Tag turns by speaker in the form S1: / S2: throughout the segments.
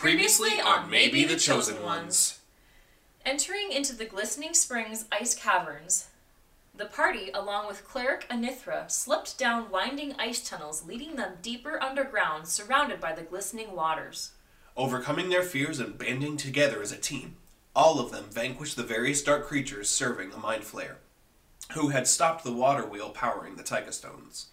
S1: Previously on Maybe the Chosen Ones.
S2: Entering into the glistening spring's ice caverns, the party, along with cleric Anithra, slipped down winding ice tunnels leading them deeper underground, surrounded by the glistening waters.
S1: Overcoming their fears and banding together as a team, all of them vanquished the various dark creatures serving a mind flare, who had stopped the water wheel powering the Tyga stones.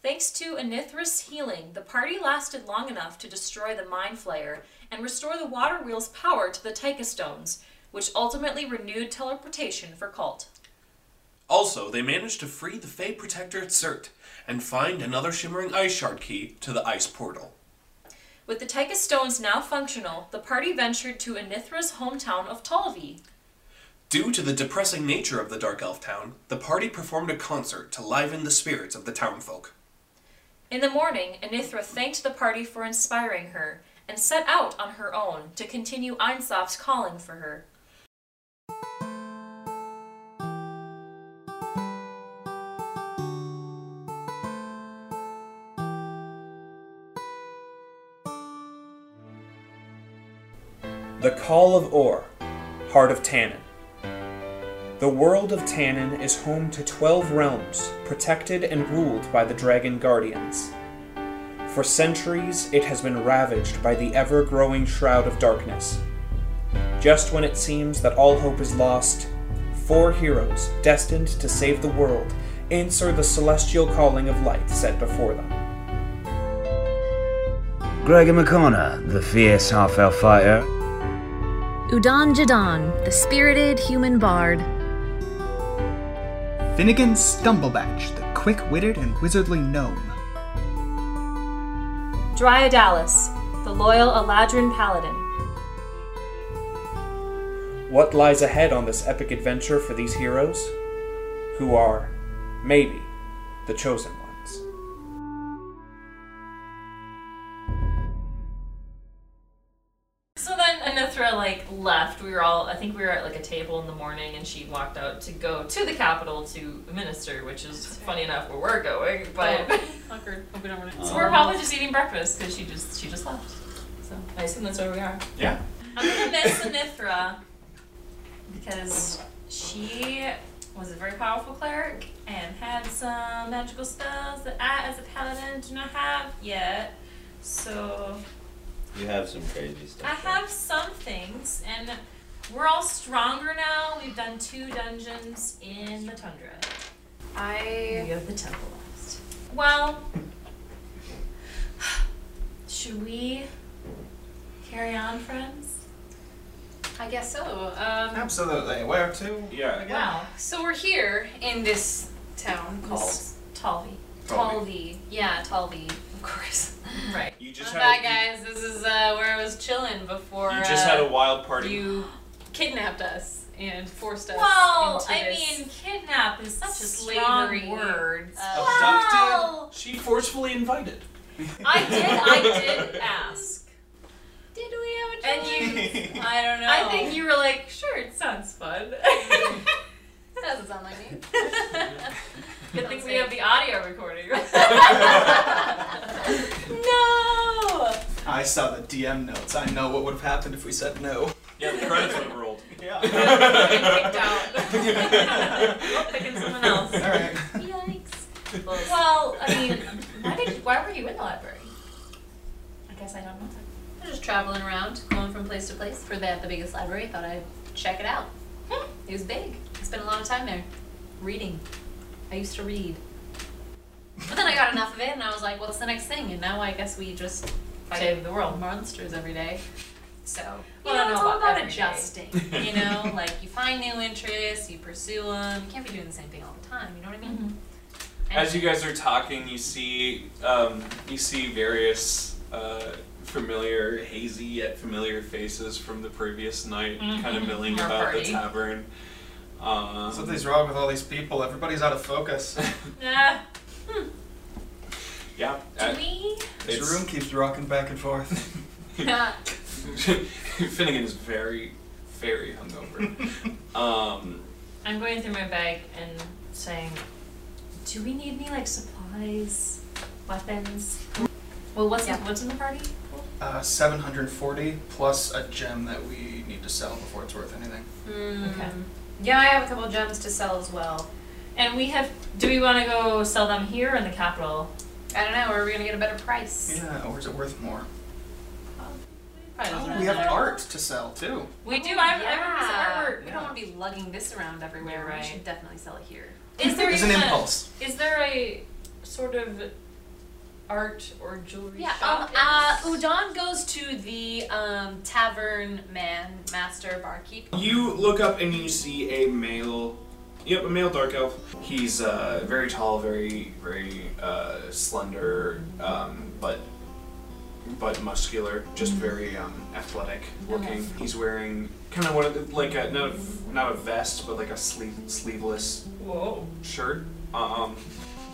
S2: Thanks to Anithra's healing, the party lasted long enough to destroy the Mind Flayer and restore the Water Wheel's power to the Tycha Stones, which ultimately renewed teleportation for Cult.
S1: Also, they managed to free the Fey Protector at Cert and find another shimmering ice shard key to the ice portal.
S2: With the Tycha Stones now functional, the party ventured to Anithra's hometown of Talvi.
S1: Due to the depressing nature of the Dark Elf Town, the party performed a concert to liven the spirits of the townfolk.
S2: In the morning, Anithra thanked the party for inspiring her and set out on her own to continue Einsoft's calling for her.
S3: The Call of Or, Heart of Tannin. The world of Tannin is home to 12 realms, protected and ruled by the Dragon Guardians. For centuries, it has been ravaged by the ever growing shroud of darkness. Just when it seems that all hope is lost, four heroes destined to save the world answer the celestial calling of light set before them.
S4: Gregor McConnor, the fierce half elf fighter.
S5: Udan Jadan, the spirited human bard.
S6: Finnegan Stumblebatch, the quick witted and wizardly gnome.
S2: Dryodalis, the loyal Eladrin Paladin.
S3: What lies ahead on this epic adventure for these heroes? Who are, maybe, the chosen ones?
S2: So then Anithra like left. We were all I think we were at like a table in the morning and she walked out to go to the capital to minister, which is funny enough where we're going, but
S7: Oh, Awkward. Hope we don't run
S2: So we're probably just eating breakfast because she just she just left. So I assume that's where we are.
S1: Yeah.
S2: I'm gonna miss Anithra because she was a very powerful cleric and had some magical spells that I, as a paladin, do not have yet. So
S8: You have some crazy stuff.
S2: I have some things, and we're all stronger now. We've done two dungeons in the tundra.
S7: I
S2: have the temple last. Well, should we carry on, friends?
S7: I guess so. Um,
S1: Absolutely. Where to?
S8: Yeah.
S7: wow. So we're here in this town called
S2: This Talvi.
S7: Talvi. Yeah, Talvi, of course.
S2: Right.
S8: You just
S7: Well,
S8: had.
S7: Bye guys. This is uh, where I was chilling before
S8: You just
S7: uh,
S8: had a wild party.
S7: you kidnapped us and forced us.
S2: Well,
S7: into
S2: I
S7: this.
S2: mean, kidnap is such a
S7: slavery.
S2: strong word.
S7: Uh,
S8: Abducted.
S2: Wow.
S8: She forcefully invited.
S2: I did. I did ask.
S7: did we have a
S2: And
S7: choice?
S2: you,
S7: I don't know.
S2: I think you were like, sure, it sounds fun.
S7: that doesn't sound like me.
S2: Good thing we have the audio recording.
S7: no.
S9: I saw the DM notes. I know what would have happened if we said no.
S8: Yeah, the credits would have rolled.
S9: Yeah.
S2: Kicked out. Picking someone else.
S9: All right.
S7: Yikes. Well,
S2: Well, I mean, why did why were you in the library? I guess I don't know.
S7: I'm just traveling around, going from place to place. For that, the biggest library. Thought I'd check it out.
S2: Hmm.
S7: It was big. I spent a lot of time there, reading. I used to read, but then I got enough of it, and I was like, "What's the next thing?" And now I guess we just fight
S2: Save the world.
S7: monsters every day. So you
S2: Well, I
S7: know,
S2: don't
S7: it's
S2: know about
S7: all about
S2: every day.
S7: adjusting. you know, like you find new interests, you pursue them. You can't be doing the same thing all the time. You know what I
S2: Mm-hmm.
S7: mean? And-
S8: As you guys are talking, you see um, you see various uh, familiar, hazy yet familiar faces from the previous night, kind of milling
S2: Mm-hmm. Our
S8: about
S2: party.
S8: the tavern. Um,
S9: Something's wrong with all these people. Everybody's out of focus.
S2: Nah.
S8: yeah,
S2: Do
S8: uh,
S2: we?
S9: This room keeps rocking back and forth.
S8: Finnegan is very, very hungover. um,
S2: I'm going through my bag and saying, do we need any like supplies, weapons? Well, what's in, what's in the party? pool?
S9: Uh, 740 plus a gem that we need to sell before it's worth anything.
S2: Okay.
S7: hmm, Yeah, I have a couple gems to sell as well.
S2: And we have. Do we want to go sell them here in the capital?
S7: I don't know. Are we gonna get a better price?
S9: Yeah, or is it worth more? Oh,
S7: Probably doesn't
S9: we have
S7: matter.
S9: art to sell too.
S2: We do.
S7: Oh,
S2: I,
S7: yeah.
S2: I remember
S7: We
S2: this
S7: don't
S2: artwork.
S7: want to be lugging this around everywhere.
S2: You're
S7: We
S2: right.
S7: should definitely sell it here.
S2: Is there
S9: It's an
S2: even a-
S9: impulse.
S2: is there a sort of art or jewelry
S7: Yeah, um,
S2: shop?
S7: uh, Udon goes to the um, tavern man, master, barkeep.
S9: Oh,
S3: You look up and you see a male. Yep, a male dark elf. He's uh, very tall, very very uh, slender, um, but but muscular, just
S2: Mm-hmm.
S3: very um, athletic looking. He's wearing kind of what it- like a not a, not a vest, but like a sleeve sleeveless
S2: Whoa.
S3: shirt. Um,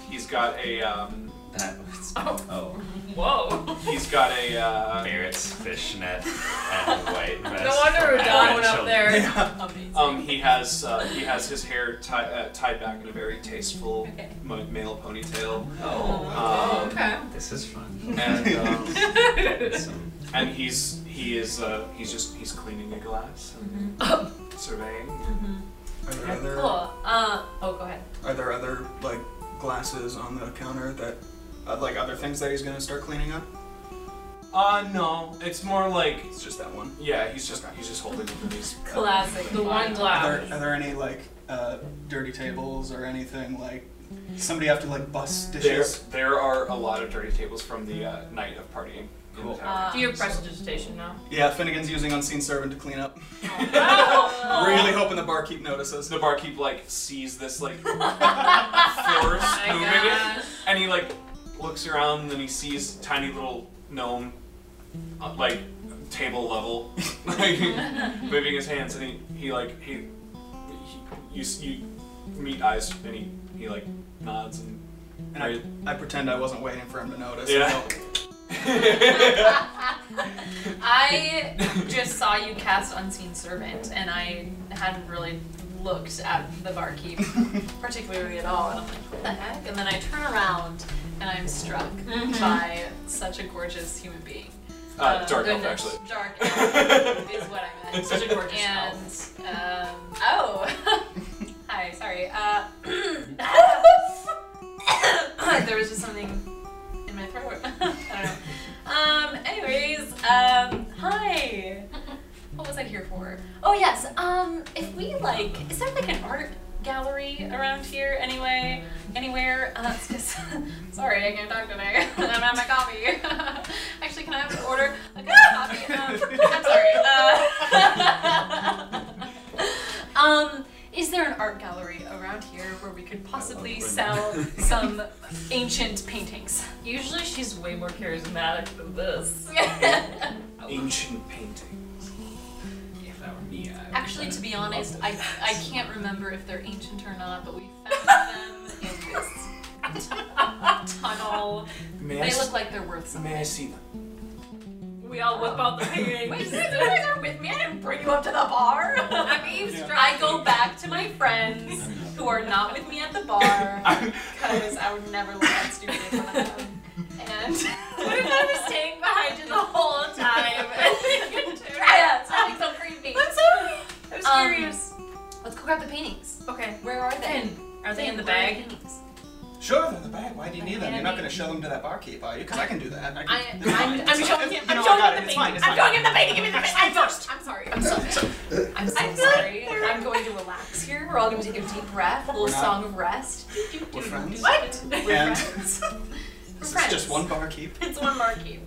S3: he's got a um,
S10: That was,
S2: Oh.
S10: oh,
S2: Whoa.
S3: he's got a uh,
S10: Barrett's fishnet and white vest.
S2: No wonder
S10: from
S2: Udon
S10: Allen
S2: went up
S10: Children.
S2: there.
S7: Amazing.
S3: Um, he has uh, he has his hair tie, uh, tied back in a very tasteful
S7: Okay.
S3: ma- male ponytail,
S9: Oh.
S3: um,
S2: Okay.
S10: This is fun.
S3: and um,
S10: Some-
S3: and he's he is uh, he's just he's cleaning a glass and
S2: Mm-hmm.
S3: surveying.
S9: Are there other
S7: Cool. Uh, oh, go ahead.
S9: are there other like glasses on the counter that uh, like other things that he's gonna start cleaning up?
S3: Uh no, it's more like
S9: It's just that one.
S3: yeah, he's just he's just holding one of these.
S7: Classic.
S2: The one
S7: Udon.
S2: glass.
S9: Are there, are there any like uh, dirty tables or anything like somebody have to like bust
S3: There,
S9: dishes?
S3: there are a lot of dirty tables from the uh, night of partying. in the
S9: Cool.
S7: Uh,
S3: tavern.
S2: Do you have prestidigitation now?
S9: Yeah, Finnegan's using unseen servant to clean up.
S2: Oh.
S9: really hoping the barkeep notices.
S3: the barkeep like sees this like force moving,
S2: gosh.
S3: and he like looks around, and then he sees tiny little gnome, uh, like table level, like moving his hands, and he he like he, he you s- you meet eyes, and he he like nods and.
S9: And I, I pretend I wasn't waiting for him to notice.
S3: Yeah.
S9: No.
S7: I just saw you cast Unseen Servant, and I hadn't really looked at the barkeep particularly at all. And I'm like, what the heck? And then I turn around, and I'm struck by such a gorgeous human being.
S3: uh, dark elf
S7: Um, Oh, goodness,
S3: actually.
S7: Dark elf is what I meant.
S2: Such a gorgeous
S7: and
S2: elf.
S7: um, oh, hi, sorry. Uh, there was just something in my throat. I don't know. Um, anyways, um, hi. What was I here for? Oh yes. Um, if we like, is there like an art gallery around here anyway? Anywhere? Uh, it's just, sorry, I can't talk today. I don't have my coffee. Actually, can I have an order? A cup of coffee. Um, I'm um, sorry. Uh, um, is there an art gallery around here where we could possibly sell some ancient paintings?
S2: Usually she's way more charismatic than this.
S3: Ancient paintings. If that were me, I would
S7: Actually, to
S3: have
S7: be honest,
S3: loved
S7: I,
S3: it.
S7: I can't remember if they're ancient or not, but we found them in this tunnel.
S3: May I
S7: They
S3: s-
S7: look like they're worth something.
S3: May I see them?
S2: We all whip out the
S7: Wait, you
S2: paintings.
S7: guys you guys are with me? I didn't bring you up to the bar. I'm eavesdropping. I go back to my friends who are not with me at the bar because I would never look that stupid in front of them. And
S2: What if I was staying behind you the whole time?
S7: yeah, it's sounding so creepy.
S2: I'm sorry. I was
S7: Um,
S2: curious.
S7: Let's go grab the paintings.
S2: Okay.
S7: Where are they?
S2: Are they in the
S7: Where are
S2: bag?
S7: paintings?
S9: Sure, they're in the bag. Why do you need them? You're not going to show them to that barkeep, are you? Because I can do that. I can,
S7: I,
S9: it's fine.
S7: I'm, I'm
S9: It's-
S7: showing
S9: it's-
S7: him.
S9: you
S7: I'm
S9: know, I
S7: showing
S9: got
S7: him the
S9: it. It's
S7: painting.
S9: fine, it's
S7: I'm
S9: fine.
S7: showing him the painting. Give me the painting. I'm first. I'm sorry. I'm so I'm so sorry. I'm going to relax here. We're all going to take a deep breath, a little
S9: We're not.
S7: song of rest.
S9: We're friends.
S7: What? We're
S9: And-
S7: friends. We're
S9: This is
S7: friends.
S9: just one barkeep.
S7: It's one marquee.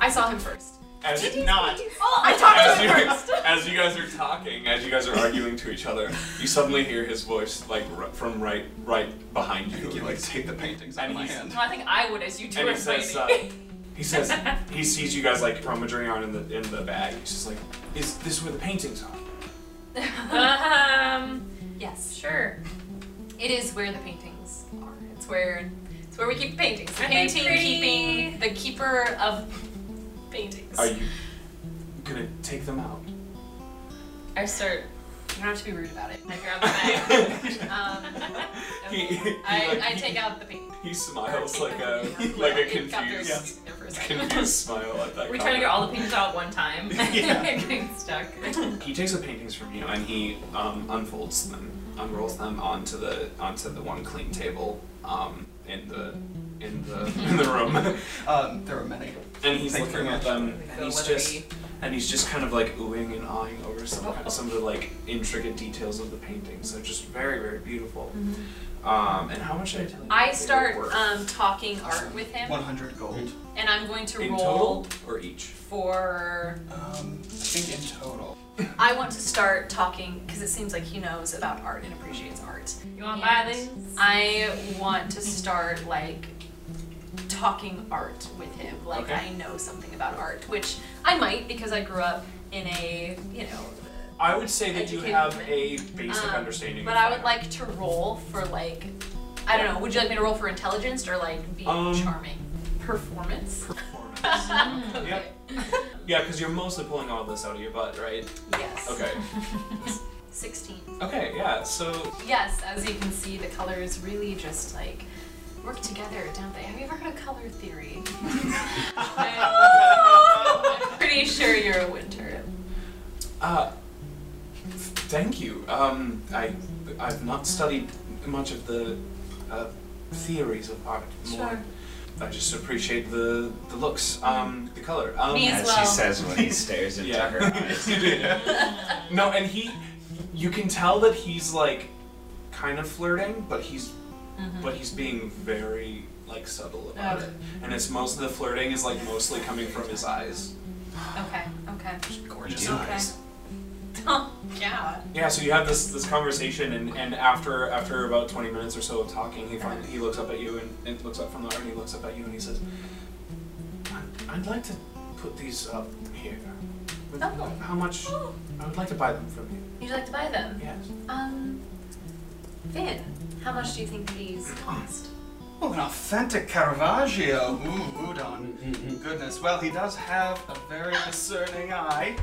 S7: I saw him first.
S3: As not.
S7: Oh, I talked
S3: as
S7: to
S3: you,
S7: him first.
S3: as you guys are talking, as you guys are arguing to each other, you suddenly hear his voice like r- from right right behind
S9: I
S3: you.
S9: think you like take the paintings out
S3: And
S9: of my
S3: he's-
S9: hand.
S7: Well, I think I would as you two
S3: and
S7: are
S3: he says, uh,
S7: fighting.
S3: he says he sees you guys like rummaging around in the in the bag. He's just like, is this where the paintings are?
S2: Um,
S7: yes,
S2: sure.
S7: it is where the paintings are. It's where it's where we keep the paintings. The
S2: Aren't they
S7: painting
S2: pretty?
S7: keeping the keeper of paintings.
S3: Are you gonna take them out?
S2: I start
S7: You don't have to be rude about it. I grab the bag. um,
S3: He- he
S7: I,
S3: like-
S7: I take out the paint.
S3: He smiles like a like a confused
S7: There for a second.
S3: confused smile at that.
S2: We try to get all the paintings out at one time.
S3: Yeah.
S2: Getting stuck.
S3: comment. He takes the paintings from you and he um, unfolds them, unrolls them onto the onto the one clean table um, in the in the in the room.
S9: Um, there were many.
S3: and he's looking
S9: Thank you very
S3: at
S9: much.
S3: them, and he's just and he's just kind of like oohing and eyeing over some
S7: Oh.
S3: some of the like intricate details of the paintings. They're just very very beautiful. Um, and how much did I tell you?
S7: Mm-hmm. I start um, talking art with him,
S9: One hundred gold.
S7: and I'm going to
S3: in
S7: roll
S3: total or each?
S7: for.
S9: Um, I think in total.
S7: I want to start talking because it seems like he knows about art and appreciates art.
S2: You want
S7: And
S2: buy these?
S7: I want to start like talking art with him. Like
S3: Okay.
S7: I know something about art, which I might because I grew up in a you know.
S3: I would say that you
S7: Educated
S3: have
S7: woman.
S3: a basic
S7: um,
S3: understanding.
S7: But
S3: of
S7: I would
S3: fire.
S7: like to roll for like. I don't know. Would you like me to roll for intelligence or like be
S3: Um,
S7: charming? Performance.
S3: Performance. Yep. Yeah, because you're mostly pulling all this out of your butt, right?
S7: Yes.
S3: Okay.
S7: Sixteen.
S3: Okay. Yeah. So
S7: Yes, as you can see, the colors really just like work together, don't they? Have you ever heard of color theory? I'm pretty sure you're a winter.
S3: Uh, thank you. Um, I I've not studied much of the uh, theories of art. More.
S7: Sure.
S3: I just appreciate the the looks, um, the color. Um,
S7: Me as
S10: As
S7: well.
S10: she says when he stares into
S3: Yeah.
S10: her eyes.
S3: no, and he, you can tell that he's like, kind of flirting, but he's, but he's being very like subtle about
S7: Mm-hmm. Okay.
S3: it. And it's most of the flirting is like mostly coming from his eyes.
S7: Okay, okay. Oh,
S3: Gorgeous
S10: You do.
S3: eyes.
S7: yeah.
S3: Yeah, so you have this this conversation, and, and after after about twenty minutes or so of talking, he finally he looks up at you and, and looks up from the and he looks up at you and he says, "I'd- "I'd like to put these up here. Would-
S7: Oh.
S3: How much?
S7: Oh,
S3: I would like to buy them from you.
S7: you'd like to buy them?
S3: Yes.
S7: Um, Finn, how much do you think these cost?
S9: Oh, an authentic Caravaggio. Ooh, udon. Goodness. Well, he does have a very discerning eye.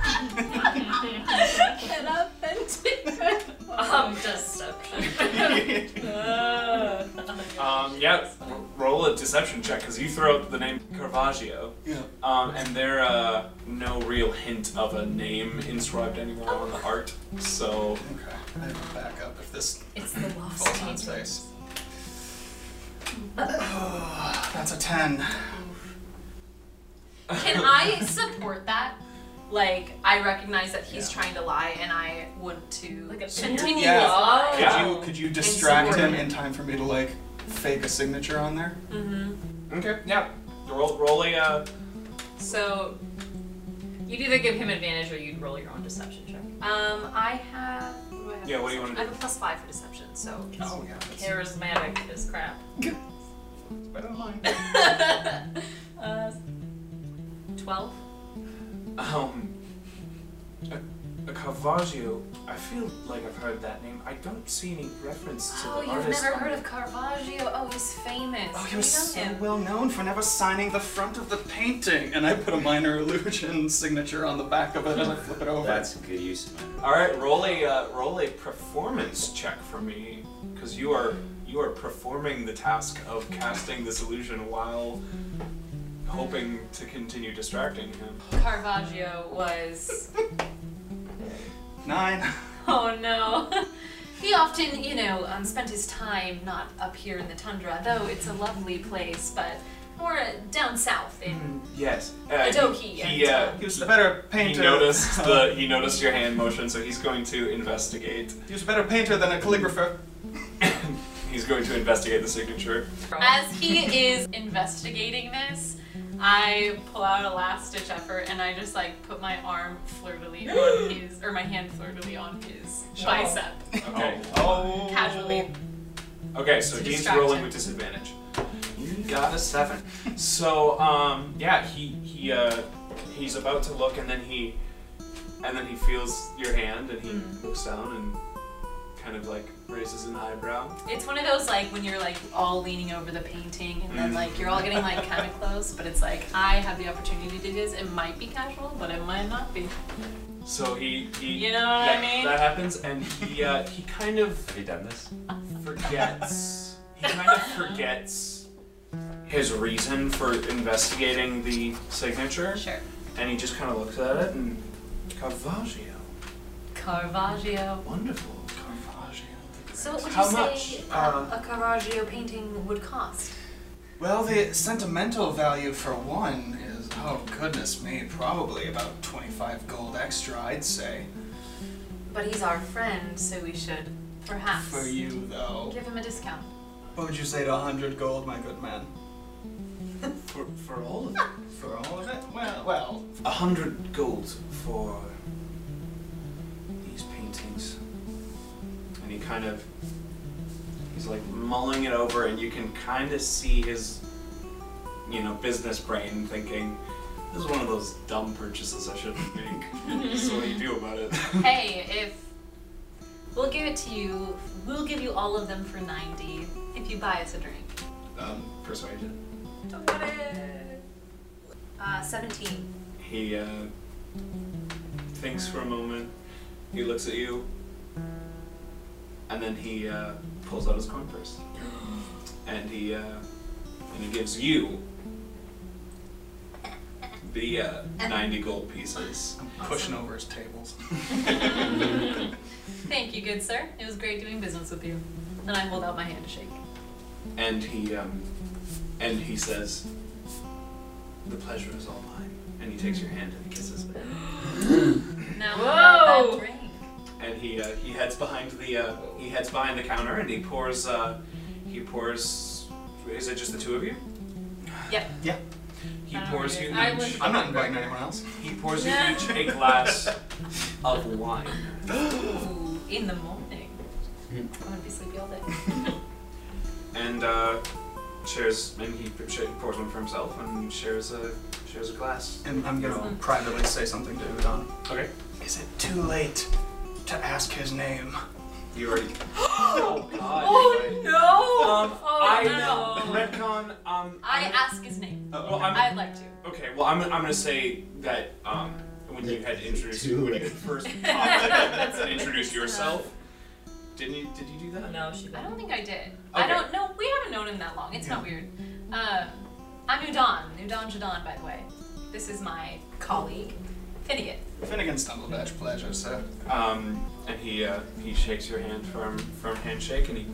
S7: An authentic.
S2: um, just a
S3: Um, yeah. r- Roll a deception check because you throw out the name Caravaggio,
S9: yeah.
S3: um, and there uh no real hint of a name inscribed anywhere on the art. So
S9: Okay. I have to back up if this
S7: It's the lost
S9: falls on its face. Oh, that's a ten.
S7: Can I support that? Like, I recognize that he's trying to lie, and I want to
S2: Like a
S7: continue
S9: Yeah.
S7: his lie.
S9: Could
S3: Yeah.
S9: you could you distract him
S7: subordinate.
S9: in time for me to like fake a signature on there?
S3: okay, yeah. Roll roll a. Uh,
S7: So,
S2: You'd either give him advantage or you'd roll your own deception check.
S7: um, I have. What do I have
S3: Yeah,
S7: for
S3: what do you
S7: deception?
S3: wanna do?
S7: I have a plus five for deception, so.
S9: Oh yeah. That's
S2: Charismatic is crap.
S9: better than mine.
S7: Uh, 12?
S3: Um, a, a Caravaggio. I feel like I've heard that name. I don't see any reference to
S7: Oh,
S3: the
S7: you've
S3: artist.
S7: never heard of Caravaggio? Oh, he's famous.
S9: Oh, he
S7: You
S9: was
S7: know
S9: so
S7: him.
S9: well known for never signing the front of the painting, and I put a minor illusion signature on the back of it and I flip it over.
S10: That's a good use of
S3: All right, roll a uh, roll a performance check for me, because you are you are performing the task of casting this illusion while hoping to continue distracting him.
S7: Caravaggio was.
S9: Nine.
S7: Oh no. He often, you know, um, spent his time not up here in the tundra, though it's a lovely place, but more uh, down south in.
S3: Yes. Uh,
S7: Adoki
S3: He,
S7: and,
S3: he, uh,
S9: He was a better
S3: he
S9: painter.
S3: noticed the he noticed your hand motion, so he's going to investigate.
S9: He was a better painter than a calligrapher.
S3: He's going to investigate the signature.
S7: As he is investigating this, I pull out a last ditch effort and I just like put my arm flirtily on his, or my hand flirtily on his bicep,
S3: Okay.
S9: Oh.
S7: casually.
S3: Okay, so
S7: To
S3: he's
S7: distract
S3: rolling
S7: him.
S3: with disadvantage. You got a seven. So, um, yeah, he he uh, he's about to
S7: Hmm.
S3: look, and then he and then he feels your hand, and he looks down and kind of like raises an eyebrow.
S7: It's one of those like when you're like all leaning over the painting and then like you're all getting like kind of close, but it's like I have the opportunity to do this. It might be casual, but it might not be.
S3: So he, he
S7: You know what I
S3: that,
S7: mean?
S3: That happens, and he uh, he kind of have you done this? Forgets. he kind of forgets his reason for investigating the signature.
S7: Sure.
S3: And he just kind of looks at it and Caravaggio,
S7: Caravaggio.
S3: wonderful Caravaggio.
S7: So what would you
S9: How
S7: say
S9: much?
S7: a,
S9: Uh,
S7: a Caravaggio painting would cost?
S9: Well, the sentimental value for one is, oh goodness me, probably about 25 gold extra, I'd say.
S7: But he's our friend, so we should perhaps
S9: For you, though.
S7: give him a discount.
S9: What would you say to 100 gold, my good man?
S3: For, for all of it.
S9: For all of it? Well, well.
S3: A hundred gold for these paintings. And he kind of he's like mulling it over and you can kind of see his you know, business brain thinking, this is one of those dumb purchases I shouldn't make. so what do you do about it?
S7: hey, if we'll give it to you, we'll give you all of them for ninety if you buy us a drink.
S3: Um, persuasion.
S7: What is? Uh, seventeen.
S3: He uh, thinks for a moment. He looks at you, and then he uh, pulls out his coin purse, and he uh, and he gives you the uh, ninety gold pieces.
S9: Pushing over his tables.
S7: Thank you, good sir. It was great doing business with you. And I hold out my hand to shake.
S3: And he um, and he says, "The pleasure is all mine." And he takes your hand and he kisses it.
S7: Now
S2: Whoa!
S7: Whoa! that drink.
S3: and he uh, he heads behind the uh, he heads behind the counter and he pours uh, he pours is it just the two of you?
S7: Yep.
S9: Yeah.
S3: He
S2: I don't
S3: pours
S2: know.
S3: you
S2: I
S3: each
S2: would-
S9: I'm not inviting anyone else.
S3: he pours you each a glass of wine.
S7: Ooh, in the morning.
S3: Hmm.
S7: I'm gonna be sleepy all day.
S3: And uh, shares and he sh- pours one for himself and shares a shares a glass.
S9: And I'm gonna privately say something to Udon.
S3: Okay.
S9: Is it too late to ask his name?
S3: You already
S7: Oh no!
S3: Um,
S7: oh
S3: I
S7: no!
S3: retcon um uh,
S7: I ask his name.
S3: well I'm
S7: I'd like to.
S3: Okay, well, I'm, I'm gonna say that um, when you had introduced
S10: Too
S3: when you
S10: late.
S3: first popped up and introduced yourself, didn't you? Did you do that?
S2: No, she
S7: I don't think I did. I
S3: Okay.
S7: don't know. We haven't known him that long. It's not weird. Um, I'm Udon. Udon Jadon, by the way. This is my colleague, Finnegan.
S9: Finnegan stumbled at your pleasure, sir.
S3: Um, and he uh, he shakes your hand from from handshake, and he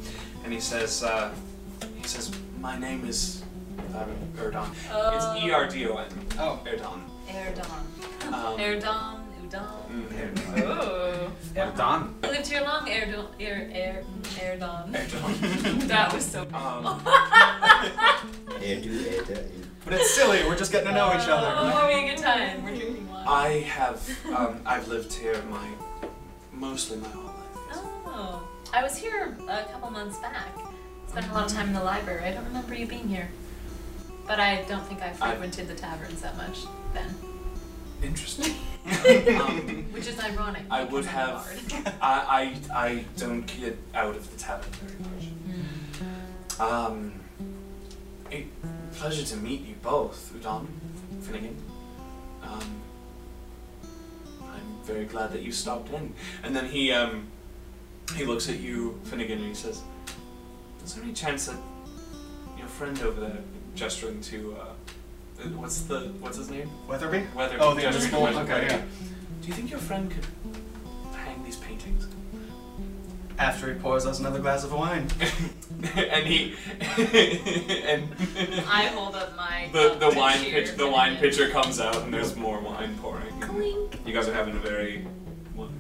S3: and he says uh, he says my name is um, Erdon.
S7: Oh.
S3: It's E R D O N.
S9: Oh.
S3: Erdon.
S7: Erdon.
S3: Um,
S7: Erdon. Udon.
S3: mm, Erdon.
S7: Oh.
S10: Don.
S7: You lived here long, Erdon. Er, er, Erdon.
S3: Erdon.
S7: That was so.
S3: Um,
S9: But it's silly, we're just getting to know each
S7: Oh,
S9: other.
S7: we're having a good time. We're drinking wine.
S3: I have um, I've lived here my mostly my whole life.
S7: Oh, I was here a couple months back. Spent a lot of time in the library. I don't remember you being here, but I don't think I frequented the taverns that much then,
S3: Interesting. um,
S7: which is ironic.
S3: I
S7: because
S3: would
S7: I'm a
S3: have.
S7: bard.
S3: I, I I don't get out of the tavern very much. Um, a pleasure to meet you both, Udon, Finnegan. Um, I'm very glad that you stopped in. And then he um, he looks at you, Finnegan, and he says, "Is there any chance that your friend over there, gesturing to uh, uh, what's the what's his name?
S9: Weatherby?
S3: Weather.
S9: Oh, the
S3: gesturing to
S9: invisible one?
S3: Weatherby.
S9: Okay, yeah.
S3: Do you think your friend could hang these paintings?
S9: After he pours us another glass of wine.
S3: and he and
S7: I hold up my
S3: the,
S7: cup
S3: the
S7: to
S3: wine
S7: cheer
S3: pitch, the wine
S7: Finnegan.
S3: pitcher comes out and there's more wine pouring.
S7: Clink.
S3: You guys are having a very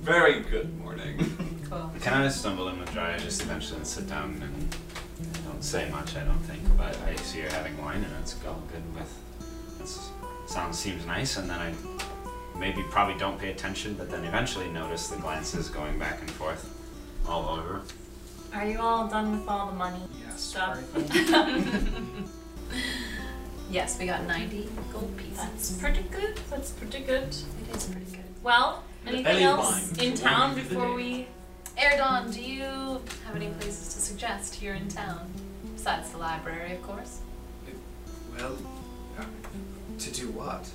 S3: very good morning.
S7: Cool.
S10: Can I stumble in with Dry just eventually and sit down and I don't say much, I don't think, but I see you're having wine and it's all good with. It's, sounds seems nice, and then I maybe probably don't pay attention, but then eventually notice the glances going back and forth all over.
S2: Are you all done with all the money
S9: Yes.
S2: stuff?
S7: Yes, we got 90 gold pieces.
S2: That's pretty good. That's pretty good.
S7: It is pretty good.
S2: Well, anything
S3: belly
S2: else
S3: wine.
S2: in
S3: Wine
S2: town
S3: of the
S2: before
S3: day.
S2: we
S7: Erdon, do you have any places to suggest here in town? Besides the library, of course.
S3: Well, uh, to do what?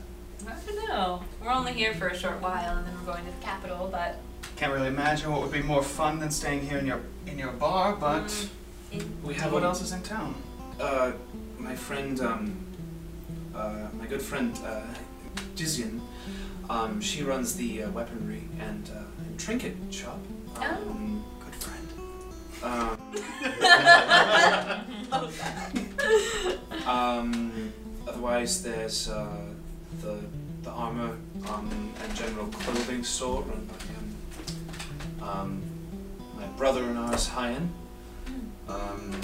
S7: I don't know. We're only here for a short while and then we're going to the capital, but
S9: Can't really imagine what would be more fun than staying here in your in your bar, but
S7: Mm.
S3: We have
S9: what
S3: a-
S9: else is in town?
S3: Uh, my friend, um, uh, my good friend, uh, Dizian, um, she runs the uh, weaponry and uh, trinket shop. Um, Good friend. Um, um, otherwise, there's uh, the the armor um, and general clothing store run by um, um, my brother and ours, Hyan. Um,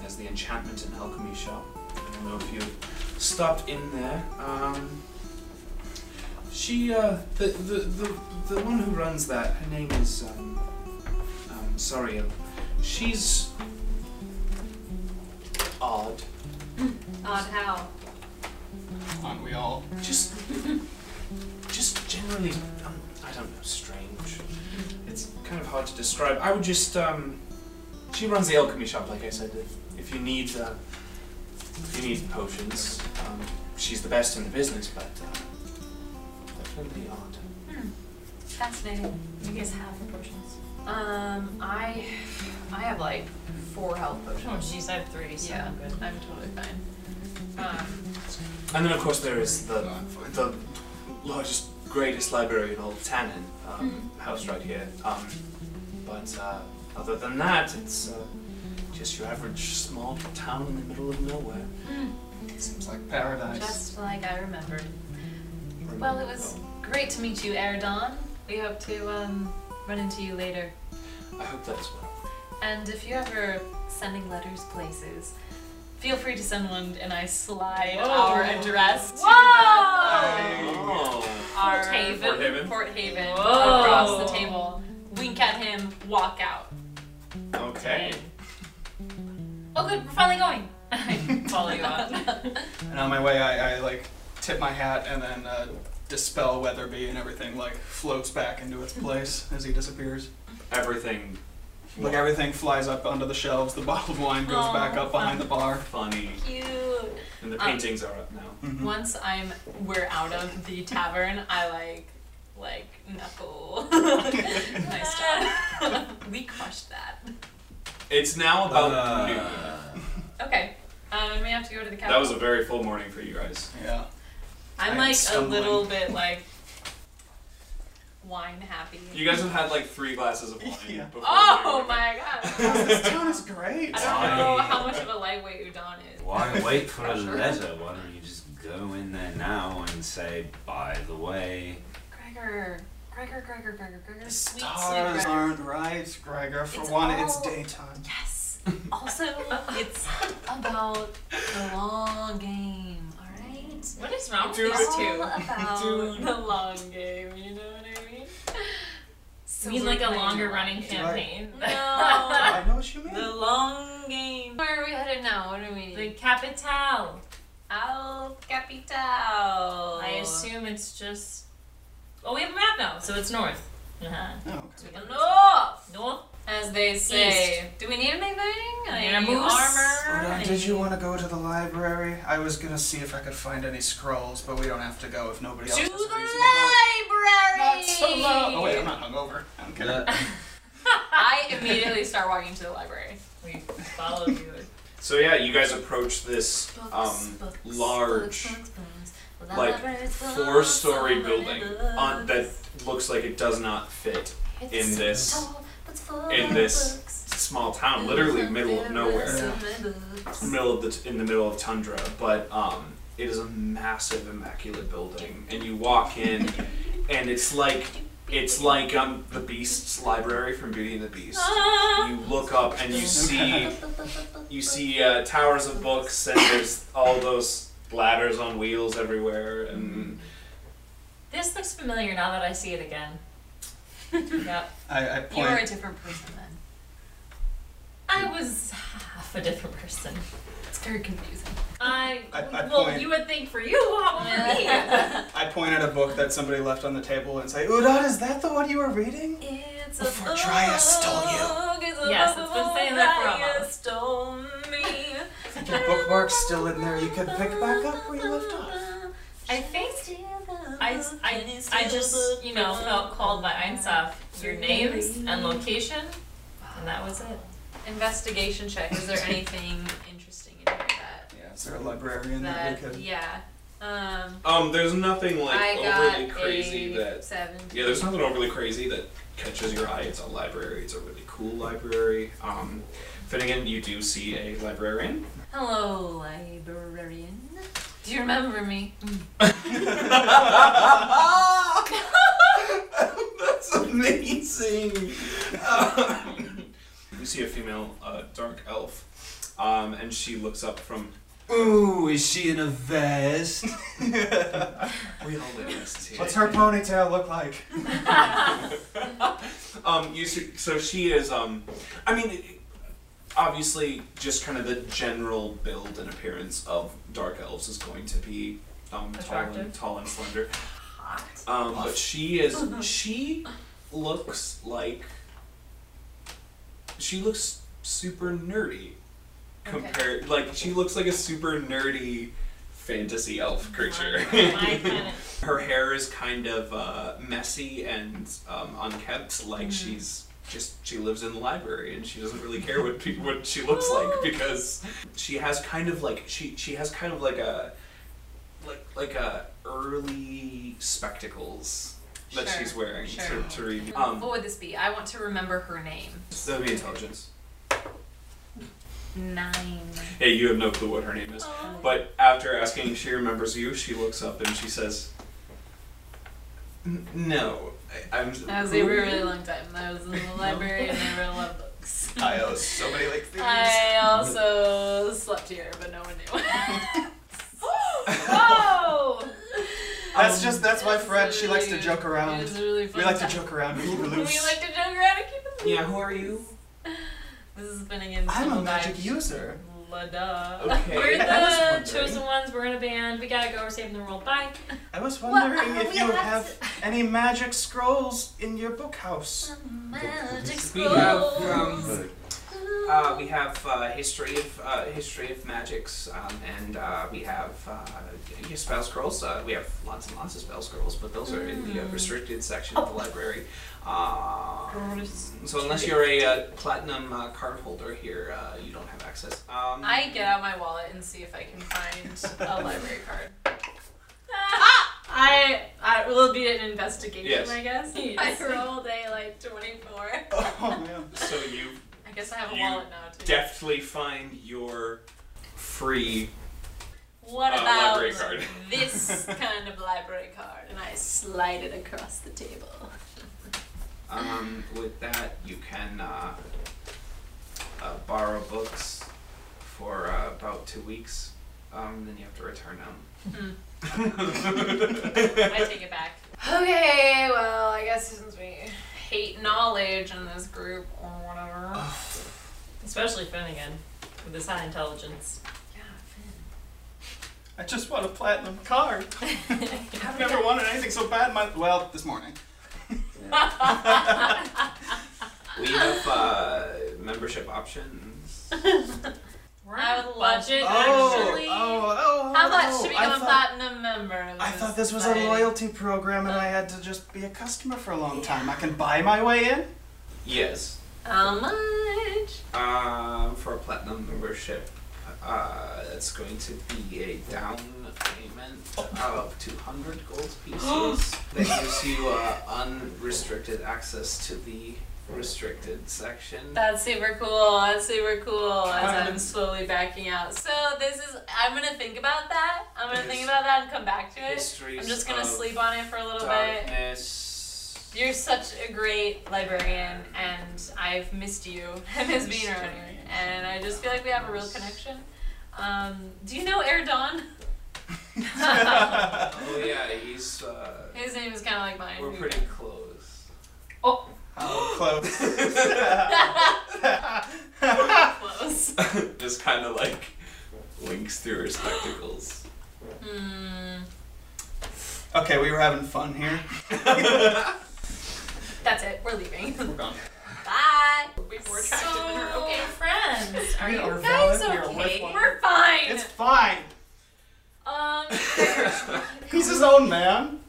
S3: there's the enchantment and alchemy shop. I don't know if you've stopped in there. Um, she, uh, the, the, the, the one who runs that, her name is, um, um, Soriel. She's odd.
S7: odd how.
S3: Aren't we all? Just, just generally, um, I don't know, strange. It's kind of hard to describe. I would just, um, she runs the alchemy shop, like I said. If, if you need, uh, if you need potions, um, she's the best in the business, but uh, definitely odd.
S7: Hmm. Fascinating. You guys have the potions. Um, I, I have like four health potions. Oh, jeez, I have three. So yeah, I'm good. I'm totally fine. Um,
S3: And then, of course, there is the the largest, greatest library in all of Tannin um,
S7: Hmm.
S3: house right here. Um, but uh, other than that, it's uh, just your average small town in the middle of nowhere. Seems like paradise.
S7: Just like I remembered. Well, it was great to meet you, Eridon. We hope to um, run into you later.
S3: I hope that as well.
S7: And if you're ever sending letters places, feel free to send one and I slide
S2: Whoa.
S7: our address to
S2: Whoa!
S7: the, our
S2: Port Haven.
S7: Port Haven,
S2: Whoa.
S7: across the table. Wink at him, walk out.
S3: Okay.
S2: Oh, good. We're finally going. Oh
S7: Follow you out.
S9: And on my way, I, I like tip my hat and then uh, dispel Weatherby, and everything like floats back into its place as he disappears.
S3: Everything.
S9: Like everything flies up onto the shelves. The bottled wine goes back
S7: Aw,
S9: up behind the bar.
S3: Funny.
S7: Cute.
S3: And the
S7: Um,
S3: paintings are up now.
S7: Once I'm we're out of the tavern, I like like knuckle. nice job. we crushed that.
S3: It's now about noon.
S7: Okay. Um, we have to go to the capital.
S3: That was a very full morning for you guys.
S9: Yeah.
S7: I'm
S3: I'm
S7: like
S3: stumbling.
S7: a little bit like wine happy.
S3: You guys have had like three glasses of wine before.
S7: Oh my god.
S9: this town is great.
S7: I don't know how much of a lightweight udon is.
S10: Why wait for a letter? Why don't you just go in there now and say, by the way,
S7: Gregor. Gregor, Gregor, Gregor, Gregor. Sweet, sweet
S9: Stars
S7: Gregor.
S9: aren't right, Gregor. For
S7: It's
S9: one, it's
S7: all-
S9: daytime.
S7: Yes. Also, it's about the long game, alright?
S2: What is wrong with
S7: It's
S2: these two?
S7: all about
S2: Dude.
S7: the long game, you know what I mean? So
S2: You mean
S7: we're
S2: like a
S7: playing
S2: longer
S7: the long
S2: running
S7: game.
S2: campaign?
S7: No.
S9: I know what you mean.
S2: the long game.
S7: Where are we headed now? What are we?
S2: The capital.
S7: Al Capital. I
S2: I assume it's just. Oh, we have a map now, so it's north. Uh-huh.
S9: Oh,
S7: North,
S2: North.
S7: as they say. Do we need anything?
S2: Need a
S7: Any
S2: moose?
S7: armor?
S9: Udon, did you want to go to the library? I was gonna see if I could find any scrolls, but we don't have to go if nobody else.
S7: To
S9: has
S7: the
S9: a reason to
S7: library.
S9: go. Not so loud. Oh wait, I'm not hungover. I don't care.
S7: I immediately start walking to the library.
S2: We follow you.
S3: So yeah, you guys approach this
S7: Books,
S3: um,
S7: books,
S3: large,
S7: books, books, books.
S3: like
S7: Libraries, books,
S3: four-story building
S7: libraries,
S3: on, that looks like it does not fit
S7: It's
S3: in
S7: so
S3: this
S7: tall, it's full
S3: in
S7: of
S3: this
S7: books.
S3: small town, literally middle of nowhere, middle of the t- in the middle of tundra. But um, it is a massive, immaculate building, and you walk in, and it's like it's like um, the Beast's library from Beauty and the Beast.
S2: Ah,
S3: You look up and you see you see uh, towers of books and there's all those ladders on wheels everywhere and
S2: This looks familiar now that I see it again. yep.
S9: I, I
S7: You are a
S9: point.
S7: different person then.
S2: I was half a different person.
S7: It's very confusing.
S2: I,
S9: I- I
S2: well,
S9: point.
S2: you would think for you, how about for me?
S9: I point at a book that somebody left on the table and say, Udon, is that the one you were reading?
S7: It's It's a
S2: Before Dryas stole you.
S7: It's a
S2: Yes, it's been saying that for a
S7: Dryas
S2: month.
S7: stole me.
S3: Your bookmark's still in there. You can pick back up where you left off.
S2: I think I, I, I just, you know, felt called by Einsoff your names and location, and that was it.
S7: Investigation check. Is there anything interesting in here that?
S9: Yeah, is there a librarian that,
S7: that
S9: we could?
S7: yeah. Um.
S3: Um, there's nothing like
S7: I got
S3: overly crazy
S7: a
S3: that.
S7: seven.
S3: Yeah, there's nothing overly crazy that catches your eye. It's a library. It's a really cool library. Um, Finnegan, you do see a librarian.
S7: Hello, librarian. Do you remember me?
S3: That's amazing. Um, you see a female uh, dark elf, um, and she looks up from. Ooh, is she in a vest? we all live in this today.
S9: What's her ponytail look like?
S3: um, you see, so she is. Um, I mean, obviously, just kind of the general build and appearance of dark elves is going to be um, tall and
S2: Attractive.
S3: tall and slender. Um, but she is. She looks like. She looks super nerdy. Compared, like she looks like a super nerdy fantasy elf creature.
S2: My planet.
S3: Her hair is kind of uh, messy and um, unkempt, like
S7: Mm-hmm.
S3: she's just she lives in the library and she doesn't really care what people, what she looks like because she has kind of like she she has kind of like a like like a early spectacles that
S7: Sure,
S3: she's wearing
S7: sure.
S3: to, to read.
S7: what
S3: Um,
S7: would this be? I want to remember her name.
S3: so that'd be intelligence.
S7: Nine.
S3: Yeah, you have no clue what her name is. But after asking, she remembers you. She looks up and she says, "N- "No, I, I'm."
S7: That was a really long time. I was in the library and I read a lot of books.
S3: I owe so many like things.
S7: I also slept here, but no one knew. Whoa!
S9: That's just that's my friend. She likes to
S7: Um, really-
S9: joke around.
S7: It's a really
S9: We
S7: fun
S9: like to
S7: time.
S9: joke around. We keep it
S7: We
S9: loose.
S7: like to joke around and keep it loose.
S3: Yeah, who are you?
S7: This is Finnegan's
S9: I'm a
S7: Double
S9: magic
S7: Dutch.
S9: user.
S7: La da.
S3: Okay.
S2: We're
S9: I
S2: the
S9: was wondering.
S2: chosen ones. We're in a band. We gotta go. We're saving the world. Bye.
S9: I was
S7: Well,
S9: wondering
S7: uh,
S9: if
S7: we
S9: you
S7: have
S9: have any magic scrolls in your book house.
S7: Magic
S3: We have
S7: scrolls.
S3: um, uh, we have uh, history of uh, history of magics, um, and uh, we have uh, your spell scrolls. Uh, we have lots and lots of spell scrolls, but those are in
S7: Mm.
S3: the uh, restricted section of the
S7: Oh.
S3: library. Um, so unless you're a uh, platinum uh, card holder here, uh, you don't have access. Um,
S7: I get out my wallet and see if I can find a library card. Ah! I, I will be an investigation,
S3: Yes.
S7: I guess.
S2: Yes.
S7: I rolled a like 24.
S9: Oh man.
S3: so you
S7: I guess I have a
S3: You
S7: wallet now too.
S3: deftly find your free
S7: what
S3: uh,
S7: about
S3: library card.
S7: this kind of library card? And I slide it across the table.
S3: Um, with that, you can uh, uh, borrow books for uh, about two weeks. Um, then you have to return them.
S7: I take it back. Okay, well, I guess since we hate knowledge in this group or whatever.
S2: Especially Finnegan with his high intelligence.
S7: Yeah, Finn.
S9: I just want a platinum card. I've never wanted anything so bad in my well, this morning.
S3: we have uh, membership options.
S2: We're
S7: I
S2: on
S7: would
S2: a
S7: love
S2: budget,
S7: to-
S2: actually.
S9: oh,
S7: How much to become
S9: I
S7: a
S9: thought,
S7: platinum member? of
S9: I thought this was
S7: society?
S9: a loyalty program and I had to just be a customer for a long time. I can buy my way in?
S3: Yes.
S7: How much?
S3: Um, for a platinum membership, uh, it's going to be a down payment of 200 gold pieces. that gives you uh, unrestricted access to the restricted section.
S7: That's super cool. That's super cool. As I'm
S9: Um,
S7: slowly backing out. So this is. I'm gonna think about that. I'm gonna think
S3: His-
S7: about that and come back to it. I'm
S3: Histories
S7: just gonna
S3: of
S7: sleep on it for a little bit.
S3: darkness.
S7: You're such a great librarian, and I've missed you and missed being around here. And I just feel like we have a real connection. Um, do you know Air Dawn?
S3: Oh yeah, he's. Uh,
S7: His name is kind of like mine.
S3: we're pretty close.
S9: Oh, close.
S7: close.
S3: just kind of like winks through her spectacles.
S7: Hmm.
S9: okay, we were having fun here.
S7: That's it. We're leaving. We're
S9: gone.
S7: Bye. We were attractive so, and we're okay friends. Are you guys okay? We're fine.
S9: It's fine.
S7: um,
S9: He's his own man.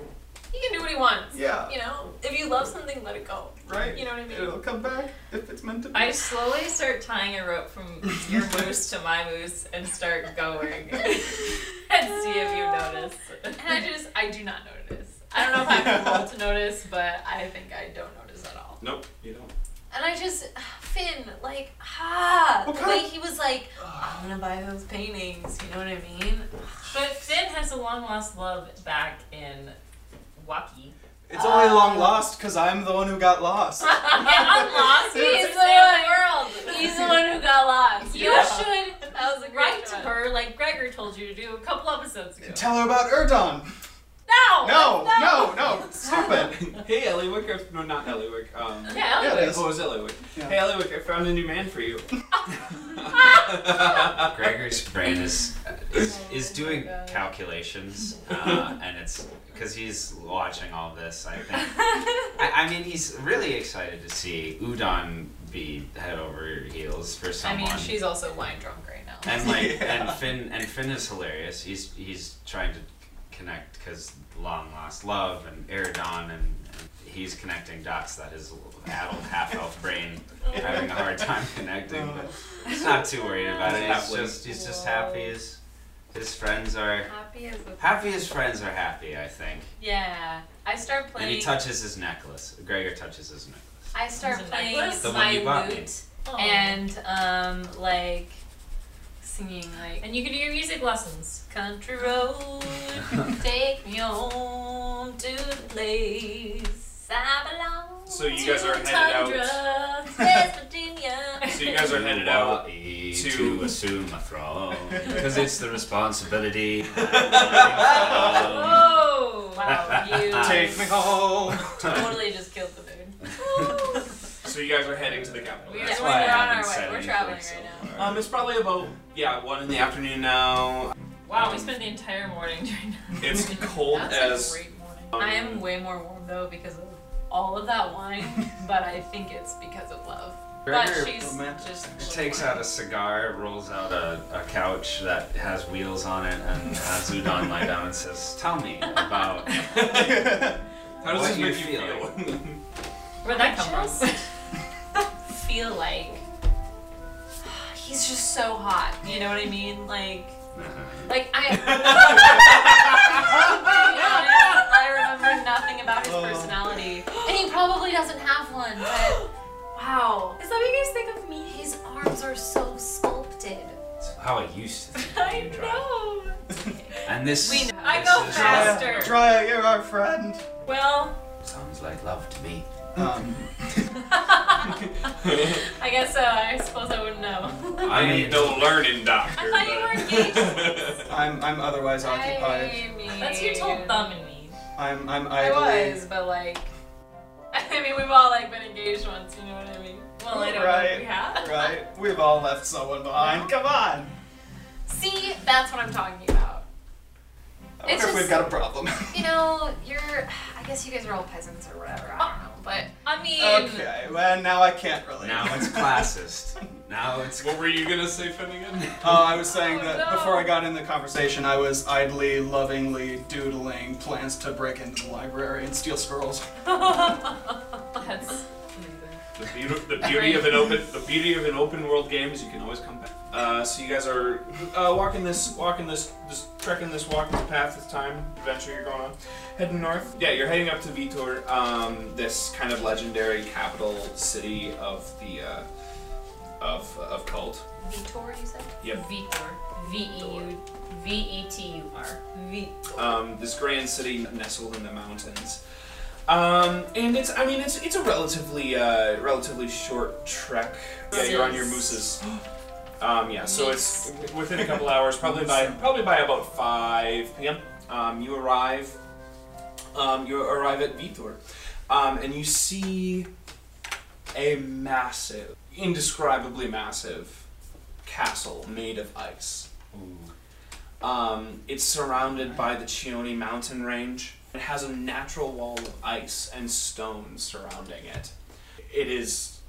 S7: he can do what he wants.
S9: Yeah.
S7: You know, if you love something, let it go.
S9: Right.
S7: You know what I mean?
S9: It'll come back if it's meant to be.
S2: I slowly start tying a rope from your moose to my moose and start going and see if you notice.
S7: And I just, I do not notice. I don't know if I have roll to notice, but I think I don't notice at all.
S3: Nope, you don't.
S7: And I just, Finn, like, ah,
S9: What
S7: the
S9: kind
S7: way
S9: of-
S7: he was like, I'm gonna buy those paintings. You know what I mean?
S2: But Finn has a long lost love back in Waukee.
S9: It's only
S7: uh,
S9: long lost because I'm the one who got lost.
S2: yeah, I'm lost.
S7: He's
S2: He's
S7: the
S2: the world.
S7: one- He's the one who got lost. You
S2: Yeah.
S7: should. That was a great
S2: Write to
S7: one.
S2: her like Gregor told you to do a couple episodes ago.
S9: Tell her about Erdon.
S7: Oh,
S2: No!
S9: No, no, no, stupid.
S3: Hey, Eliwick, I- no, not Eliwick. Um,
S2: Yeah,
S9: Yeah, it is.
S3: Oh, it was Eliwick.
S9: Yeah.
S3: Hey, Eliwick, I found a new man for you.
S10: Gregor's brain is is,
S7: Oh
S10: is doing calculations, uh, and it's because he's watching all this. I think. I, I mean, he's really excited to see Udon be head over heels for
S7: I
S10: someone.
S7: mean, she's also wine drunk right now.
S10: and like
S9: Yeah.
S10: and Finn and Finn is hilarious. He's he's trying to connect because long lost love and Eridon and, and he's connecting dots that his adult half elf brain having a hard time connecting. But he's not too worried about it. He's
S3: Happily.
S10: just he's just happy. His his friends are
S7: Happy as a.
S10: happy. His friends are happy. I think.
S7: Yeah, I start playing.
S10: And he touches his necklace. Gregor touches his necklace.
S7: I start
S2: There's a
S7: playing
S2: necklace.
S10: The one
S7: my
S10: you bought me.
S7: lute
S2: Oh.
S7: and um like singing like
S2: And you can do your music lessons.
S7: country road take me home to the place I belong.
S3: So you guys are
S7: to,
S3: headed out.
S2: Tundra.
S7: West Virginia.
S3: So you guys are headed out.
S10: Hawaii
S3: to-
S10: to assume a throne because it's the responsibility.
S7: Whoa! Oh, Wow, you
S9: Take me home.
S7: totally just killed the mood.
S3: So you guys are heading to the capital.
S7: We're,
S3: That's
S7: we're
S10: why I
S7: on
S10: haven't
S7: our way.
S10: said
S7: We're
S10: anything
S7: traveling
S10: so
S7: right now.
S3: Um, it's probably about yeah one in the afternoon now.
S2: Wow, we spent the entire morning doing that.
S3: It's cold
S7: That's
S3: as.
S7: a great morning.
S3: um,
S7: I am way more warm though because of all of that wine, but I think it's because of love.
S10: Gregor
S7: but she's
S9: romantic.
S7: just a little
S10: takes
S7: warm.
S10: out a cigar, rolls out a, a couch that has wheels on it, and has Udon lie down and says, "Tell me about."
S3: How does
S10: What
S3: this
S10: do you
S3: make you
S10: feel?
S3: feel?
S2: Where'd that come from?
S7: feel like he's just so hot. You know what I mean? Like, like I. To be honest, I remember nothing about his personality, and he probably doesn't have one. But wow,
S2: Is that what you guys think of me?
S7: his arms are so sculpted.
S10: It's How I used to. Think
S2: I
S10: you drive.
S2: know.
S10: And this.
S7: We know. I
S10: this
S2: go
S10: is-
S2: fast. Faster.
S9: Dry, you're our friend.
S2: Well,
S10: Sounds like love to me.
S9: Um,
S7: I
S2: uh,
S7: guess so. I suppose I wouldn't know.
S10: I mean,
S3: no learning, doctor.
S7: I thought you were engaged.
S9: I'm I'm otherwise occupied.
S7: I mean,
S2: that's your told thumb and me.
S9: I'm I'm
S7: I
S9: idly.
S7: was, but like, I mean, we've all like been engaged once. You know what I mean?
S2: Well, I don't know if
S9: Right.
S2: we have.
S9: Right. We've all left someone behind. Come on.
S7: See, that's what I'm talking about.
S9: I wonder
S7: It's
S9: if
S7: just-
S9: we've got a problem.
S7: You know, you're. I guess you guys are all peasants or whatever. I don't know, but
S2: I mean,
S9: okay. Well, now I can't really.
S10: now it's classist. Now it's.
S3: What were you gonna say, Finnegan?
S9: Oh, I was saying
S7: Oh,
S9: that
S7: no.
S9: before I got in the conversation, I was idly, lovingly doodling plans to break into the library and steal squirrels.
S2: that's
S3: The beauty, the beauty of an open, the beauty of an open world game is you can always come back. Uh, so you guys are uh, walking this, walking this, this trekking this walking path this time adventure you're going on, heading north. Yeah, you're heading up to Vitor, um, this kind of legendary capital city of the uh, of of cult.
S7: Vitor, you said?
S3: Yep.
S2: Vitor. V E U V E T U R. Vitor.
S3: um, this grand city nestled in the mountains. Um, and it's, I mean, it's it's a relatively uh, relatively short trek. Yeah, you're on your mooses. Um, yeah, so it's within a couple hours, probably by probably by about five p.m. Um, you arrive. Um, you arrive at Vitor, um, and you see a massive, indescribably massive castle made of ice. Um, it's surrounded by the Chione mountain range. It has a natural wall of ice and stone surrounding it. It is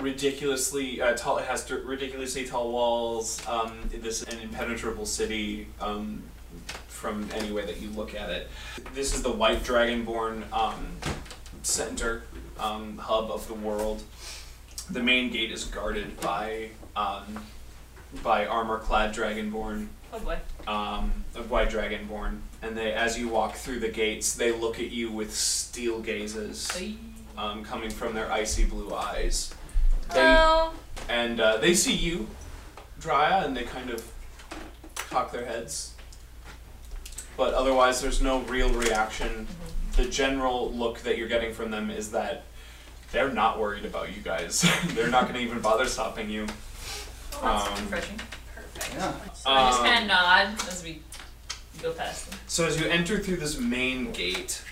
S3: ridiculously uh, tall. It has th- ridiculously tall walls. Um, this is an impenetrable city um, from any way that you look at it. This is the White Dragonborn um, center um, hub of the world. The main gate is guarded by um, by armor-clad Dragonborn
S2: Oh boy.
S3: um, of White Dragonborn, and they, as you walk through the gates, they look at you with steel gazes um, coming from their icy blue eyes. They,
S2: Oh.
S3: And uh, they see you, Drya, and they kind of cock their heads. But otherwise, there's no real reaction. The general look that you're getting from them is that they're not worried about you guys. they're not going to even bother stopping you.
S2: Oh, that's
S3: Um,
S2: refreshing. Perfect.
S3: yeah.
S2: So I just
S3: Um,
S2: kind of nod as we go past them.
S3: So as you enter through this main gate,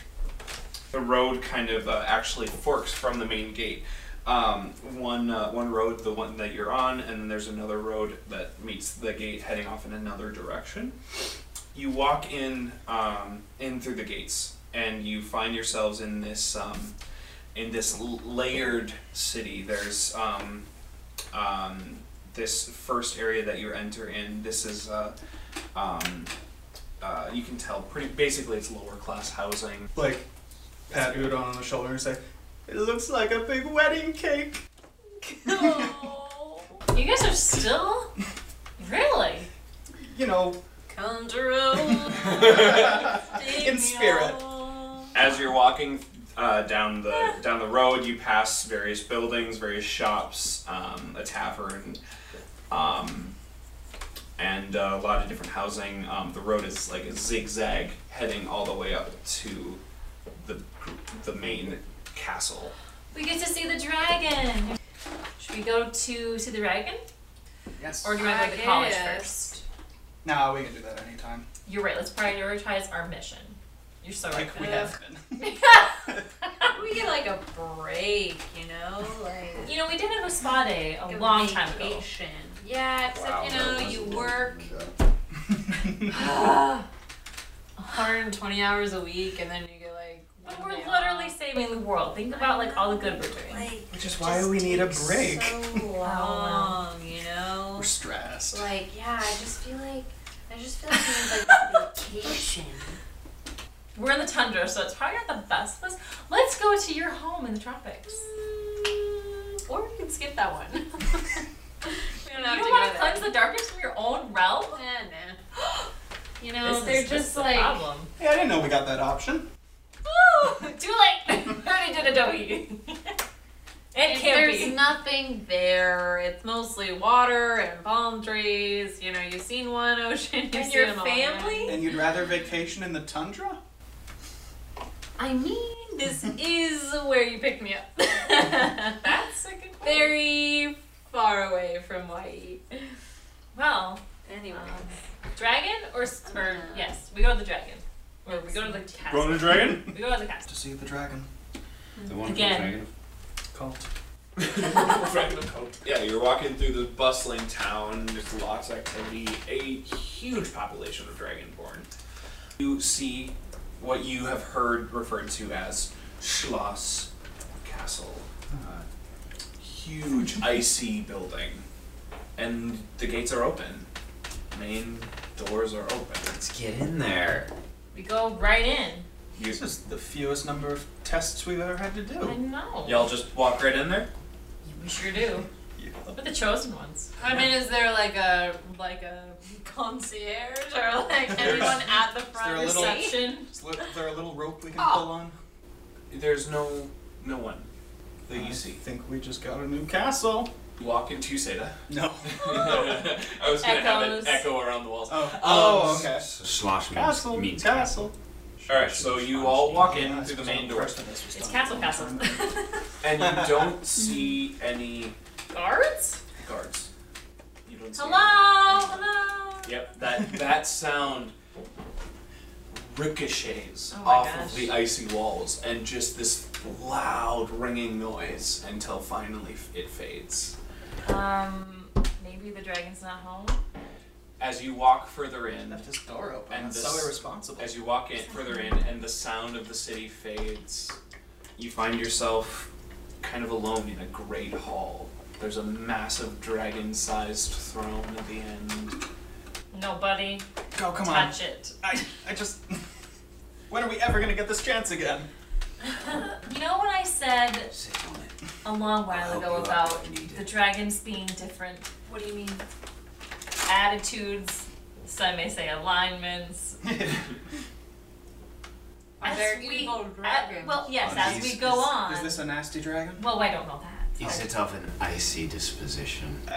S3: the road kind of uh, actually forks from the main gate. Um, one uh, one road, the one that you're on, and then there's another road that meets the gate, heading off in another direction. You walk in um, in through the gates, and you find yourselves in this um, in this l- layered city. There's um, um, this first area that you enter in. This is uh, um, uh, you can tell pretty basically it's lower class housing.
S9: Like, pat Udon on the shoulder and say, It looks like a big wedding cake.
S2: You guys are still? Really?
S9: You know.
S2: Come to Rome.
S9: in spirit.
S3: As you're walking uh, down the down the road, you pass various buildings, various shops, um, a tavern, um, and uh, a lot of different housing. Um, the road is like a zigzag heading all the way up to the the main castle.
S2: We get to see the dragon. Should we go to see the dragon?
S9: Yes.
S2: Or do you want to go to
S7: I
S2: college
S7: guess.
S2: first?
S9: Nah, we can do that anytime.
S2: You're right. Let's prioritize our mission. You're so right.
S9: Like, we
S2: Beth.
S9: have been.
S7: We get like a break, you know, like
S2: You know, we did have a spa day a
S7: a
S2: long time ago.
S7: vacation. Yeah, except
S10: Wow,
S7: you
S10: that
S7: know,
S10: wasn't
S7: you
S10: good.
S7: work 120 hours a week, and then you get like.
S2: But
S7: one
S2: we're
S7: day
S2: literally
S7: off.
S2: saving the world. Think about like all the good we're doing.
S7: Like,
S9: Which
S7: it
S9: is why
S7: just
S9: we need a
S7: takes
S9: break.
S7: So long, you know.
S9: We're stressed.
S7: Like, yeah, I just feel like I just feel like we need like vacation.
S2: We're in the tundra, so it's probably not the best place. Let's go to your home in the tropics. Mm.
S7: Or we can skip that one. we don't have
S2: you
S7: to
S2: don't
S7: go
S2: want to
S7: there.
S2: cleanse the darkness from your own realm?
S7: Nah, nah.
S2: You
S7: know, they're just
S2: the
S7: like-
S2: problem.
S9: Hey, I didn't know we got that option.
S2: Woo! Too late. I already did a doughy. it
S7: If
S2: can't
S7: there's
S2: be.
S7: nothing there. It's mostly water and palm trees. You know, you've seen one ocean. You've
S2: and
S7: seen
S2: your
S7: them all,
S2: family?
S9: And you'd rather vacation in the tundra?
S7: yeah. I mean, this is where you picked me up.
S2: That's a good point.
S7: Very far away from Hawaii.
S2: Well, um,
S7: Anyway, Uh-huh.
S2: dragon or, s- or yes, we go to the dragon. Or we go to the castle.
S10: Going to dragon?
S2: We go to the castle.
S9: To see the dragon.
S10: The one with the
S2: Again.
S10: dragon.
S9: Cult.
S3: Yeah, you're walking through this bustling town. There's lots of activity. A huge population of dragonborn. You see what you have heard referred to as Schloss Castle. Uh, huge icy building, and the gates are open. Main doors are open.
S10: Let's get in there.
S2: We go right in.
S3: You,
S9: This is the fewest number of tests we've ever had to
S2: I
S9: do.
S2: know.
S3: y'all just walk right in there.
S2: We sure do.
S9: Yeah.
S2: But the chosen ones.
S7: I mean, is there like a like a concierge or like everyone at the front
S9: Is there a little-
S7: reception?
S2: Action.
S9: Is there- there a little rope we can
S7: Oh.
S9: pull on?
S3: There's no no one that you
S9: I
S3: see.
S9: think we just got a new castle.
S3: You walk into Seda.
S9: No.
S3: I was gonna have
S2: Echoes.
S3: it echo around the walls.
S9: Oh, oh okay.
S10: So slosh means,
S9: Castle,
S10: means
S9: castle.
S3: All right, so you all walk in
S9: Yeah,
S3: through the
S9: that's
S3: main
S9: what
S3: door,
S9: I'm impressed with this
S2: It's Castle
S9: time.
S2: Castle.
S3: and you don't see any
S2: Guards?
S3: guards. You don't see.
S2: Hello! Hello!
S3: any. Yep. That that sound ricochets
S2: Oh my
S3: off
S2: gosh.
S3: of the icy walls, and just this loud ringing noise until finally f- it fades.
S2: Um, maybe the dragon's not home?
S11: As you walk further in,
S9: left his door open. That's
S11: this-
S9: so irresponsible.
S11: As you walk in further in, and the sound of the city fades,
S3: You find yourself kind of alone in a great hall. There's a massive dragon sized throne at the end.
S2: Nobody.
S9: Oh, come on.
S2: touch it.
S9: I, I just. when are we ever gonna get this chance again?
S2: You know what I said a long while ago about the dragons being different? What do you mean? Attitudes, some may say alignments.
S7: Are
S2: As
S7: there
S2: we-
S7: evil
S2: uh,
S7: dragons?
S2: well, yes,
S10: Are
S2: as
S10: these-
S2: we go
S10: is-
S2: on.
S9: Oh, Is this a nasty dragon?
S2: well, I don't know that.
S10: Is it of an icy disposition?
S2: All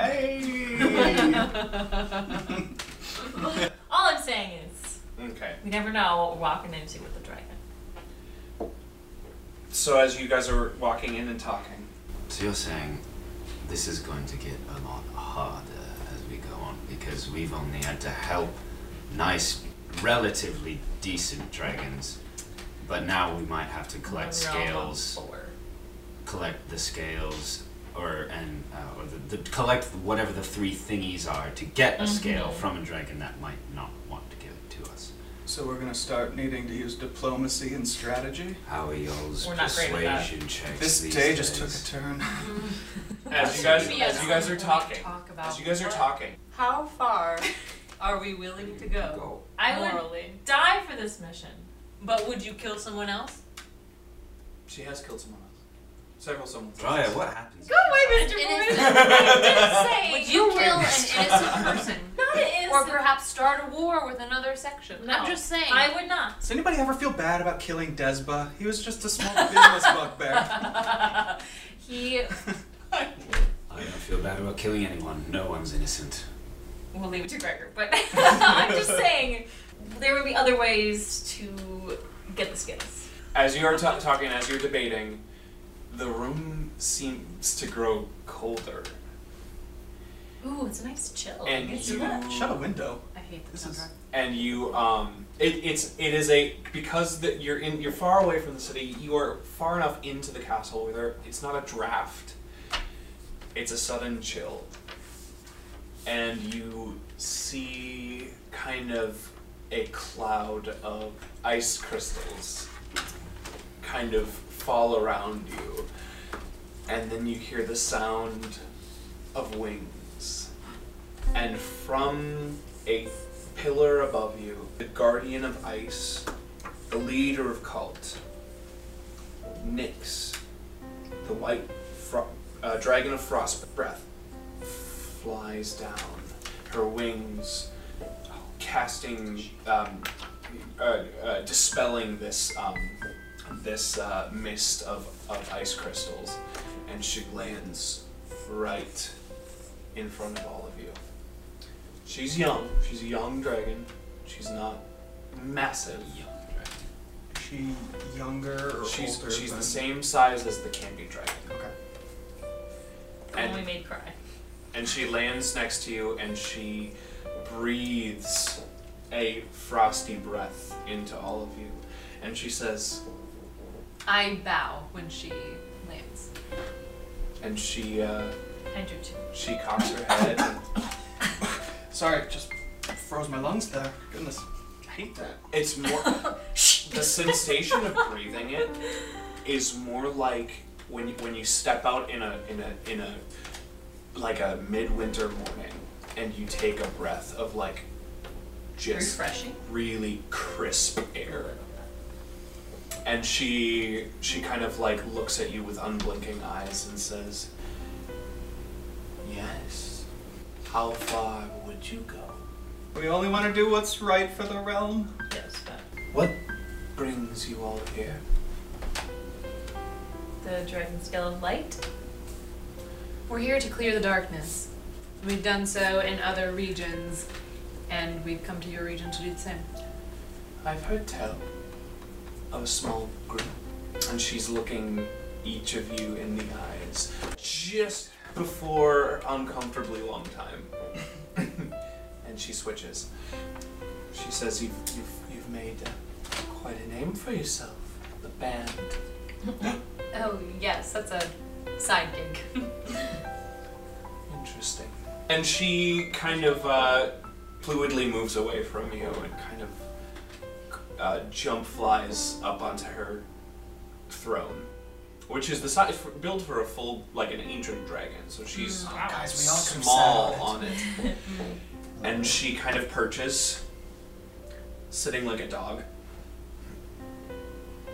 S2: I'm saying is,
S3: Okay.
S2: we never know what we're walking into with the dragon.
S3: So as you guys are walking in and talking,
S10: So you're saying this is going to get a lot harder as we go on because we've only had to help nice, relatively decent dragons, but now we might have to collect
S2: We're all on
S10: scales,
S2: four.
S10: collect the scales, or and uh, or the, the collect whatever the three thingies are to get a scale
S2: Mhm.
S10: from a dragon that might not want to give it to us.
S9: So we're gonna start needing to use diplomacy and strategy.
S10: How are y'all's
S2: We're not great at that.
S10: persuasion checks
S9: This
S10: these
S9: day
S10: days?
S9: just took a turn.
S3: as you guys
S7: Maybe
S3: as
S7: at
S3: you guys
S7: some
S3: are
S7: point
S3: talking,
S7: talk about
S3: as you guys are
S7: what-
S3: talking,
S7: How far are we willing to go?
S2: I would
S7: morally.
S2: die for this mission.
S7: But would you kill someone else?
S3: she has killed someone else. Several someone.
S10: Raya, what happens?
S2: Wait,
S7: An
S2: Mr.
S7: innocent-
S2: I did
S7: Would
S2: say
S7: you kill an innocent person?
S2: not an
S7: Or
S2: innocent.
S7: perhaps start a war with another section?
S2: No.
S7: I'm just saying.
S2: I would not.
S9: Does anybody ever feel bad about killing Desba? He was just a small business bugbear.
S2: he
S10: I don't feel bad about killing anyone. No one's innocent.
S2: we'll leave it to Gregor, but I'm just saying there would be other ways to get the skills.
S3: As you are ta talking, as you're debating, the room seems to grow colder,
S2: Ooh, it's a nice chill.
S3: and you
S9: Shut a window.
S7: I hate this.
S9: This is.
S3: and you um it, it's it is a because that you're in you're far away from the city you are far enough into the castle where there, it's not a draft it's a sudden chill and you see kind of a cloud of ice crystals kind of fall around you and then you hear the sound of wings and from a pillar above you, the guardian of ice, the leader of cult, Nyx, the white fro- uh, dragon of frost breath, flies down, her wings casting, um, uh, uh, dispelling this um, this uh, mist of, of ice crystals, and she lands right in front of all of you. She's young. She's a young dragon. She's not massive.
S9: Is she younger or
S3: She's
S9: older?
S3: she's
S9: than-
S3: the same size as the candy dragon.
S9: Okay.
S2: only
S3: And,
S2: made cry.
S3: and she lands next to you and she breathes a frosty breath into all of you. And she says,
S7: I bow when she lands.
S3: and she uh,
S2: I do too.
S3: she cocks her head. And
S9: Sorry, just froze my lungs there. Goodness. I hate that.
S3: it's more the sensation of breathing it is more like when you, when you step out in a in a in a like a midwinter morning and you take a breath of like just
S2: Refreshing.
S3: really crisp air and she she kind of like looks at you with unblinking eyes and says yes how far would you go
S9: We only want to do what's right for the realm.
S2: Yes, but
S3: what brings you all here
S2: the dragon scale of light.
S7: We're here to clear the darkness. We've done so in other regions, and we've come to your region to do the same.
S3: I've heard tell of a small group, and she's looking each of you in the eyes just before uncomfortably long time. and she switches. She says, "You've you've, you've made uh, quite a name for yourself, the band."
S7: Oh, yes, that's a side gig.
S3: Interesting. And she kind of uh, fluidly moves away from you and kind of uh, jump flies up onto her throne, which is the size for, built for a full like an ancient dragon. So she's um,
S9: Mm. Oh, guys, we all could've
S3: small
S9: sat
S3: on
S9: on
S3: it,
S9: it.
S3: and she kind of perches, sitting like a dog,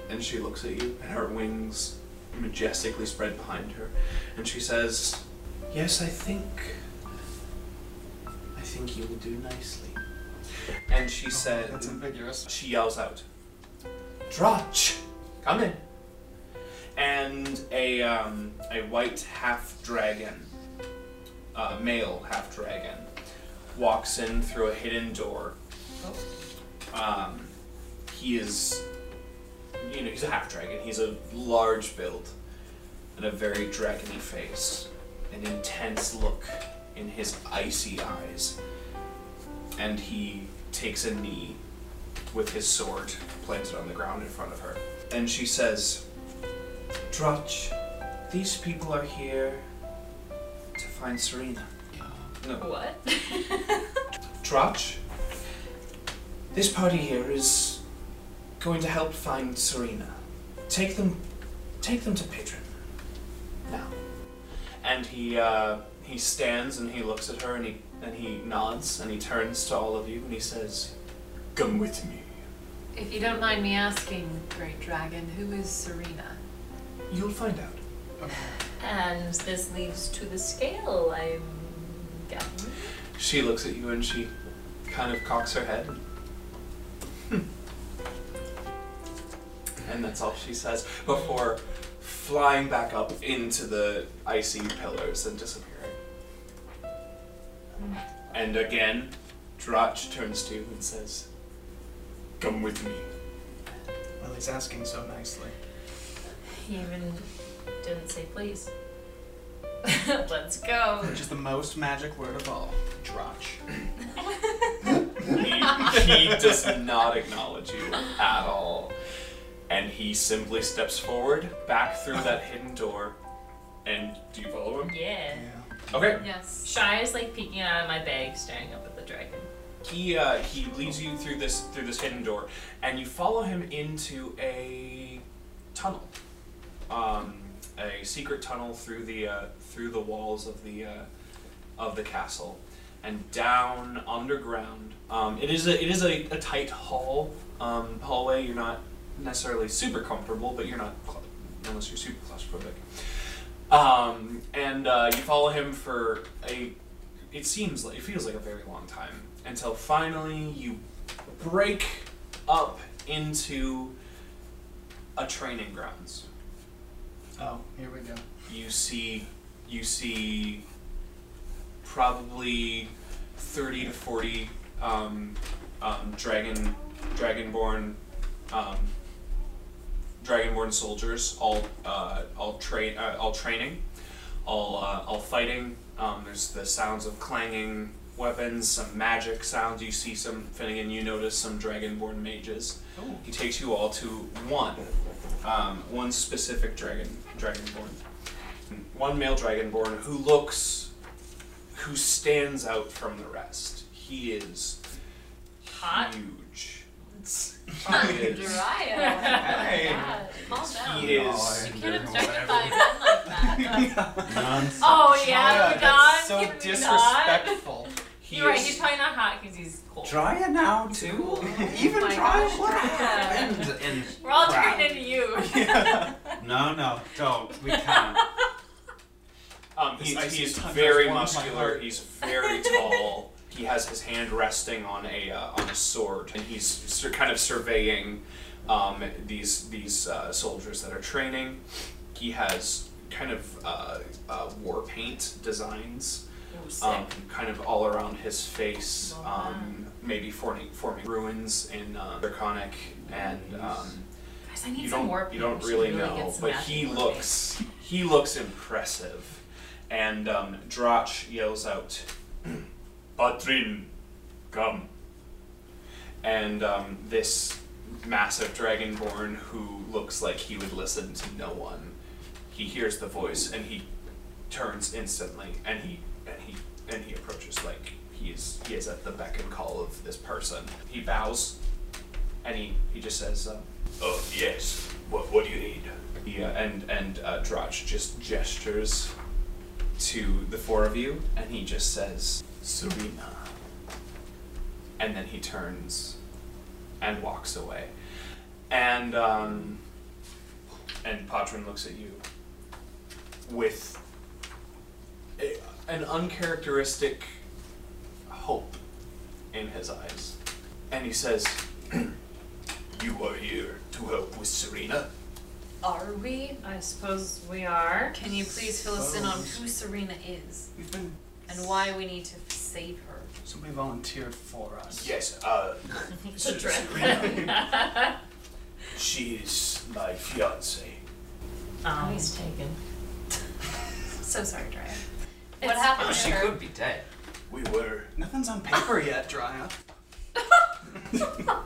S3: and she looks at you, and her wings majestically spread behind her, and she says, "Yes, I think." I think you will do nicely. And she said, Oh, "That's ambiguous." She yells out, "Drotch, come in!" And a um, a white half dragon, uh, male half dragon, walks in through a hidden door. Um, he is, you know, he's a half dragon. He's a large build and a very dragony face, an intense look in his icy eyes. And he takes a knee with his sword planted on the ground in front of her. And she says, Drutch, these people are here to find Serena. No.
S7: What?
S3: Drutch, this party here is going to help find Serena. Take them, take them to Patron. Now. And he uh, he stands and he looks at her and he and he nods and he turns to all of you and he says, "Come with me."
S7: If you don't mind me asking, Great Dragon, who is Serena?
S3: You'll find out.
S2: And this leads to the scale, I'm guessing.
S3: She looks at you and she kind of cocks her head. Hmm. and that's all she says before flying back up into the icy pillars and disappearing. And again, Drotch turns to you and says, Come with me.
S9: Well, he's asking so nicely.
S2: He even didn't say please. Let's go.
S9: Which is the most magic word of all. Drotch.
S3: he does not acknowledge you at all. And he simply steps forward, back through that hidden door. And do you follow him?
S2: Yeah.
S3: Okay.
S2: Yes. Shy is like peeking out of my bag, staring up at the dragon.
S3: He uh, he leads you through this through this hidden door, and you follow him into a tunnel, um, a secret tunnel through the uh, through the walls of the uh, of the castle, and down underground. Um, it is a it is a, a tight hall um, hallway. You're not necessarily super comfortable, but you're not cla- unless you're super claustrophobic. Um, and uh, you follow him for a it seems like it feels like a very long time until finally you break up into a training grounds.
S9: Oh, here we go.
S3: You see you see probably 30 to 40 um, um, dragon dragonborn um, dragonborn soldiers all uh, all train uh, all training all uh, all fighting um, there's the sounds of clanging weapons some magic sounds you see some Finnegan you notice some dragonborn mages he takes you all to one um, one specific dragon dragonborn one male dragonborn who looks who stands out from the rest. He is
S2: Hot.
S3: huge.
S7: Not
S3: He is-
S7: Jiraiya. God, calm down.
S3: He
S9: Oh,
S3: is-
S7: You can't objectify men like that.
S2: Oh yeah,
S9: Yeah,
S2: Udon.
S9: that's so
S2: Can we
S9: disrespectful.
S2: Not?
S3: He
S2: You're right.
S3: is-
S2: He's probably not hot because he's cold.
S4: Try it now too. Even
S2: Oh
S7: Oh
S2: my
S4: try
S2: gosh,
S4: it. What
S2: try it.
S4: happened? And
S2: We're all
S4: crap.
S2: turning into you.
S4: No, no, don't. We can't.
S3: Um,
S9: This
S3: he's
S9: icy
S3: he's
S9: tongue
S3: very
S9: has warmed my
S3: muscular.
S9: heart.
S3: He's very tall. He has his hand resting on a uh, on a sword, and he's sur- kind of surveying um, these these uh, soldiers that are training. He has kind of uh, uh, war paint designs, um, kind of all around his face, um, maybe forming, forming ruins in uh, draconic and. Um,
S2: Guys, I need
S3: you
S2: some
S3: don't,
S2: more.
S3: you don't
S2: people. We
S3: really
S2: should
S3: know,
S2: get some
S3: but
S2: magic
S3: he
S2: more
S3: looks he looks impressive, and um, Drotch yells out, "Patrin, come!" And um, this massive dragonborn who looks like he would listen to no one, he hears the voice and he turns instantly, and he and he and he approaches like
S8: He's he is at the beck and call of this person. He bows, and he he just says, uh, "Oh yes, what what do you need?" Yeah, and and uh, Drach just gestures to the four of you, and he just says, "Serena," and then he turns and walks away, and um, and Patron looks at you with a, an uncharacteristic hope in his eyes. And he says, You are here to help with Serena?
S7: Are we?
S2: I suppose we are.
S7: Can you please fill us in on who Serena is? and why we need to save her.
S9: Somebody volunteered for us.
S8: Yes, uh.
S7: The dread.
S8: Serena. she is my fiance.
S2: Oh, he's taken.
S7: so sorry, Drea.
S2: What happened to her?
S12: be dead.
S8: We were.
S9: Nothing's on paper yet, Drya.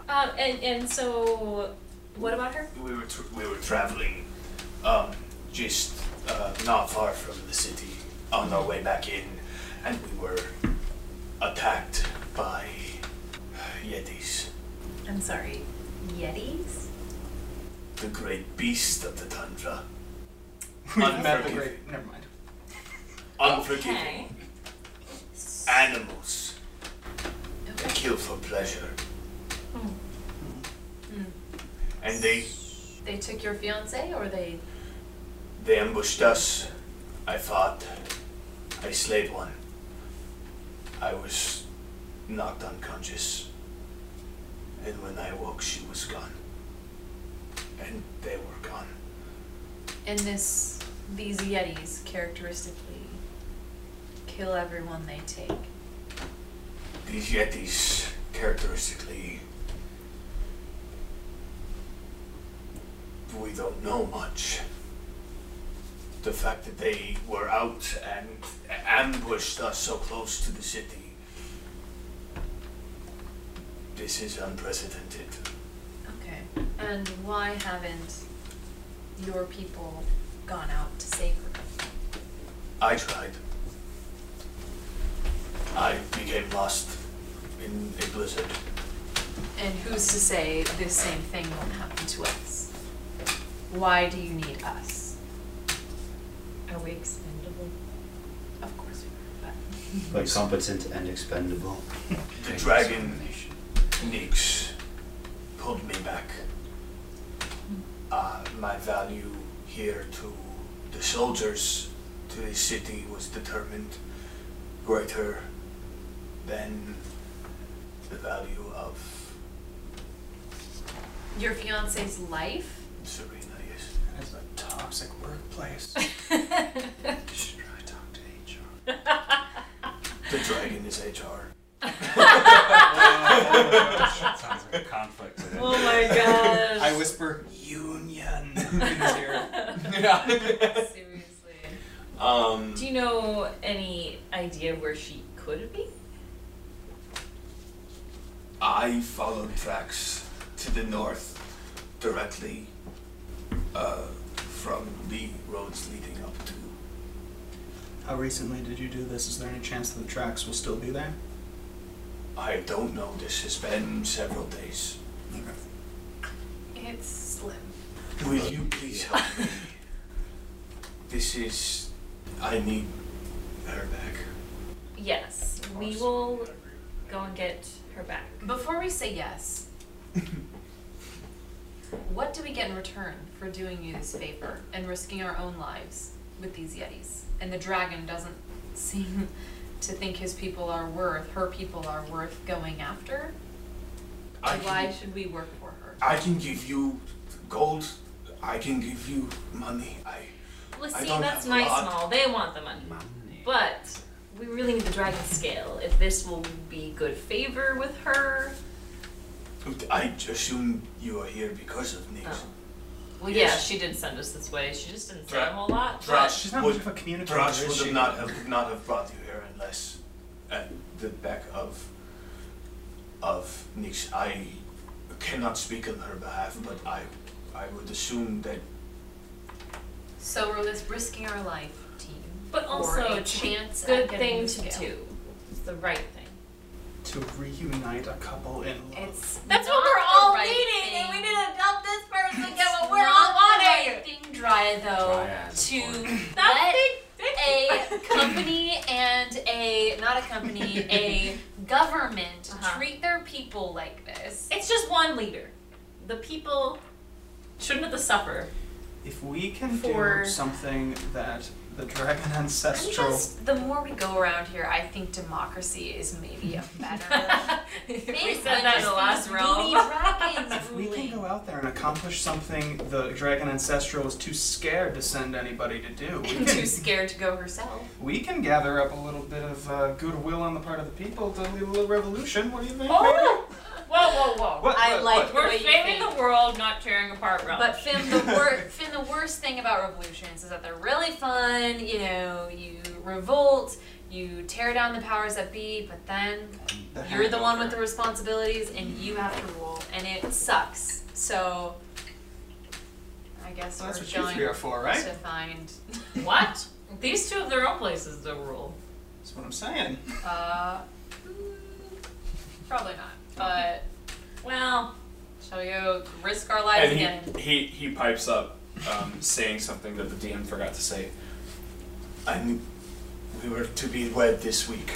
S2: Um, and, and so, what about her?
S8: We were, tr we were traveling um, just uh, not far from the city on our way back in, and we were attacked by Yetis.
S7: I'm sorry. Yetis?
S8: the great beast of the tundra.
S9: We've met the great. Never mind.
S8: Unforgiving. Animals. They kill for pleasure. And they
S7: They took your fiance or they
S8: they ambushed us. I fought. I slayed one. I was knocked unconscious. And when I woke she was gone. And they were gone.
S7: and this these Yetis characteristically kill everyone they take.
S8: These Yetis characteristically we don't know much. The fact that they were out and ambushed us so close to the city. This is unprecedented.
S7: Okay. And why haven't your people gone out to save her?
S8: I tried. I became lost in a blizzard.
S7: And who's to say this same thing won't happen to us? Why do you need us? Are we expendable? Of course we are,
S4: Like Somputs into and expendable.
S8: The dragon Nix pulled me back. Uh, my value here to the soldiers, to the city, was determined greater than the value of
S7: but your fiance's life?
S8: Serena. Yes.
S9: It's a toxic workplace.
S8: The dragon is HR.
S12: Sounds like a conflict.
S2: Oh my gosh.
S9: I whisper union in his ear. Yeah.
S8: Um,
S2: Do you know any idea where she could be?
S8: I followed tracks to the north directly uh, from the roads leading up to
S9: How recently did you do this? Is there any chance that the tracks will still be there?
S8: I don't know. This has been several days.
S7: It's slim.
S8: Will you please help me? This is. I need her back.
S2: Yes, we will go and get her back.
S7: Before we say yes, what do we get in return for doing you this favor and risking our own lives with these Yetis? And the dragon doesn't seem to think his people are worth, her people are worth going after.
S8: I
S7: So why
S8: can-
S7: should we work for her?
S8: I can give you gold. I can give you money. I.
S2: Well,
S8: I
S2: see,
S8: don't
S2: that's
S8: have a
S2: nice
S8: lot.
S2: and all. They want the money. But we really need the dragon scale. If this will be good favor with her.
S8: I assume you are here because of Nix.
S2: Well,
S8: Yes.
S2: yeah, she did send us this way. She just didn't say
S8: Dra-
S2: a whole lot.
S8: Thrash
S9: She's not
S8: would,
S9: much of a communicator,
S8: Thrash
S9: is
S8: would
S9: she?
S8: have not uh, have not have brought you here unless at the back of of Nix. I cannot speak on her behalf, but I I would assume that
S7: So we're lis- risking our life, team.
S2: But
S7: for
S2: also,
S7: a
S2: it's
S7: chance
S2: a
S7: at
S2: good
S7: getting
S2: thing
S7: the
S2: to
S7: scale.
S2: do. It's the right thing.
S9: to reunite a couple in love.
S7: It's
S2: That's
S7: not
S2: what we're
S7: the
S2: all
S7: right
S2: needing,
S7: thing.
S2: and we need to dump this person and get what
S7: It's
S2: we're all
S7: not the
S2: wanting.
S7: right thing, Dry
S2: Oh,
S7: though, to let a company and a not a company, a government
S2: Uh-huh.
S7: treat their people like this.
S2: It's just one leader. The people shouldn't have to suffer.
S9: If we can
S2: For-
S9: do something that the dragon
S7: I'm
S9: ancestral
S7: just the more we go around here, I think democracy is maybe a better. we
S2: said that in the last realm.
S7: dragons
S9: If we can go out there and accomplish something the dragon ancestral is too scared to send anybody to do, we
S7: and too
S9: can,
S7: scared to go herself.
S9: we can gather up a little bit of uh, goodwill on the part of the people to lead a little revolution. What do you think?
S2: Oh! Whoa, whoa, whoa.
S9: What-
S7: I
S9: what-
S7: like
S9: what?
S7: the
S2: We're
S7: way you
S2: saving
S7: think.
S2: the world, not tearing apart realms.
S7: But Finn, the wor- Finn, the worst thing about revolutions is that they're really fun. You know, you revolt, you tear down the powers that be, but then you're the one with the responsibilities and you have to rule, and it sucks. So, I guess
S9: Well, that's
S7: we're
S9: what you
S7: going
S9: three are for, right?
S7: to find.
S2: what? These two have their own places to rule.
S9: That's what I'm saying.
S7: Uh, probably not. But
S2: well,
S7: shall we go risk our lives again?
S3: And he, he, he pipes up, um, saying something that the DM forgot to say. I'm. We were to be wed this week.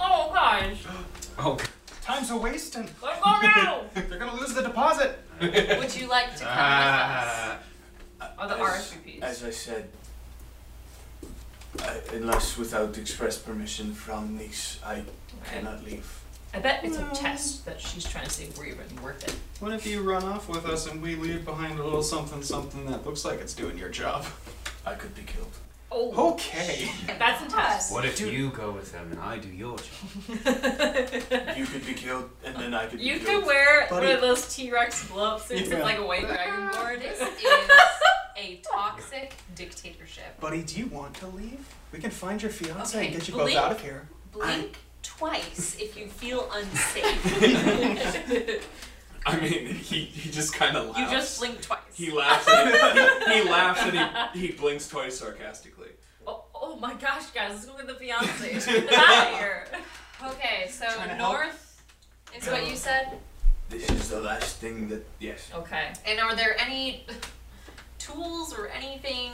S2: Oh, guys.
S3: Oh.
S9: Time's a wasting.
S2: Let's go now!
S9: They're gonna lose the deposit.
S7: Would you like to come
S9: Ah.
S8: Uh,
S7: Or the
S8: as,
S7: RSVPs.
S8: as I said, I, unless without express permission from niece, I cannot leave.
S2: I bet it's a test that she's trying to see where you're going to work it.
S9: What if you run off with us and we leave behind a little something something that looks like it's doing your job?
S8: I could be killed.
S2: Oh,
S9: Okay.
S2: that's a test.
S10: What if you go with him and I do your job?
S8: You could be killed, and then I could
S2: You
S8: be killed.
S2: could wear
S8: Buddy.
S2: one of those T Rex blow up suits.
S8: Yeah.
S2: It's like a white dragon
S7: Or
S2: board.
S7: this is a toxic dictatorship.
S9: Buddy, do you want to leave? We can find your fiance
S7: Okay,
S9: and get you
S7: Blink.
S9: both out of here.
S7: Blink twice if you feel unsafe.
S3: I mean, he, he just kind of laughs.
S7: you just blink twice.
S3: He laughs. And he, he, he laughs and he, he blinks twice sarcastically.
S2: Oh, oh my gosh, guys, let's go get the fiance. Get out of here.
S7: Okay, so
S2: Trying to help.
S7: north is what you said.
S8: This is the last thing that. Yes.
S2: Okay.
S7: And are there any tools or anything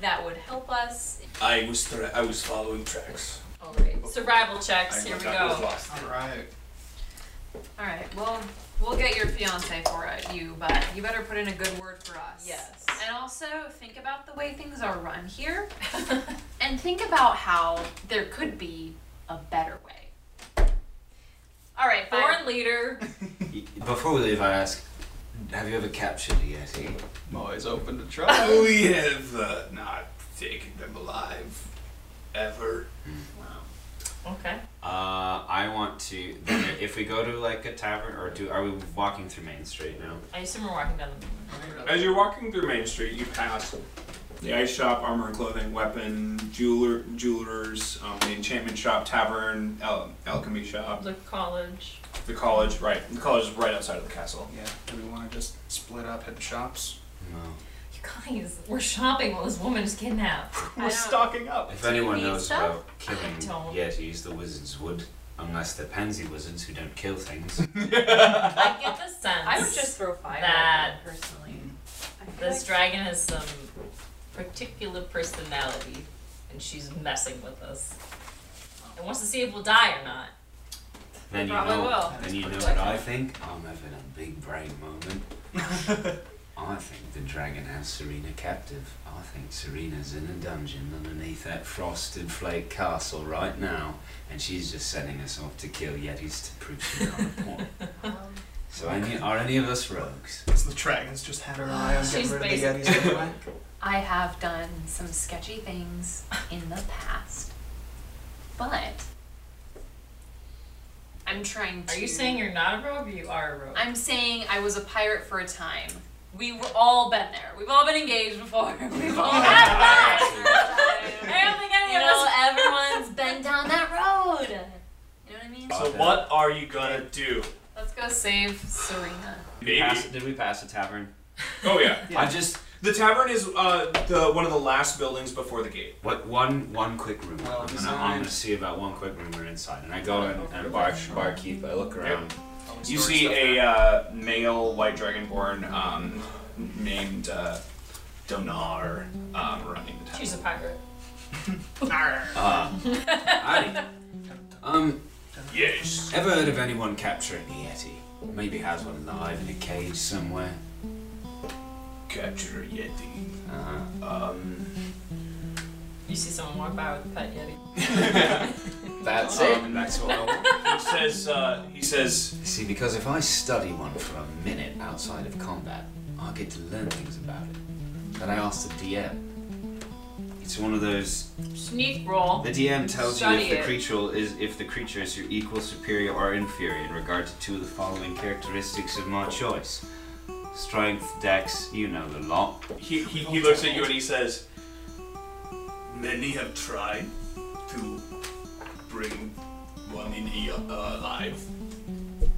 S7: that would help us?
S8: I was tra- I was following tracks.
S7: All right.
S2: Survival checks,
S8: I
S2: here we
S8: got those
S2: go.
S8: lost.
S9: All right.
S7: All right. Well, we'll get your fiance for uh, you, but you better put in a good word for us.
S2: Yes.
S7: And also think about the way things are run here, and think about how there could be a better way. All right, bye.
S2: Foreign leader.
S10: Before we leave, I ask, have you ever captured a yeti?
S9: I'm always open to try.
S8: We have uh, not taken them alive, ever.
S2: Okay.
S10: Uh, I want to. Then if we go to like a tavern, or do are we walking through Main Street now?
S2: I assume we're walking down the.
S3: As you're walking through Main Street, you pass the ice shop, armor and clothing, weapon, jeweler, jewelers, um, the enchantment shop, tavern, al- alchemy shop,
S2: The college.
S3: the college. Right, the college is right outside of the castle.
S9: Yeah. Do we want to just split up, hit the shops?
S2: You guys, we're shopping while this woman is kidnapped.
S9: We're stocking up.
S10: If
S2: Do you
S10: anyone
S2: need
S10: knows
S2: stuff?
S10: about killing
S2: I don't.
S10: yetis, the wizards would, unless they're pansy wizards who don't kill things.
S2: I get the sense.
S7: I would just throw fire
S2: That-
S7: at them personally. I feel
S2: This
S7: like-
S2: dragon has some particular personality, and she's messing with us. And wants to see if we'll die or not.
S10: Then you
S2: Probably will.
S10: know.
S2: That
S10: Then
S2: is
S10: you know
S2: pretty
S10: what
S2: lucky.
S10: I think. I'm having a big brain moment. I think the dragon has Serena captive. I think Serena's in a dungeon underneath that frosted flake castle right now, and she's just setting us off to kill yetis to prove she's not a point. So any, are any of us rogues?
S9: It's the dragons just had our eye on getting
S2: She's
S9: rid of the
S2: basic.
S9: yetis anyway.
S7: I have done some sketchy things in the past, but I'm trying to.
S2: Are you saying you're not a rogue or you are a rogue?
S7: I'm saying I was a pirate for a time. We were all been there. We've all been engaged before. We've all been
S2: have
S7: pirates for a time.
S2: I don't think any
S7: You
S2: of
S7: know,
S2: us.
S7: everyone's been down that road. You know what I mean?
S3: So what are you gonna do?
S7: Let's go save Serena.
S10: Did we pass, did we pass a tavern?
S3: Oh yeah.
S10: I just
S3: The tavern is uh, the one of the last buildings before the gate.
S10: What one one quick room?
S3: Well
S10: I'm, gonna, I'm
S3: designed.
S10: gonna see about one quick room we're inside, and I go in and bar barkeep. I look around.
S3: You see a uh, male white dragonborn um, named uh, Donar um, running the
S2: She's a pirate.
S3: tavern.
S10: Uh, howdy. Um, yes. Ever heard of anyone capturing a yeti? Maybe has one alive in a cage somewhere.
S8: Capture a Yeti.
S10: Uh-huh.
S8: Um.
S2: You see someone walk by with a pet yeti.
S10: That's
S2: Um,
S10: it. That's what I
S3: want. He says. Uh, he says.
S10: See, because if I study one for a minute outside of combat, I get to learn things about it. Then I ask the DM. It's one of those.
S2: Sneak roll.
S10: The DM tells
S2: Study
S10: you if the
S2: it.
S10: creature is if the creature is your equal, superior, or inferior in regard to two of the following characteristics of my choice: strength, dex. You know the lot.
S3: He, he, he looks at you and he says,
S8: Many have tried to bring one in here uh, alive.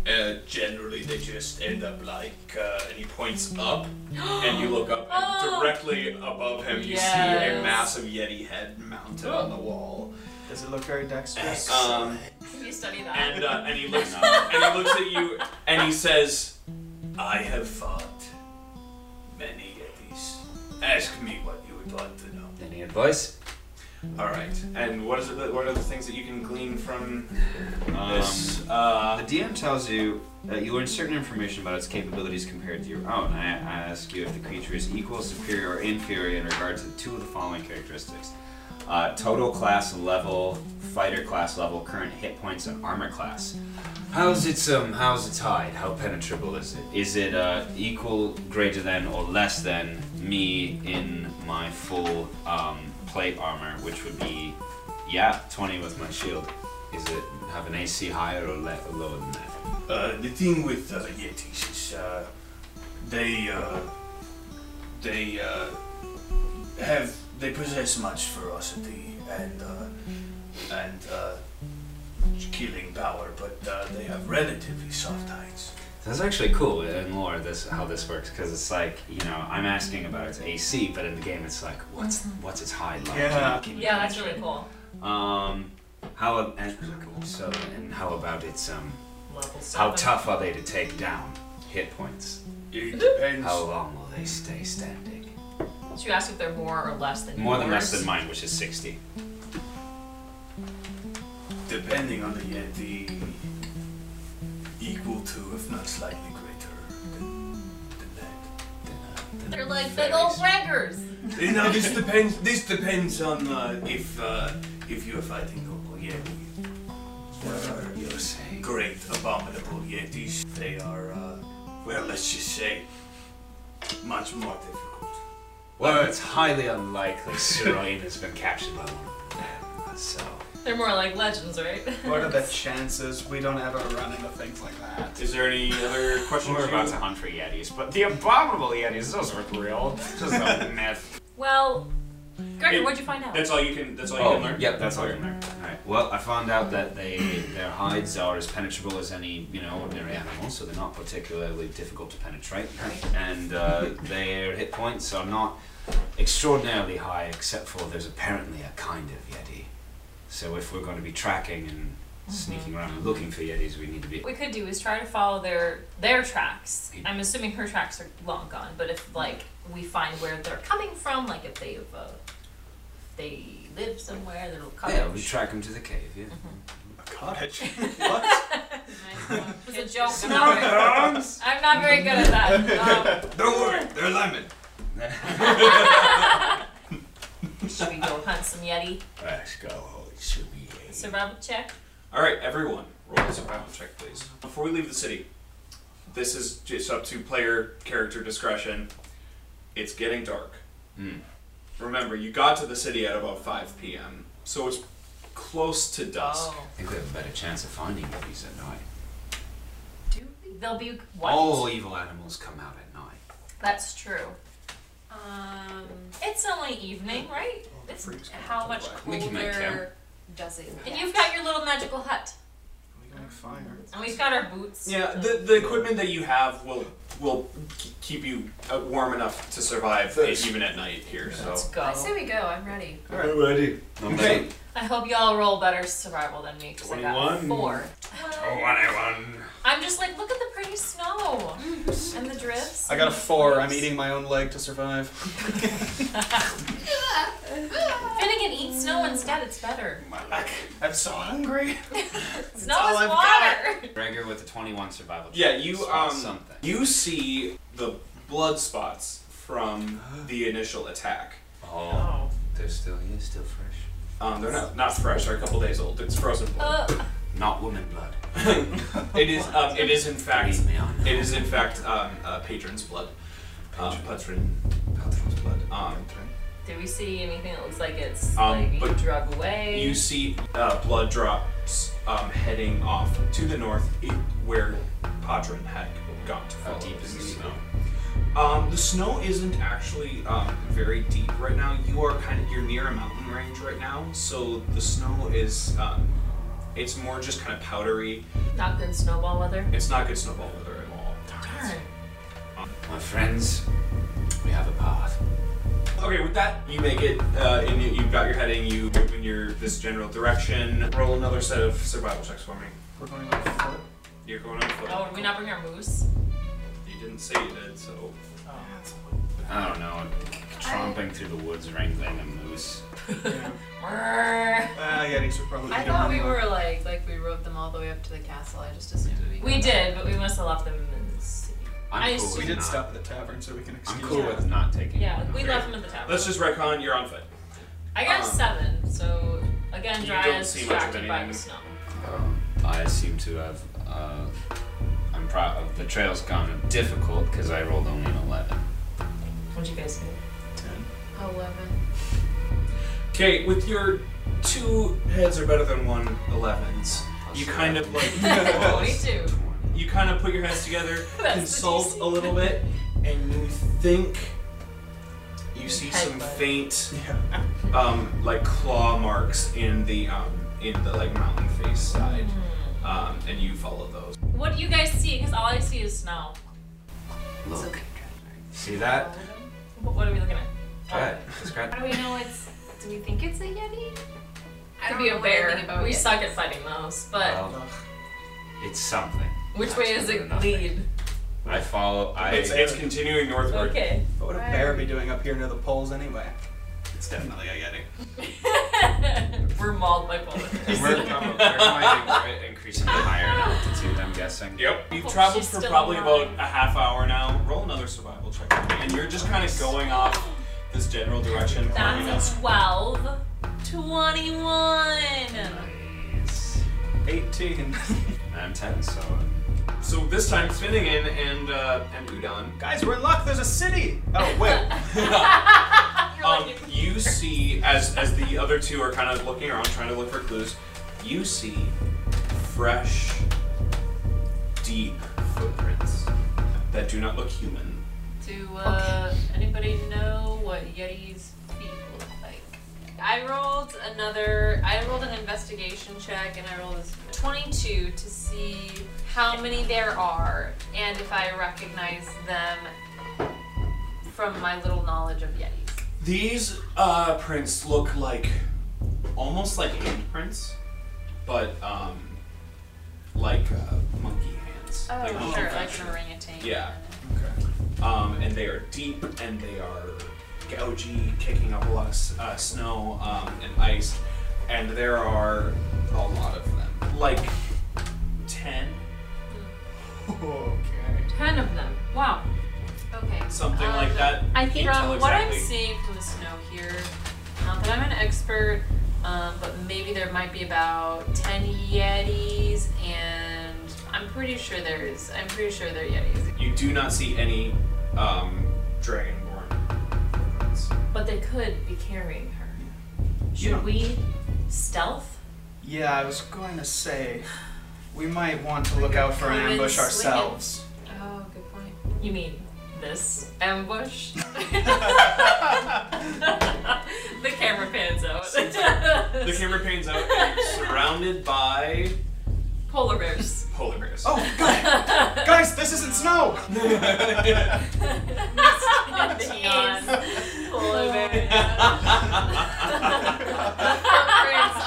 S8: Uh, generally, they just end up like, uh, and he points up, and you look up, and
S3: Oh.
S8: directly above him, you see a
S3: Yes.
S8: massive Yeti head mounted on the wall.
S9: Does it look very dexterous?
S8: Um,
S2: You study that.
S8: and, uh, and he looks
S3: up,
S8: and he looks at you, and he says, "I have fought many Yetis. Ask me what you would like to know."
S10: Any advice?
S3: All right. And what is it? that- What are the things that you can glean from this?
S10: Um, the DM tells you that you learn certain information about its capabilities compared to your own. I, I ask you if the creature is equal, superior, or inferior in regard to two of the following characteristics uh, total class level, fighter class level, current hit points, and armor class. How's its um? How's its hide? How penetrable is it? Is it uh, equal, greater than, or less than me in my full um, plate armor, which would be yeah, twenty with my shield. Is it have an AC higher or le- lower than that?
S8: Uh, the thing with uh, Yetis is uh, they uh, they uh, have they possess much ferocity and uh, and uh, killing power, but uh, they have relatively soft hides.
S10: That's actually cool in lore. This how this works because it's like you know I'm asking about its AC, but in the game it's like what's what's its hide like?
S3: Yeah.
S10: Can you-
S2: Yeah, that's really cool.
S10: Um, how and so and how about its um?
S2: Level
S10: How
S2: seven.
S10: tough are they to take down? Hit points.
S8: It depends.
S10: How long will they stay standing?
S2: Did you ask if they're more or less than
S10: More than less
S2: yours?
S10: than mine, which is sixty.
S8: Depending on the Yeti, equal to if not slightly greater than, than that.
S10: uh,
S2: They're like big old braggers.
S8: You know, this depends. This depends on uh, if uh, if you're fighting local yeti. There are those great abominable yetis. They are, uh, well, let's just say, much more difficult.
S10: Well, it's highly unlikely Siroin has been captured by one. of them, So
S2: They're more like legends, right?
S9: What are the chances we don't ever run into things like that?
S3: Is there any other questions?
S10: We're about to hunt for Yetis, but the abominable Yetis, those aren't real. Just a myth.
S2: Well, Gregor,
S10: It-
S2: what'd you find out?
S3: That's all you can. That's all you
S10: oh,
S3: can learn.
S10: Yep, that's all you can learn. Alright. Well, I found out that they their hides are as penetrable as any, you know, ordinary animal, so they're not particularly difficult to penetrate. And uh, their hit points are not extraordinarily high, except for there's apparently a kind of Yeti. So if we're going to be tracking and sneaking around and looking for Yetis, we need to be
S2: What Mm-hmm. we could do is try to follow their their tracks. I'm assuming her tracks are long gone, but if like we find where they're coming from, like if they've uh, if they live somewhere, that'll come.
S10: Yeah, we track them to the cave, yeah.
S2: Mm-hmm.
S3: Cottage.
S2: It was a joke. I'm not very, I'm not very good at that. Um,
S8: Don't worry, they're lemon.
S2: should we go hunt some yeti?
S10: Let's go. Oh, it should be
S2: Survival check.
S3: All right, everyone, roll a survival check, please. Before we leave the city, this is just up to player character discretion. It's getting dark.
S10: Hmm.
S3: Remember, you got to the city at about 5 p.m., so it's close to dusk.
S2: Oh.
S10: I think we have a better chance of finding Yetis at night.
S2: They'll be white.
S10: All evil animals come out at night.
S2: That's true. Um, it's only evening, right? It's how much
S10: We can make
S2: colder
S10: camp.
S2: does it? And you've got your little magical hut.
S9: like fire.
S2: And we've got our boots.
S3: Yeah, the, the equipment that you have will will k- keep you uh, warm enough to survive uh, even at night here. So
S2: I say we go. I'm ready.
S3: I'm ready. Okay.
S2: I hope y'all roll better survival than me because I got four. I'm just like, look at the pretty snow and the drifts.
S9: I got a four. I'm eating my own leg to survive.
S2: Finnegan, eat snow instead. It's better.
S9: I'm so hungry.
S2: snow is water.
S10: Gregor with a 21 survival. check.
S3: Yeah, you
S10: Spot
S3: um,
S10: something.
S3: you see the blood spots from the initial attack.
S10: Oh, they're still he's still fresh.
S3: Um, they're not not fresh. They're a couple days old. It's frozen blood.
S2: Uh,
S10: Not woman blood.
S3: It is. Um, it is in fact. It is in fact um, uh, patron's blood. Um, patron. Patron's blood. Um,
S2: Do we see anything that looks like it's
S3: Um,
S2: like being
S3: but
S2: drug away?
S3: you see uh, blood drops um, heading off to the north, e- where patron had gone to follow. How deep is the snow? Um, the snow isn't actually um, very deep right now. You are kind of you're near a mountain range right now, so the snow is um, it's more just kind of powdery.
S2: Not good snowball weather.
S3: It's not good snowball weather at all.
S2: Darn.
S10: My friends, we have a path.
S3: Okay, with that, you make it, uh, and you, you've got your heading, you move in your this general direction. Roll another set of survival checks for me.
S9: We're going on foot.
S3: You're going on foot.
S2: Oh, did we not bring our moose?
S3: You didn't say you did, so.
S10: I don't know. Tromping through the woods, wrangling a moose.
S9: Ah, Yetis are probably.
S7: I
S2: um,
S7: thought we were like like we rode them all the way up to the castle. I just assumed we.
S2: We did, but we must have left them in the city.
S10: I'm
S2: I
S10: cool with
S2: assume-
S9: We did
S10: not.
S9: stop at the tavern, so we can excuse.
S10: I'm cool
S9: it.
S10: with not taking.
S2: Yeah, we left them at the tavern.
S3: Let's just retcon, you're on foot.
S2: I got a
S3: um,
S2: seven, so again,
S3: you
S2: dry
S3: don't
S2: is
S3: see much of
S2: distracted by the
S3: anything.
S2: snow.
S10: Um, I seem to have. Uh, I'm proud. The trail's gone difficult because I rolled only an 11.
S2: What'd you guys do?
S7: Eleven.
S3: Okay, with your two heads are better than one 11s, you kind of like.
S2: Twenty-two.
S3: you kind of put your heads together,
S2: That's the
S3: consult
S2: DC.
S3: a little bit, and you think you see
S2: Head
S3: some
S2: butt.
S3: faint, um, like claw marks in the um, in the like mountain face side, um, and you follow those.
S2: What do you guys see? Because all I see is snow.
S10: Look. See that?
S2: What, what are we looking at?
S10: That. Describe.
S7: How do we know it's? Do we think it's a yeti? I
S2: Could
S7: don't
S2: be a
S7: know
S2: bear.
S7: anything about
S2: we
S7: yetis.
S2: suck at fighting those, but
S10: Well, it's something.
S2: which way does it
S10: Nothing.
S2: lead?
S10: I follow. I.
S3: It's, it's continuing northward.
S2: Okay.
S9: What would a bear be doing up here near the poles anyway? It's definitely a yeti.
S2: We're mauled by bullets.
S10: And we're, we're climbing increasingly higher in altitude. I'm guessing.
S3: Yep. You've
S2: Hope
S3: traveled
S2: she's
S3: for
S2: still
S3: probably
S2: alive.
S3: about a half hour now. Roll another survival check, and you're just kind of going off this general direction. climbing up.
S2: That's a 12. 21.
S10: Nice.
S9: 18.
S10: And I'm 10, so. I'm-
S3: So this time, Finnegan and uh, and Udon
S9: Guys, we're in luck. There's a city. Oh wait.
S3: Um, you see, as as the other two are kind of looking around, trying to look for clues, you see fresh, deep footprints that do not look human.
S2: Do uh, anybody know what Yeti's feet look like?
S7: I rolled another. I rolled an investigation check, and I rolled a 22 to see how many there are, and if I recognize them from my little knowledge of yetis.
S3: These uh, prints look like almost like handprints, but um, like uh, monkey hands.
S7: Oh,
S3: like monkey
S7: sure,
S3: fingers.
S7: like an orangutan.
S3: Yeah. Okay. Um, and they are deep and they are gougy, kicking up a lot of s- uh, snow um, and ice. And there are a lot of them. Like 10,
S9: okay.
S2: 10 of them. Wow.
S7: Okay.
S3: something
S7: um,
S3: like that.
S7: I think
S3: Can't tell
S7: from what I'm
S3: exactly.
S7: seeing from the snow here, not that I'm an expert, um, but maybe there might be about ten Yetis, and I'm pretty sure there's. I'm pretty sure they're Yetis.
S3: You do not see any um, dragonborn. footprints.
S2: But they could be carrying her. Should
S9: Yeah.
S2: we stealth?
S9: Yeah, I was going to say we might want to look out for an
S2: Coming
S9: ambush
S2: swinging.
S9: ourselves.
S7: Oh, good point.
S2: You mean this?
S7: Ambush.
S2: The camera pans out.
S3: The camera panes out, and you're surrounded by
S2: Polar bears.
S3: Polar bears.
S9: Oh, God. Guys, this isn't snow!
S2: Polar bears. Footprints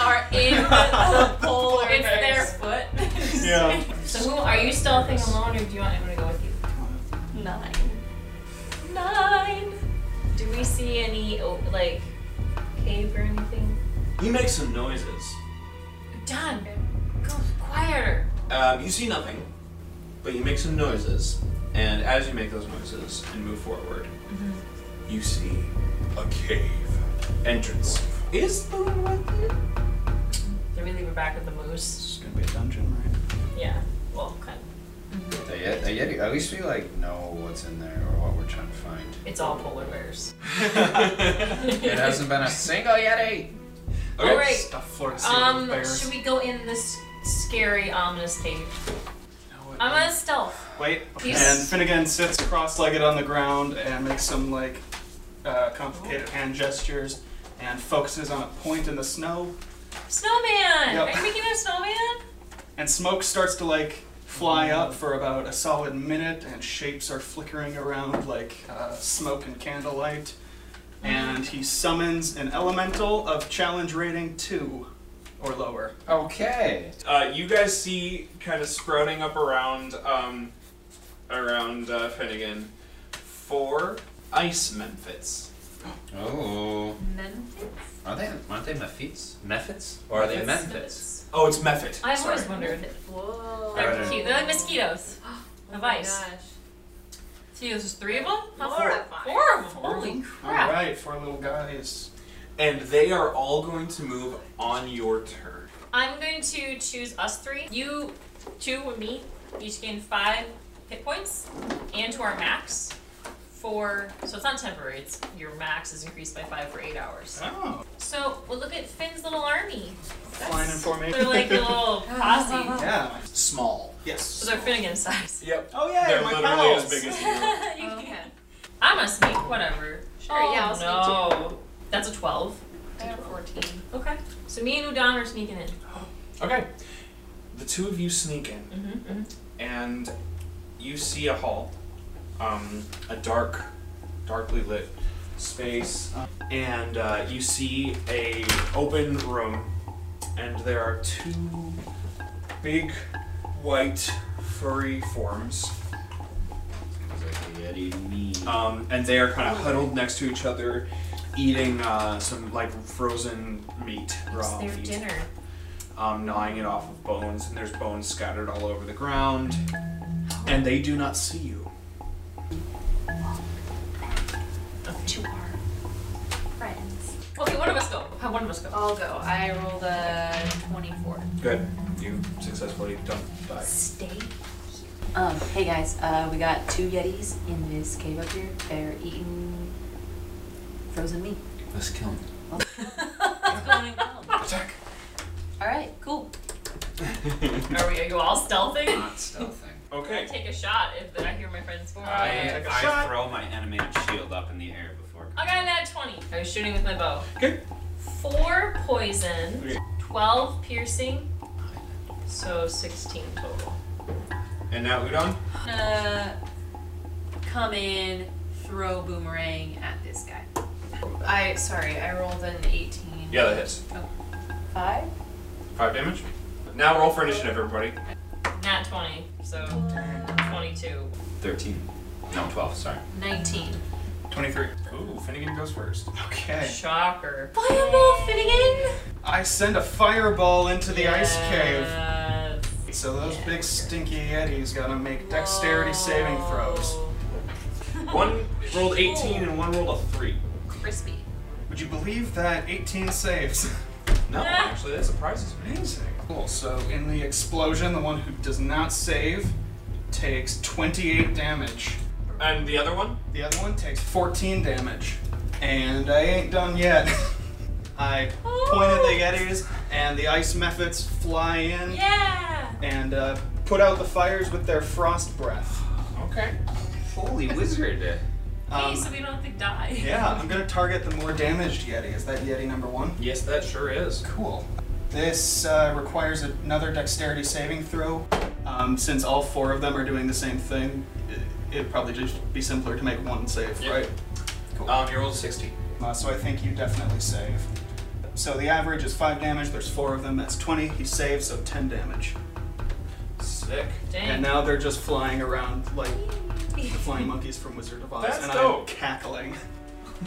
S2: are in the polar It's their foot.
S9: Yeah.
S2: So who are you still a thing alone, or do you want anyone to go with you? Nine. Nine. Do we see any oh, like cave or anything?
S1: You make some noises.
S2: Done. Go quieter.
S1: Um, you see nothing, but you make some noises, and as you make those noises and move forward, you see a cave entrance. Is the one right there?
S2: Did we leave her back with the moose?
S6: Gonna be a dungeon, right?
S2: Yeah. Well, kind.
S10: The Ye- the Yeti, at least we like know what's in there or what we're trying to find.
S2: It's all polar bears.
S10: it hasn't been a single Yeti.
S2: All right.
S9: Stuff Florida Sea
S2: Um,
S9: bears.
S2: should we go in this scary, ominous cave? I'm gonna stealth.
S9: Wait.
S2: He's-
S9: And Finnegan sits cross-legged on the ground and makes some like uh, complicated hand gestures and focuses on a point in the snow.
S2: Snowman!
S9: Yep.
S2: Are you making a snowman?
S9: And smoke starts to like fly up for about a solid minute, and shapes are flickering around like uh, smoke and candlelight. And he summons an elemental of challenge rating two or lower.
S10: Okay.
S3: Uh, you guys see kind of sprouting up around um, around uh, Finnegan four ice memphits.
S10: Oh.
S2: Memphis?
S10: Are they? Aren't they Mephits? Mephits? Or are they
S2: Mephits.
S10: Memphits?
S3: Oh, it's Mephit.
S2: I've always wondered. Whoa. They're
S10: Alright.
S2: cute. They're like mosquitoes. a vice.
S7: Oh
S2: See, there's just three of them? How four. Four of them. Holy crap.
S3: All
S9: right, four little guys.
S3: And they are all going to move on your turn.
S2: I'm going to choose us three. You two and me each gain five hit points and to our max for so it's not temporary, it's your max is increased by five for eight hours.
S9: Oh.
S2: So we'll look at Finn's little army.
S9: Flying in formation.
S2: They're like a little posse.
S9: Yeah.
S3: Small.
S9: Yes.
S2: So they're Finnegan size.
S3: Yep.
S9: Oh yeah,
S3: They're
S9: my
S3: literally
S9: pals.
S3: as big as you.
S2: you. can. I'm gonna sneak, whatever.
S7: Sure,
S2: oh,
S7: yeah, I'll sneak too.
S2: no. That's a 12. I have 14. Okay. So me and Udon are sneaking in.
S3: Okay. The two of you sneak in,
S2: Mm-hmm.
S3: and you see a hall, um, a dark, darkly lit space, and uh, you see a open room, and there are two big, white, furry forms. Um, and they are kind of huddled next to each other, eating uh, some like frozen meat, raw
S2: their
S3: meat
S2: dinner.
S3: um, gnawing it off of bones, and there's bones scattered all over the ground, and they do not see you.
S2: Two are friends. Okay, one of us go. How- One of us go.
S7: I'll go. I rolled a 24.
S3: Good, you successfully don't die.
S7: Stay. Um, hey guys, uh, we got two Yetis in this cave up here. They're eating frozen meat.
S10: Let's kill him.
S3: Attack.
S7: All right, cool.
S2: Are we? Are you all stealthing?
S10: Not stealthing.
S2: I
S3: Okay.
S2: take a shot if I hear my friends go. I
S10: I, I throw my animated shield up in the air before.
S2: got an at 20. I was shooting with my bow.
S3: Okay.
S2: Four poison,
S10: Okay.
S2: 12 piercing, so 16 total.
S3: And now Udon?
S7: Uh, come in, throw boomerang at this guy. I sorry, I rolled an 18.
S3: Yeah, that hits.
S1: Oh,
S7: Five.
S3: Five damage. Now roll for initiative, everybody.
S2: Nat 20, so 22.
S10: 13. No, 12, sorry.
S7: 19.
S3: 23. Ooh, Finnegan goes first.
S9: Okay.
S2: Shocker. Fireball Finnegan!
S9: I send a fireball into the ice cave.
S2: Uh,
S9: So those big stinky yetis gotta make dexterity saving throws.
S3: One rolled 18 and one rolled a 3.
S7: Crispy.
S9: Would you believe that 18 saves?
S3: No,
S2: Ah,
S3: actually, that surprises me.
S9: Amazing. Cool. So in the explosion, the one who does not save takes 28 damage.
S3: And the other one?
S9: The other one takes 14 damage. And I ain't done yet. I point at the Yetis, and the ice methods fly in
S2: yeah!
S9: and uh, put out the fires with their frost breath.
S3: Okay.
S10: Holy wizard.
S2: Hey,
S9: Um,
S2: so we don't have to die.
S9: yeah, I'm gonna target the more damaged Yeti. Is that Yeti number one?
S3: Yes, that sure is.
S9: Cool. This uh, requires another dexterity saving throw. Um, since all four of them are doing the same thing, i- it'd probably just be simpler to make one save, right? Cool.
S3: Um, you rolled 16.
S9: Uh, so I think you definitely save. So the average is 5 damage, there's 4 of them, that's 20. He saves, so 10 damage.
S3: Sick.
S2: Dang.
S9: And now they're just flying around like the flying monkeys from Wizard of Oz.
S2: That's
S9: and I'm
S2: dope.
S9: cackling.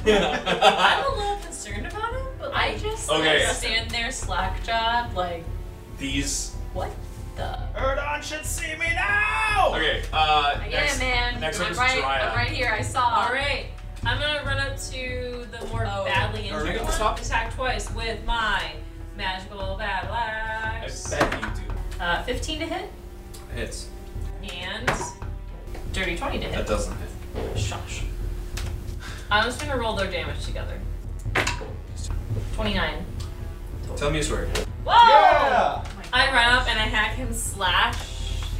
S7: I'm a little concerned about it, but I just like,
S3: Okay.
S7: stand there slack jawed, like,
S3: These.
S7: what the?
S3: Erdon should see me now! Okay, uh,
S7: Yeah,
S3: next,
S7: man.
S3: Next
S7: I'm
S3: up is
S7: right.
S3: Jiraiya.
S7: I'm right here. I saw.
S2: All right, I'm gonna run up to the more
S7: Oh.
S2: badly
S3: Are we
S2: injured
S3: gonna
S2: one.
S3: stop?
S2: Attack twice with my magical battle axe.
S3: bet you do.
S2: Uh, 15 to hit
S3: Hits.
S2: and dirty 20 to hit.
S3: That doesn't hit.
S2: Shush. I'm just gonna roll their damage together. 29.
S3: Tell me a story.
S2: Whoa! I run up and I hack him slash,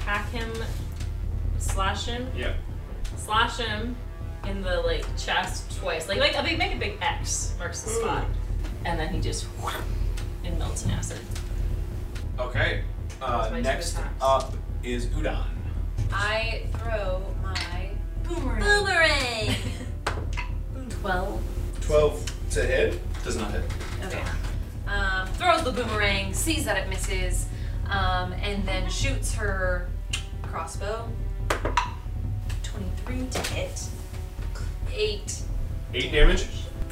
S2: hack him, slash him,
S3: Yeah.
S2: slash him in the like chest twice. Like like a big make a big X marks the spot, and then he just whoop, and melts in acid.
S3: Okay.
S2: That's my
S3: Uh,
S2: two
S3: next
S2: attacks.
S3: up is Udon.
S7: I throw my boomerang. Boomerang. Twelve.
S3: 12 to hit? Does not hit.
S7: Okay. Um, throws the boomerang, sees that it misses, um, and then shoots her crossbow. Twenty-three to hit. Eight.
S3: 8 damage?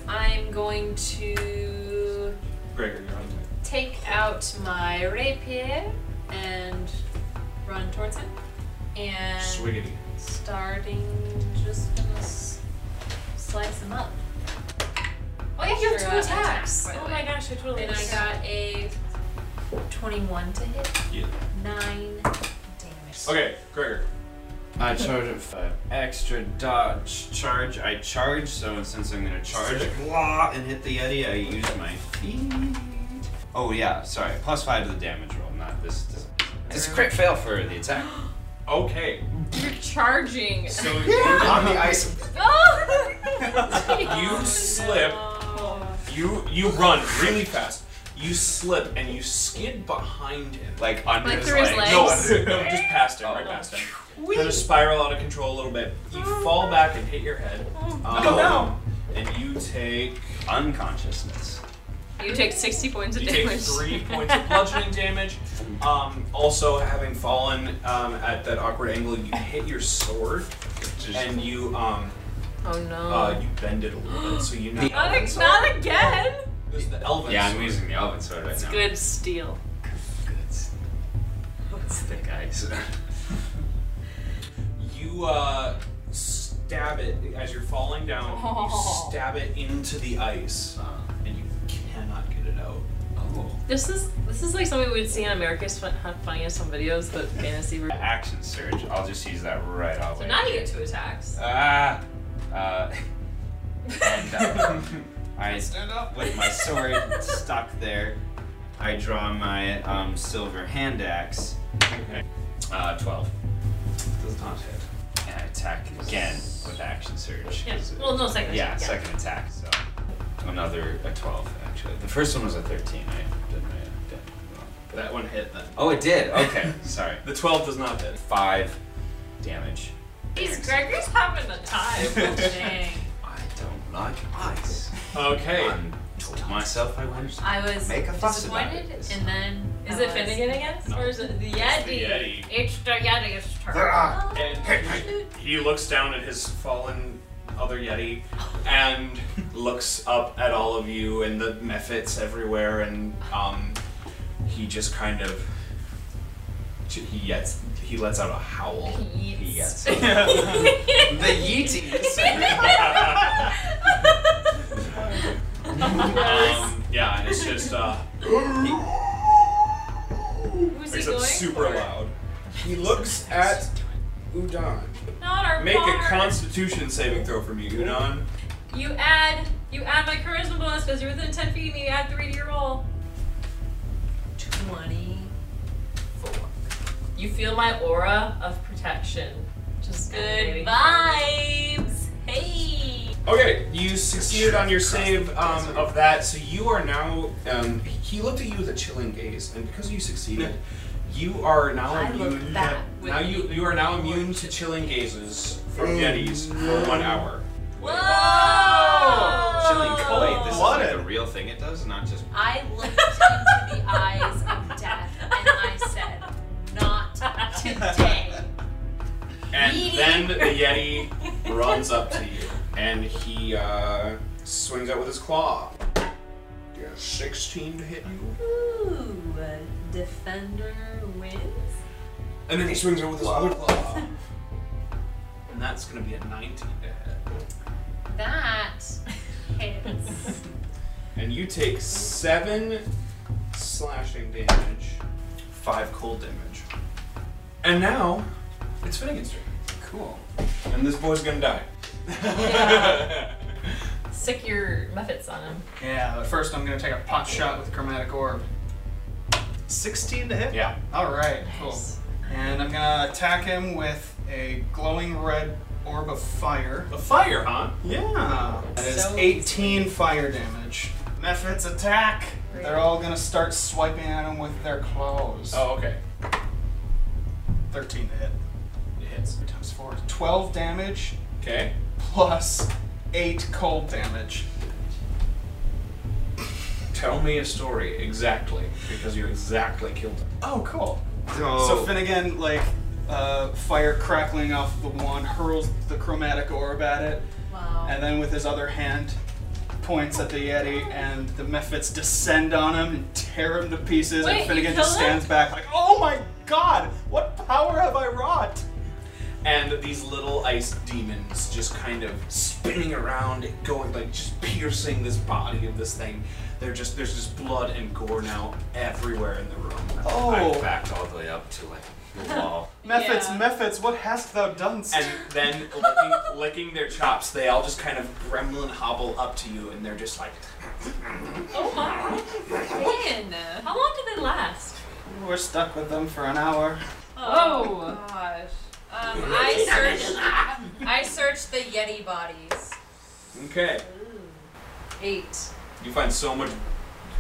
S7: I'm going to
S3: Gregor, you're on deck.
S7: take out my rapier and run towards him. And
S3: Swiggity.
S7: starting, just gonna s- slice him up. Oh yeah, you have two attacks.
S2: Oh my gosh, I totally
S7: And I
S2: missed.
S7: got a 21 to hit.
S3: Yeah.
S7: Nine.
S3: Okay, Gregor.
S10: I charge it for an extra dodge charge. I charge, so since I'm gonna charge blah, and hit the Yeti, I use my feet. Oh yeah, sorry. Plus five to the damage roll, not this. this it's a crit fail for the attack.
S3: okay.
S2: You're charging.
S3: So you're on the ice.
S2: Oh!
S3: You slip. You you run really fast. You slip and you skid behind him,
S10: like under
S7: Like his through his legs. legs?
S3: No, no, just past him, right past him. Kind of spiral out of control a little bit. You fall back and hit your head. Um,
S10: Oh, no.
S3: And you take
S10: unconsciousness.
S2: You take 60 points of
S3: You
S2: damage.
S3: take three points of bludgeoning damage. Um, also, having fallen um, at that awkward angle, you hit your sword, and you um,
S2: Oh no.
S3: uh, you bend it a little bit, so you know.
S2: not, ag- not again!
S3: This is the elven
S10: Yeah, I'm
S3: sword.
S10: using the elven sword right
S2: It's
S10: now.
S2: good steel.
S10: It's thick ice.
S3: You uh, stab it as you're falling down.
S2: Oh.
S3: You stab it into the ice,
S10: Uh-huh.
S3: and you cannot get it out.
S10: Oh.
S2: This is this is like something we would see in America's Fun- Hu- Funniest Home Videos, but fantasy. Ver-
S10: Action surge. I'll just use that right away.
S2: so now you get two attacks.
S10: Ah. Uh, and uh, I with my sword stuck there. I draw my um, silver hand axe. Uh, Twelve.
S3: Does not hit.
S10: And I attack again with action surge.
S2: Yeah. Well, no, second
S10: Yeah,
S2: attack, yeah.
S10: second attack. So another a twelve actually. The first one was a thirteen. I didn't. I did
S3: That one hit then.
S10: Oh, it did. Okay, sorry.
S3: The twelve does not hit.
S10: Five damage.
S2: Jeez, Gregory's having a time. Dang.
S10: I don't like ice.
S3: Okay.
S10: I'm told myself I wouldn't.
S7: I was
S10: Make a fuss about
S7: disappointed, and then.
S2: Is
S7: I
S2: it Finnegan again? Or is it the Yeti?
S3: Yeti.
S2: It's the Yeti's turn.
S3: And he looks down at his fallen other Yeti and looks up at all of you and the mephits everywhere, and um, he just kind of. He yets, he lets out a howl.
S2: He
S10: yets.
S3: the
S10: yeeties.
S3: um, yeah, and it's just uh,
S2: Who's he
S3: it's
S2: going
S3: super
S2: for?
S3: loud. He looks at Udon.
S2: Not our
S3: Make a
S2: part.
S3: Constitution saving throw for me, Udon.
S2: You add you add my charisma bonus because you're within ten feet of me. You add three to your roll. Twenty. You feel my aura of protection. Just
S7: Good
S2: emanating from you.
S7: vibes. Hey.
S3: Okay, you succeeded on your save um, of that, so you are now. Um, he looked at you with a chilling gaze, and because you succeeded, you are now
S1: I look
S3: immune.
S1: back with
S3: Now you you are now immune to chilling gazes from
S1: Mm.
S3: Yetis for one hour.
S10: Chilling
S7: Whoa!
S10: Wait, this is
S3: What
S10: like
S3: a-
S10: a real thing. It does not just.
S7: I looked into the eyes of death and I said, not today.
S3: And then the Yeti runs up to you, and he uh, swings out with his claw. You got a 16 to hit you.
S2: Ooh, defender wins.
S3: And then he swings over with his other claw. And that's gonna be a 19 to hit.
S7: That hits.
S3: And you take 7 slashing damage, 5 cold damage. And now, it's Finnegan's turn. Cool. And this boy's gonna die.
S2: Stick your muffets on him.
S9: Yeah, but first I'm gonna take a pot shot with Chromatic Orb. 16 to hit?
S3: Yeah.
S9: Alright, cool. And I'm gonna attack him with a glowing red orb of fire.
S3: A fire, huh?
S9: Yeah. That is
S3: So-
S9: 18 fire damage. Methods attack! They're all gonna start swiping at him with their claws.
S3: Oh, okay.
S9: 13 to hit.
S3: It hits.
S9: Times 4. 12 damage.
S3: Okay.
S9: Plus 8 cold damage.
S3: Tell me a story exactly, because you exactly killed him.
S9: Oh, cool. So Finnegan, like, uh, fire crackling off the wand, hurls the chromatic orb at it,
S7: Wow.
S9: and then with his other hand, points at the Yeti, and the Mephits descend on him and tear him to pieces,
S7: Wait,
S9: and
S7: you
S9: Finnegan
S7: kill
S9: just
S7: him?
S9: stands back like, oh my god, what power have I wrought?
S3: and these little ice demons just kind of spinning around, going like just piercing this body of this thing. They're just there's just blood and gore now everywhere in the room.
S9: Oh.
S10: I backed all the way up to like the wall.
S9: Mephits, Mephits, what hast thou done?
S3: And then licking, licking their chops, they all just kind of gremlin hobble up to you, and they're just like,
S2: Oh my! Man, how long did they last?
S9: We're stuck with them for an hour.
S7: Oh gosh. Um, I searched. I searched the Yeti bodies.
S3: okay,
S7: Eight.
S3: you find so much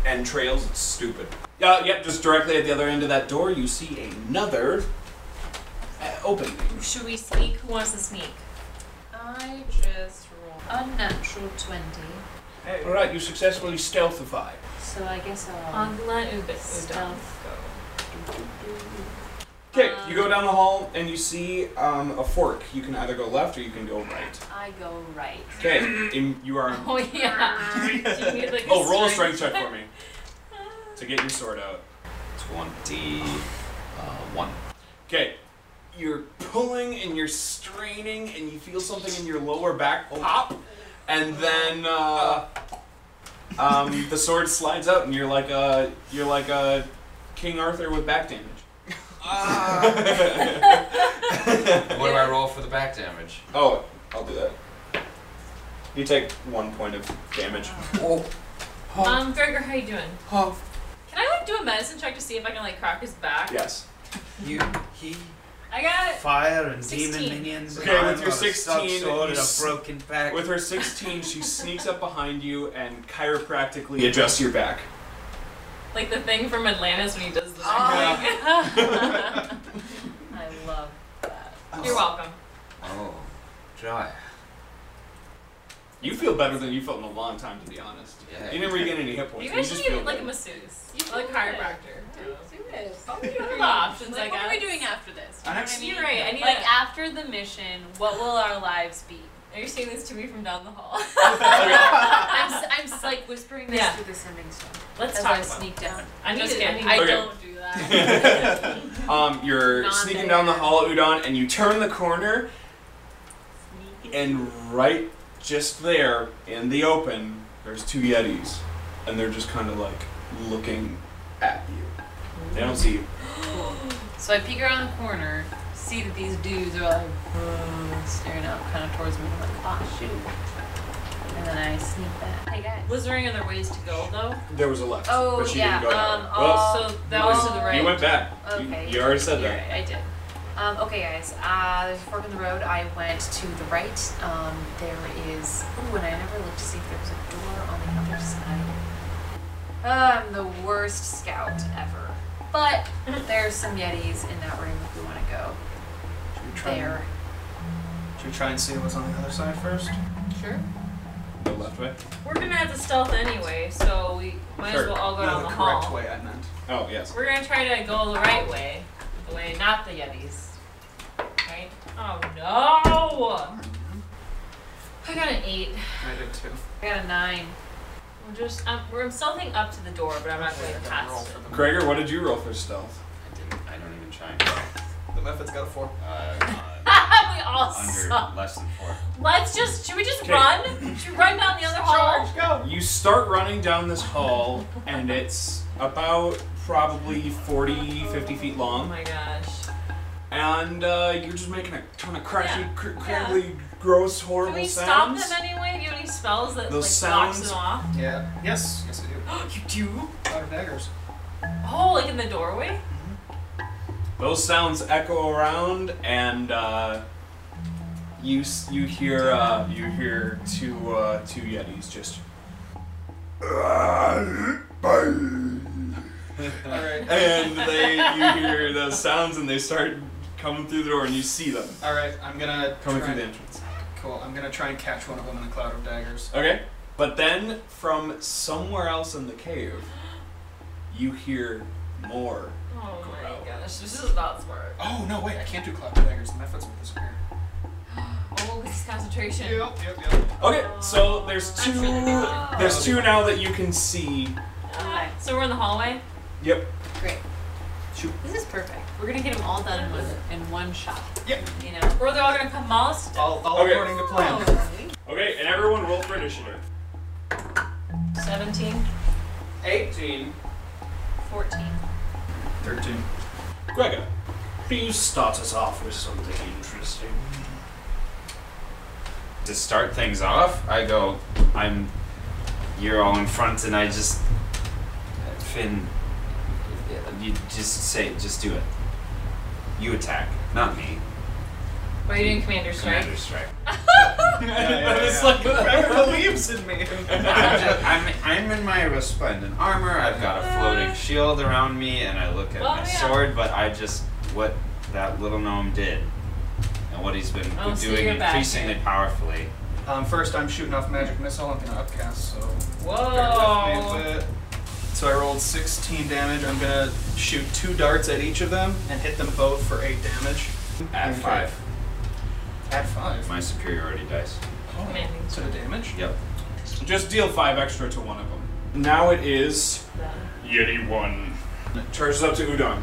S3: entrails, it's stupid. Uh, yep, just directly at the other end of that door, you see another uh, opening.
S2: Should we sneak? Who wants to sneak?
S7: I just rolled unnatural twenty.
S3: All right, you successfully stealthify.
S7: So I guess I'll.
S2: Angla Ubis. Stealth.
S3: Okay, you go down the hall and you see um, a fork. You can either go left or you can go right.
S7: I go right.
S3: Okay, in- you are.
S7: Oh yeah.
S2: Do you need, like,
S3: Oh, roll a strength check for me to get your sword out.
S10: Twenty uh, one.
S3: Okay, you're pulling and you're straining and you feel something in your lower back pop, and then uh, um, the sword slides out and you're like a you're like a King Arthur with back damage.
S10: What do I roll for the back damage?
S3: Oh, I'll do that. You take one point of damage. Oh.
S2: Um, Gregor, how you doing? Can I like do a medicine check to see if I can like crack his back?
S3: Yes.
S13: You, he,
S2: I got it.
S13: fire and
S2: 16.
S13: demon minions.
S3: Okay,
S13: and
S3: with
S13: I've
S3: your
S13: got a stuck
S3: 16,
S13: sword
S3: you
S13: and a
S3: s-
S13: broken back.
S3: With her 16, she sneaks up behind you and chiropractically adjusts your back.
S2: Like the thing from Atlantis when he does the.
S7: Oh, I love that.
S2: You're welcome.
S10: Oh, dry.
S3: You feel better than you felt in a long time, to be honest.
S10: Yeah.
S3: You didn't really get any hit points.
S2: You guys
S3: just
S2: should
S3: feel
S2: get like a
S3: better.
S2: masseuse, or like a chiropractor.
S7: Do this.
S2: What are the options, I
S7: Like, what are we
S2: guess?
S7: doing after this?
S2: I
S7: what
S2: actually- You're right, I need
S7: like
S2: a-
S7: after the mission, what will our lives be?
S2: Are you saying this to me from down the hall?
S7: I'm, s- I'm s- like whispering this
S2: Yeah.
S7: to the sending stone.
S2: Let's
S7: as
S2: talk
S7: I
S2: about
S7: sneak
S2: it.
S7: down.
S2: I'm
S7: I
S2: just
S7: need to-
S2: kidding.
S7: I
S3: Okay.
S7: don't do that.
S3: um, you're
S7: Not
S3: sneaking
S7: there.
S3: down the hall, Udon, and you turn the corner, and right just there in the open, there's two Yetis, and they're just kind of like looking at you. They don't see you.
S7: Cool. So I peek around the corner, see that these dudes are like uh, staring out kind of towards me. I'm like, ah, shoot. And then I sneak back. Hey guys.
S2: Was there any other ways to go though?
S3: There was a left,
S7: Oh,
S3: but she
S7: yeah,
S3: didn't go that
S7: um,
S3: way. Well,
S7: all-
S2: So that was to the
S3: You
S2: right.
S3: went back. You-
S7: Okay.
S3: You, already said
S7: You're
S3: that.
S7: right, I did. Um, okay, guys. Uh, there's a fork in the road. I went to the right. Um, there is. Ooh, and I never looked to see if there was a door on the other side. Uh, I'm the worst scout ever. But there's some Yetis in that room if we want to go.
S9: Should we try and-
S7: There.
S9: Should we try and see what's on the other side first?
S7: Sure.
S3: The left way.
S2: We're gonna have to stealth anyway, so we might as well all go
S9: no,
S2: down
S9: the
S2: the
S9: correct
S2: hall.
S9: way I meant.
S3: Oh yes.
S2: We're gonna try to go the right way, the way not the Yetis. Right? Oh no! I got an eight.
S9: I did too.
S2: I got a nine. We're just I'm, we're I'm stealthing up to the door, but I'm not going past it.
S3: Gregor, what did you roll for stealth?
S10: I didn't. I don't even try.
S9: The method's got a four.
S2: we all
S10: Under
S2: suck.
S10: less than four.
S2: Let's just should we just
S3: 'Kay.
S2: run? Should we run down the other hall?
S3: You start running down this hall, and it's about probably 40, 50 feet
S2: Oh
S3: long,
S2: my gosh.
S3: and uh, you're just making a ton of cracky, cr-
S2: Yeah.
S3: crackly, gross, horrible
S2: Can we stop
S3: sounds.
S2: them anyway? Do you have any spells that
S3: Those
S2: like knocks
S3: sounds-
S2: them off?
S9: Yeah. Yes. Yes, I
S2: do. you do?
S9: Out of daggers.
S2: Oh, like in the doorway?
S3: Those sounds echo around, and uh, you s- you hear uh, you hear two uh, two Yetis just. and they you hear those sounds, and they start coming through the door, and you see them
S9: All right. I'm gonna
S3: coming
S9: try
S3: through the
S9: and-
S3: entrance.
S9: Cool. I'm gonna try and catch one of them in a cloud of daggers.
S3: Okay. But then from somewhere else in the cave, you hear more.
S2: Oh my gosh, this is not smart.
S9: Oh no! Wait, I can't do cloud of daggers. The method's with this weird.
S2: Oh, this is concentration.
S9: Yep, yep, yep.
S3: Okay, so there's two there's two now that you can see.
S2: Okay, so we're in the hallway.
S3: Yep.
S7: Great.
S3: Shoot.
S7: This is perfect. We're gonna get them all done in one in one shot.
S9: Yep.
S7: You know.
S2: Or they're all gonna come molest.
S9: All, all
S3: Okay.
S9: according to plan.
S3: Okay, and everyone roll for initiative.
S2: 17,
S3: 18.
S2: 14.
S9: 13.
S3: Gregor.
S8: You start us off with something interesting.
S10: to start things off, I go, I'm, you're all in front, and I just, Finn, you just say, just do it. You attack, not me.
S2: What are you doing, Commander Strike?
S10: Commander strike.
S3: It's like Gregor believes in me.
S10: I'm, just- I'm, I'm in my resplendent armor. I've got a floating shield around me, and I look at
S2: Oh,
S10: my
S2: Uh. yeah.
S10: sword. But I just what that little gnome did, and what he's been
S2: Oh, so
S10: doing
S2: you're back
S10: increasingly powerfully.
S9: Um, first, I'm shooting off magic missile. I'm gonna upcast. So. Bear with me
S2: Whoa!
S9: with it. So I rolled 16 damage. I'm gonna shoot two darts at each of them and hit them both for eight damage.
S10: At
S9: Okay.
S10: five,
S9: At five. Oh.
S10: my superiority dice.
S2: Commanding.
S9: So the damage.
S10: Yep.
S3: Just deal five extra to one of them. Now it is
S2: Well,
S3: Yeti one. It charges up to Udon.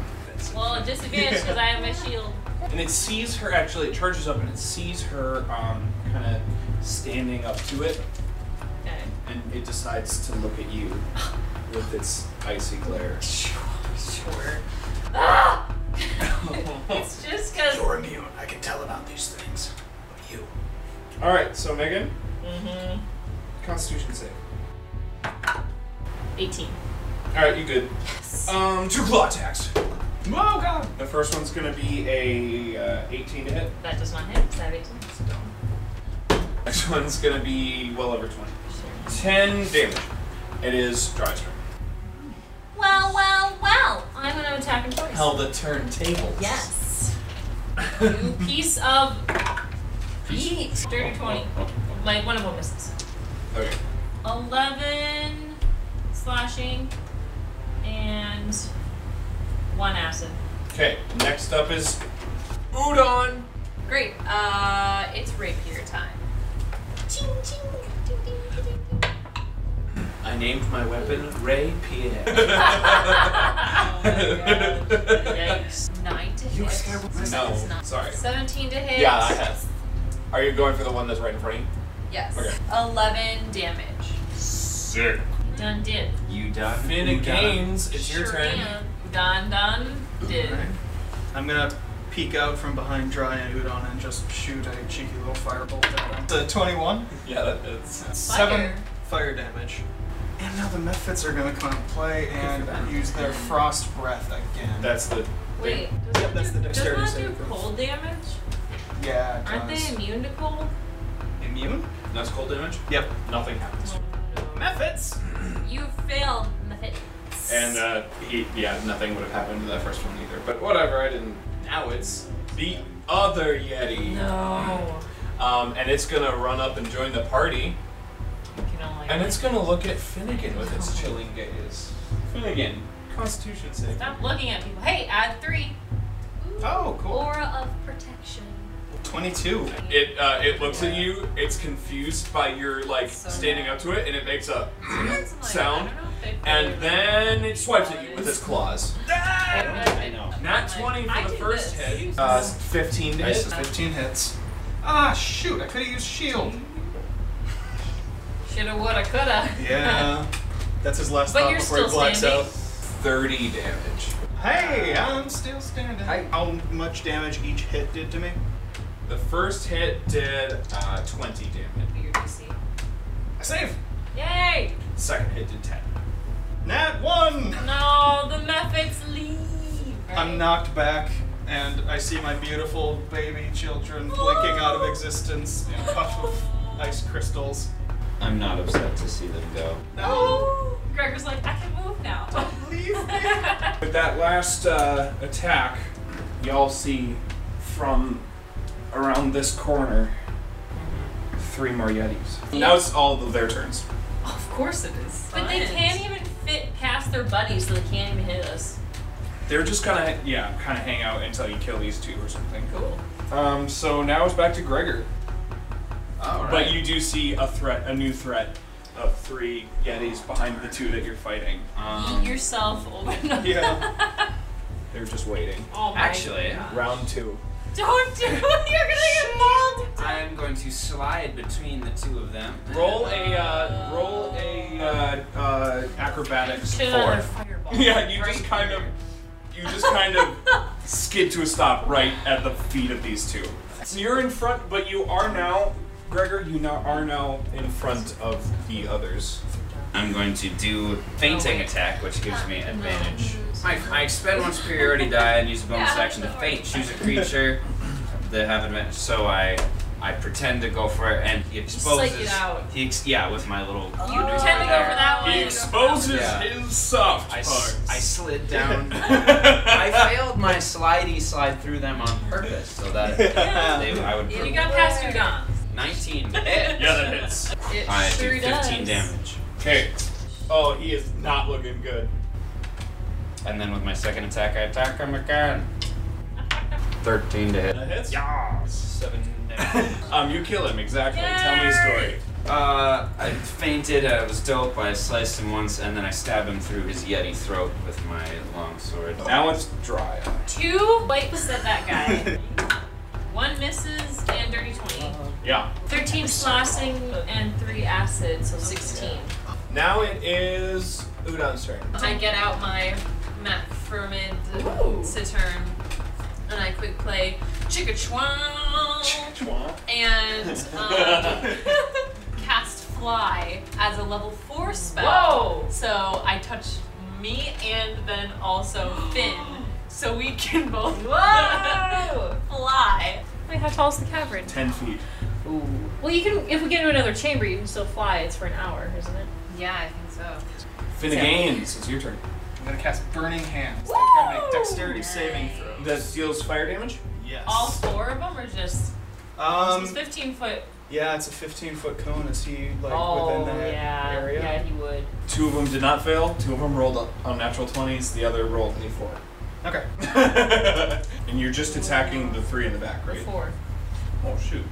S2: disadvantage because I have my shield.
S3: and it sees her actually it charges up and it sees her um, kind of standing up to it
S2: Okay.
S3: and it decides to look at you with its icy glare
S2: Sure. Ah! it's just because.
S8: You're immune. I can tell about these things. But you.
S3: all right so megan
S2: Mm-hmm.
S3: constitution save
S2: 18.
S3: all right you good um two claw attacks oh god the first one's gonna be a uh, 18 to hit
S2: That does not hit. Does that have 18?
S3: next one's gonna be well over 20 10 damage it is dry's turn
S2: Well, well, well. I'm going to attack in choice.
S3: the turntable
S2: Yes. you piece of meat. Dirty 20. Like, one of them misses.
S3: okay
S2: 11 slashing and one acid.
S3: okay next up is udon
S7: Great. Uh, it's rapier time. Ching ching ding ding ding ding.
S1: I named my weapon Ray Pierre.
S2: Yikes.
S7: Nine to hit.
S3: No,
S7: It's not.
S3: sorry.
S7: Seventeen to hit.
S3: Yeah, I have. Are you going for the one that's right in front of you?
S7: Yes.
S3: Okay.
S7: Eleven damage.
S3: Sick.
S2: You done did.
S10: You done?
S3: Finn
S10: You done?
S3: Gaines, it's your
S2: sure
S3: turn.
S2: Am. Done, done, did.
S9: Alright. I'm gonna peek out from behind Dry and Udon and just shoot a cheeky little firebolt at them. The 21.
S3: Yeah, that, that's.
S9: Seven fire damage. And now the Mephits are gonna come and play and use their frost breath again.
S3: That's the
S2: Wait,
S9: Yep, that's the
S2: does
S9: dexterity
S2: that do
S9: save. throw.
S2: cold damage?
S9: Yeah. it
S2: Aren't
S9: does.
S2: they immune to cold?
S9: immune?
S3: That's cold damage?
S9: Yep.
S3: Nothing happens.
S2: Methods. You failed, Methods.
S3: And uh, he, yeah, nothing would have happened to that first one either. But whatever, I didn't. Now it's the other Yeti.
S2: No.
S3: Um, and it's gonna run up and join the party. And it's gonna look at Finnegan with its chilling gaze. Finnegan, Constitution save.
S2: Stop looking at people. Hey, add three.
S9: Oh, cool.
S2: Aura of protection.
S9: 22.
S3: It uh, it looks at you. It's confused by your like standing up to it, and it makes a sound. And then it swipes at you with its claws.
S2: I
S3: know. Nat 20 for the first hit.
S9: Uh, 15 to
S3: Nice.
S9: hit. 15 hits. Ah, shoot, I could have used shield.
S2: Shoulda, woulda, coulda.
S9: Yeah. That's his last
S2: But
S9: thought
S2: you're
S9: before he
S2: still
S9: blacks
S2: standing.
S9: out.
S3: 30 damage.
S9: Hey, I'm still standing. How much damage each hit did to me?
S3: The first hit did uh, 20 damage.
S2: Your DC.
S3: I save.
S2: Yay!
S3: Second hit did 10.
S9: Nat 1!
S2: No, the methods leave.
S9: I'm knocked back, and I see my beautiful baby children blinking out of existence in a puff of ice crystals.
S10: I'm not upset to see them go.
S2: No. Gregor's like, I can move now. Leave
S3: With that last uh, attack, y'all see from around this corner three more Yetis. Now it's all of their turns.
S2: Of course it is. But they can't even fit past their buddies, so they can't even hit us.
S3: They're just gonna, yeah, kind of hang out until you kill these two or something. Cool. Um, so now it's back to Gregor.
S10: Alright.
S3: But you do see a threat, a new threat of three Yetis behind the two that you're fighting.
S2: Eat yourself over.
S3: Um, yeah. They're just waiting.
S2: Oh my
S10: Actually,
S2: God.
S3: Round two.
S2: Don't do it. You're gonna get mauled.
S10: I'm going to slide between the two of them.
S3: Roll a uh, roll a uh, uh, acrobatics
S10: Shit
S3: four.
S10: on a fireball.
S3: Yeah, you just kind of you just kind of skid to a stop right at the feet of these two. So you're in front, but you are now, Gregor. You now are now in front of the others.
S10: I'm going to do
S2: Oh,
S10: fainting attack, which
S2: Ah,
S10: gives me advantage. I, I expend one superiority die and use a bonus action to faint. Choose a creature that have advantage. So I I pretend to go for it, and he
S2: psych it
S10: exposes.
S2: out.
S10: He ex- yeah, with my little.
S2: You
S7: Oh,
S2: pretend to go for that one.
S10: He
S3: exposes his soft
S10: I, s- I slid down. I failed my slidey slide through them on purpose, so that they, I would.
S2: You got past your dom.
S10: 19.
S3: Yeah, that hits.
S2: It
S10: I
S2: sure
S10: do 15
S2: does.
S10: damage.
S3: Okay. Oh, he is not looking good.
S10: And then with my second attack, I attack him again. 13 to hit.
S3: That hits. Yeah. Seven. um, you kill him exactly. Tell me a story.
S10: Uh, I fainted, uh, it was dope. I sliced him once, and then I stab him through his Yeti throat with my long sword.
S3: Now it's dry.
S2: Two wipes at that guy. One misses and dirty 20.
S3: Yeah.
S2: 13 slashing and 3 acid, so 16.
S3: Now it is Udon's turn.
S7: I get out my Matt Furman Saturn and I quick play Chicka Chwan and um, cast Fly as a level 4 spell.
S2: Whoa!
S7: So I touch me and then also Finn. So we can both
S2: Whoa!
S7: fly.
S2: Wait, how tall is the cavern?
S3: Ten feet.
S2: Ooh. Well, you can, if we get into another chamber, you can still fly. It's for an hour, isn't it?
S7: Yeah, I think so.
S3: Finnegans, it's your turn.
S9: I'm gonna cast Burning Hands. They've gotta make dexterity saving throws.
S3: That deals fire damage?
S9: Yes.
S2: All four of them are just.
S9: Um,
S2: he's 15 foot.
S9: yeah, it's a 15 foot cone. Is he like
S2: oh,
S9: within that
S2: yeah.
S9: area?
S2: Yeah, he would.
S3: Two of them did not fail. Two of them rolled on natural twenties. The other rolled a four.
S9: Okay.
S3: and you're just attacking the three in the back, right?
S2: Four.
S3: Oh shoot.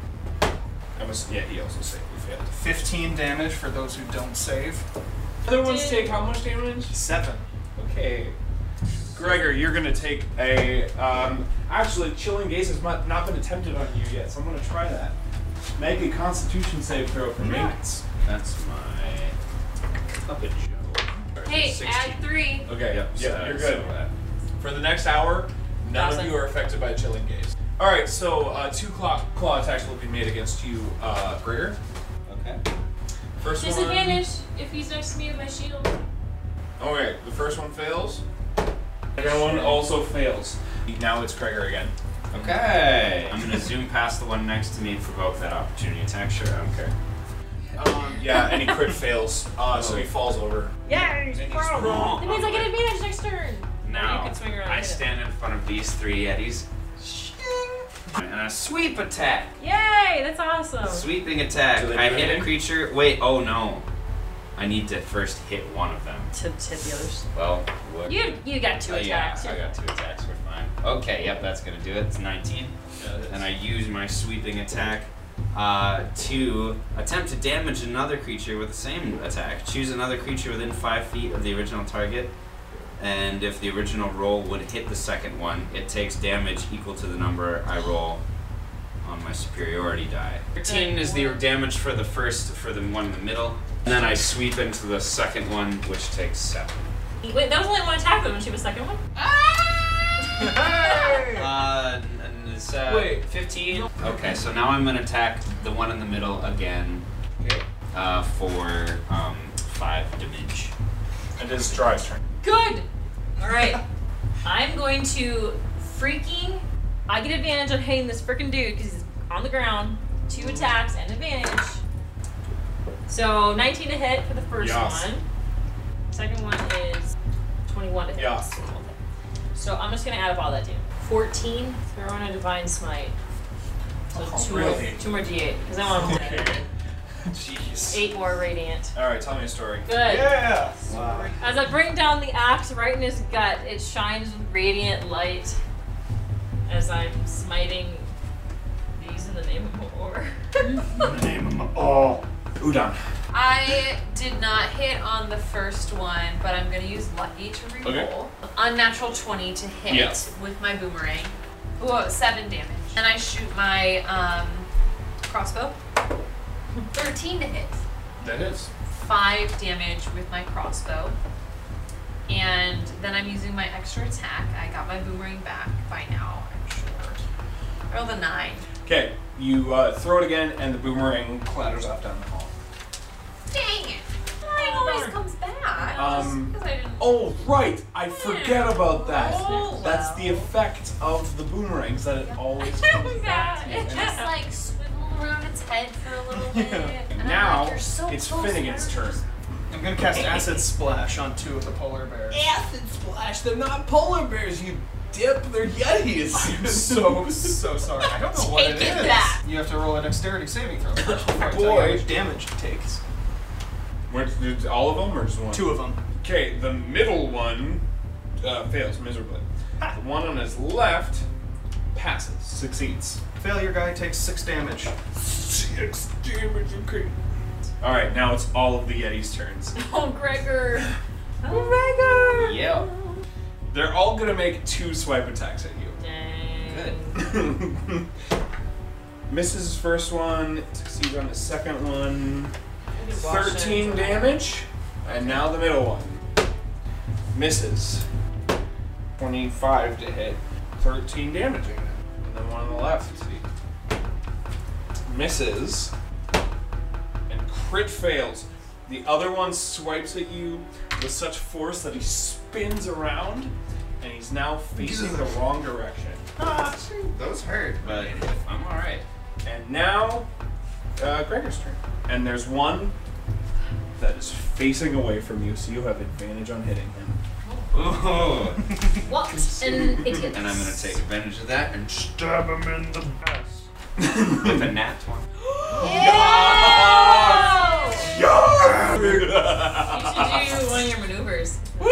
S3: I must. Yeah, he also saved. He failed.
S9: 15 damage for those who don't save.
S3: Other ones take how much damage?
S9: Seven.
S3: Okay. Gregor, you're gonna take a. Um, actually, chilling gaze has not, not been attempted on you yet, so I'm gonna try that. Make a Constitution save throw for me.
S10: That's my puppet show.
S2: Hey, add three.
S3: Okay.
S10: Yep,
S3: yeah,
S10: so-
S3: you're good.
S10: so, uh,
S3: For the next hour, none
S2: Awesome.
S3: of you are affected by chilling gaze. All right. So uh, two claw, claw attacks will be made against you, uh, Gregor.
S10: Okay.
S3: First one.
S2: Disadvantage if he's next to me with my shield.
S3: All right. The first one fails. The other one also fails. Now it's Gregor again.
S10: Okay. I'm gonna zoom past the one next to me and provoke that opportunity attack. Sure, I don't care.
S3: Um, yeah, and he crit fails, uh, so he falls over.
S2: Yay!
S10: wrong.
S2: That means I get advantage next turn.
S10: Now
S2: You can swing around and
S10: I
S2: hit it.
S10: stand in front of these three Yetis. And a sweep attack.
S2: Yay! That's awesome.
S10: Sweeping attack.
S2: Do they do
S10: I hit a
S2: anything?
S10: creature. Wait, oh no. I need to first hit one of them.
S2: To hit the others.
S10: Well, what?
S2: You you got two
S10: Oh, yeah,
S2: attacks.
S10: I got two attacks. We're fine. Okay, yep, that's gonna do it. It's 19. and I use my sweeping attack uh, to attempt to damage another creature with the same attack. Choose another creature within five feet of the original target, and if the original roll would hit the second one, it takes damage equal to the number I roll on my superiority die. 13 is the damage for the first, for the one in the middle, and then I sweep into the second one, which takes seven.
S2: Wait, that was only one attack though. Didn't she have a second one?
S10: Uh, n- n- it's, uh,
S2: Wait.
S10: 15. Okay, so now I'm gonna attack the one in the middle again. Uh, for um five damage.
S3: And it's Dry's turn.
S2: Good. All right. I'm going to freaking. I get advantage on hitting this freaking dude because he's on the ground. Two
S3: Mm.
S2: attacks and advantage. So 19 to hit for the first
S7: Yas.
S2: one. Second one is 21 to hit. So I'm just gonna add up all that damage. 14. Throw in a divine smite. So
S3: Oh,
S2: two
S3: really?
S2: more, two more d8 because I want to
S3: Okay. Jeez.
S2: eight more radiant.
S3: Alright, tell me a story.
S2: Good.
S3: Yeah!
S2: As I bring down the axe right in his gut, it shines with radiant light as I'm smiting these in the name of war.
S3: Oh, Udon.
S7: I did not hit on the first one, but I'm gonna use lucky to reroll.
S3: Okay.
S7: Unnatural 20 to hit
S3: Yeah.
S7: with my boomerang. Whoa, seven damage. And I shoot my um, crossbow. 13 to hit.
S3: That is.
S7: Five damage with my crossbow. And then I'm using my extra attack. I got my boomerang back by now, I'm sure. I rolled a nine.
S3: Okay, you uh, throw it again, and the boomerang clatters off down the hall.
S7: Dang it! Mine always comes back.
S3: Um, oh, right! I forget about that.
S7: Oh,
S3: That's the effect of the boomerangs that it always comes back to you.
S7: It just like swiveled around its head for a little bit.
S9: Yeah.
S7: And I'm like, you're so close,
S3: turn.
S9: I'm gonna cast Acid Splash on two of the polar bears.
S1: Acid splash. They're not polar bears. You dip. They're yetis.
S9: I'm so so sorry. I don't know what it is. You have to roll a dexterity saving throw first before I tell you how
S3: Boy.
S9: much damage it takes.
S3: Where, did all of them or just one?
S9: Two of them.
S3: Okay, the middle one uh, fails miserably. The one on his left passes, succeeds.
S9: Failure guy takes six damage.
S3: Six damage, okay. Alright, now it's all of the Yeti's turns.
S2: Oh, Gregor! Oh, Gregor!
S3: Yeah. They're all gonna make two swipe attacks at you. Good. Misses his first one, succeeds on his second one. 13 damage. And now the middle one. Misses. 25 to hit. 13 damage again. And then one on the left. Misses. And crit fails. The other one swipes at you with such force that he spins around and he's now facing the wrong direction. Ah, shoot, those hurt, but I'm alright. And now, uh, Gregor's turn. And there's one that is facing away from you, so you have advantage on hitting him.
S10: Ooh.
S2: What an idiot.
S10: and I'm gonna take advantage of that and stab him in the ass with a nat one.
S2: You should do one of your maneuvers.
S10: Woo!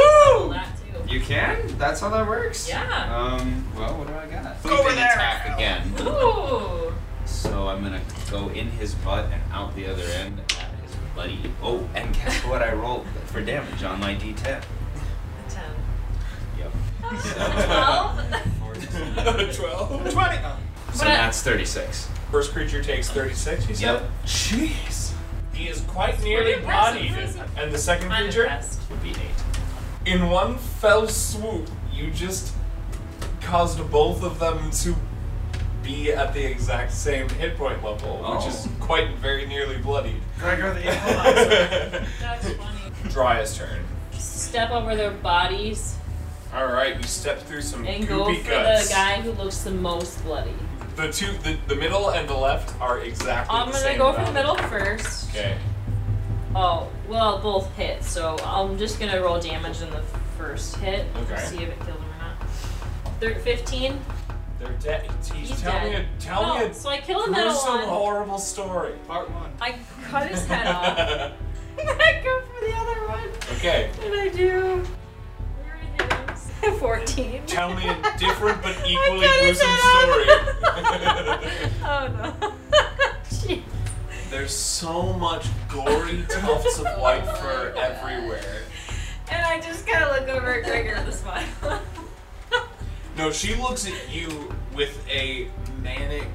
S2: That too.
S10: You can? That's how that works?
S2: Yeah.
S10: Um, well, what do I got?
S2: Go over
S10: Sweeping
S2: there.
S10: attack again.
S2: Ooh.
S10: So I'm gonna go in his butt and out the other end at his buddy. Oh, and guess what I rolled for damage on my
S2: A
S10: D10?
S2: ten.
S10: Yep.
S2: Twelve.
S3: 12? 20!
S10: So that's 36.
S3: First creature takes 36, you said?
S10: Yep.
S3: Jeez. He is quite nearly bodied. And the second creature?
S10: Would be 8.
S3: In one fell swoop, you just caused both of them to be at the exact same hit point level, which is
S2: Oh.
S3: quite very nearly bloodied.
S9: Gregor the
S3: That's
S2: funny.
S3: Dryas turn.
S2: Step over their bodies
S1: All right, you step through some
S2: And go
S1: goopy
S2: for
S1: guts.
S2: the guy who looks the most bloody.
S1: The two, the, the middle and the left are exactly
S2: I'm
S1: the
S2: gonna
S1: same.
S2: go for the
S1: amount.
S2: middle first.
S1: Okay.
S2: Oh, well, both hit, so I'm just gonna roll damage in the first hit.
S1: Okay.
S2: See if it killed him or not. Thir- 15.
S1: They're dead. He's,
S2: He's
S1: tell
S2: dead.
S1: me a tell
S2: no,
S1: me a
S2: so I killed him at
S1: Oh, gruesome,
S2: one.
S1: horrible story.
S9: Part one.
S2: I cut his head off. I go for the other one.
S1: okay.
S2: And I do. We already hit him. 14.
S1: Tell me a different but equally
S2: cut his
S1: gruesome story.
S2: Oh no.
S1: There's so much gory tufts of white fur everywhere.
S2: And I just kind of look over at Gregor with a smile.
S1: No, she looks at you with a manic,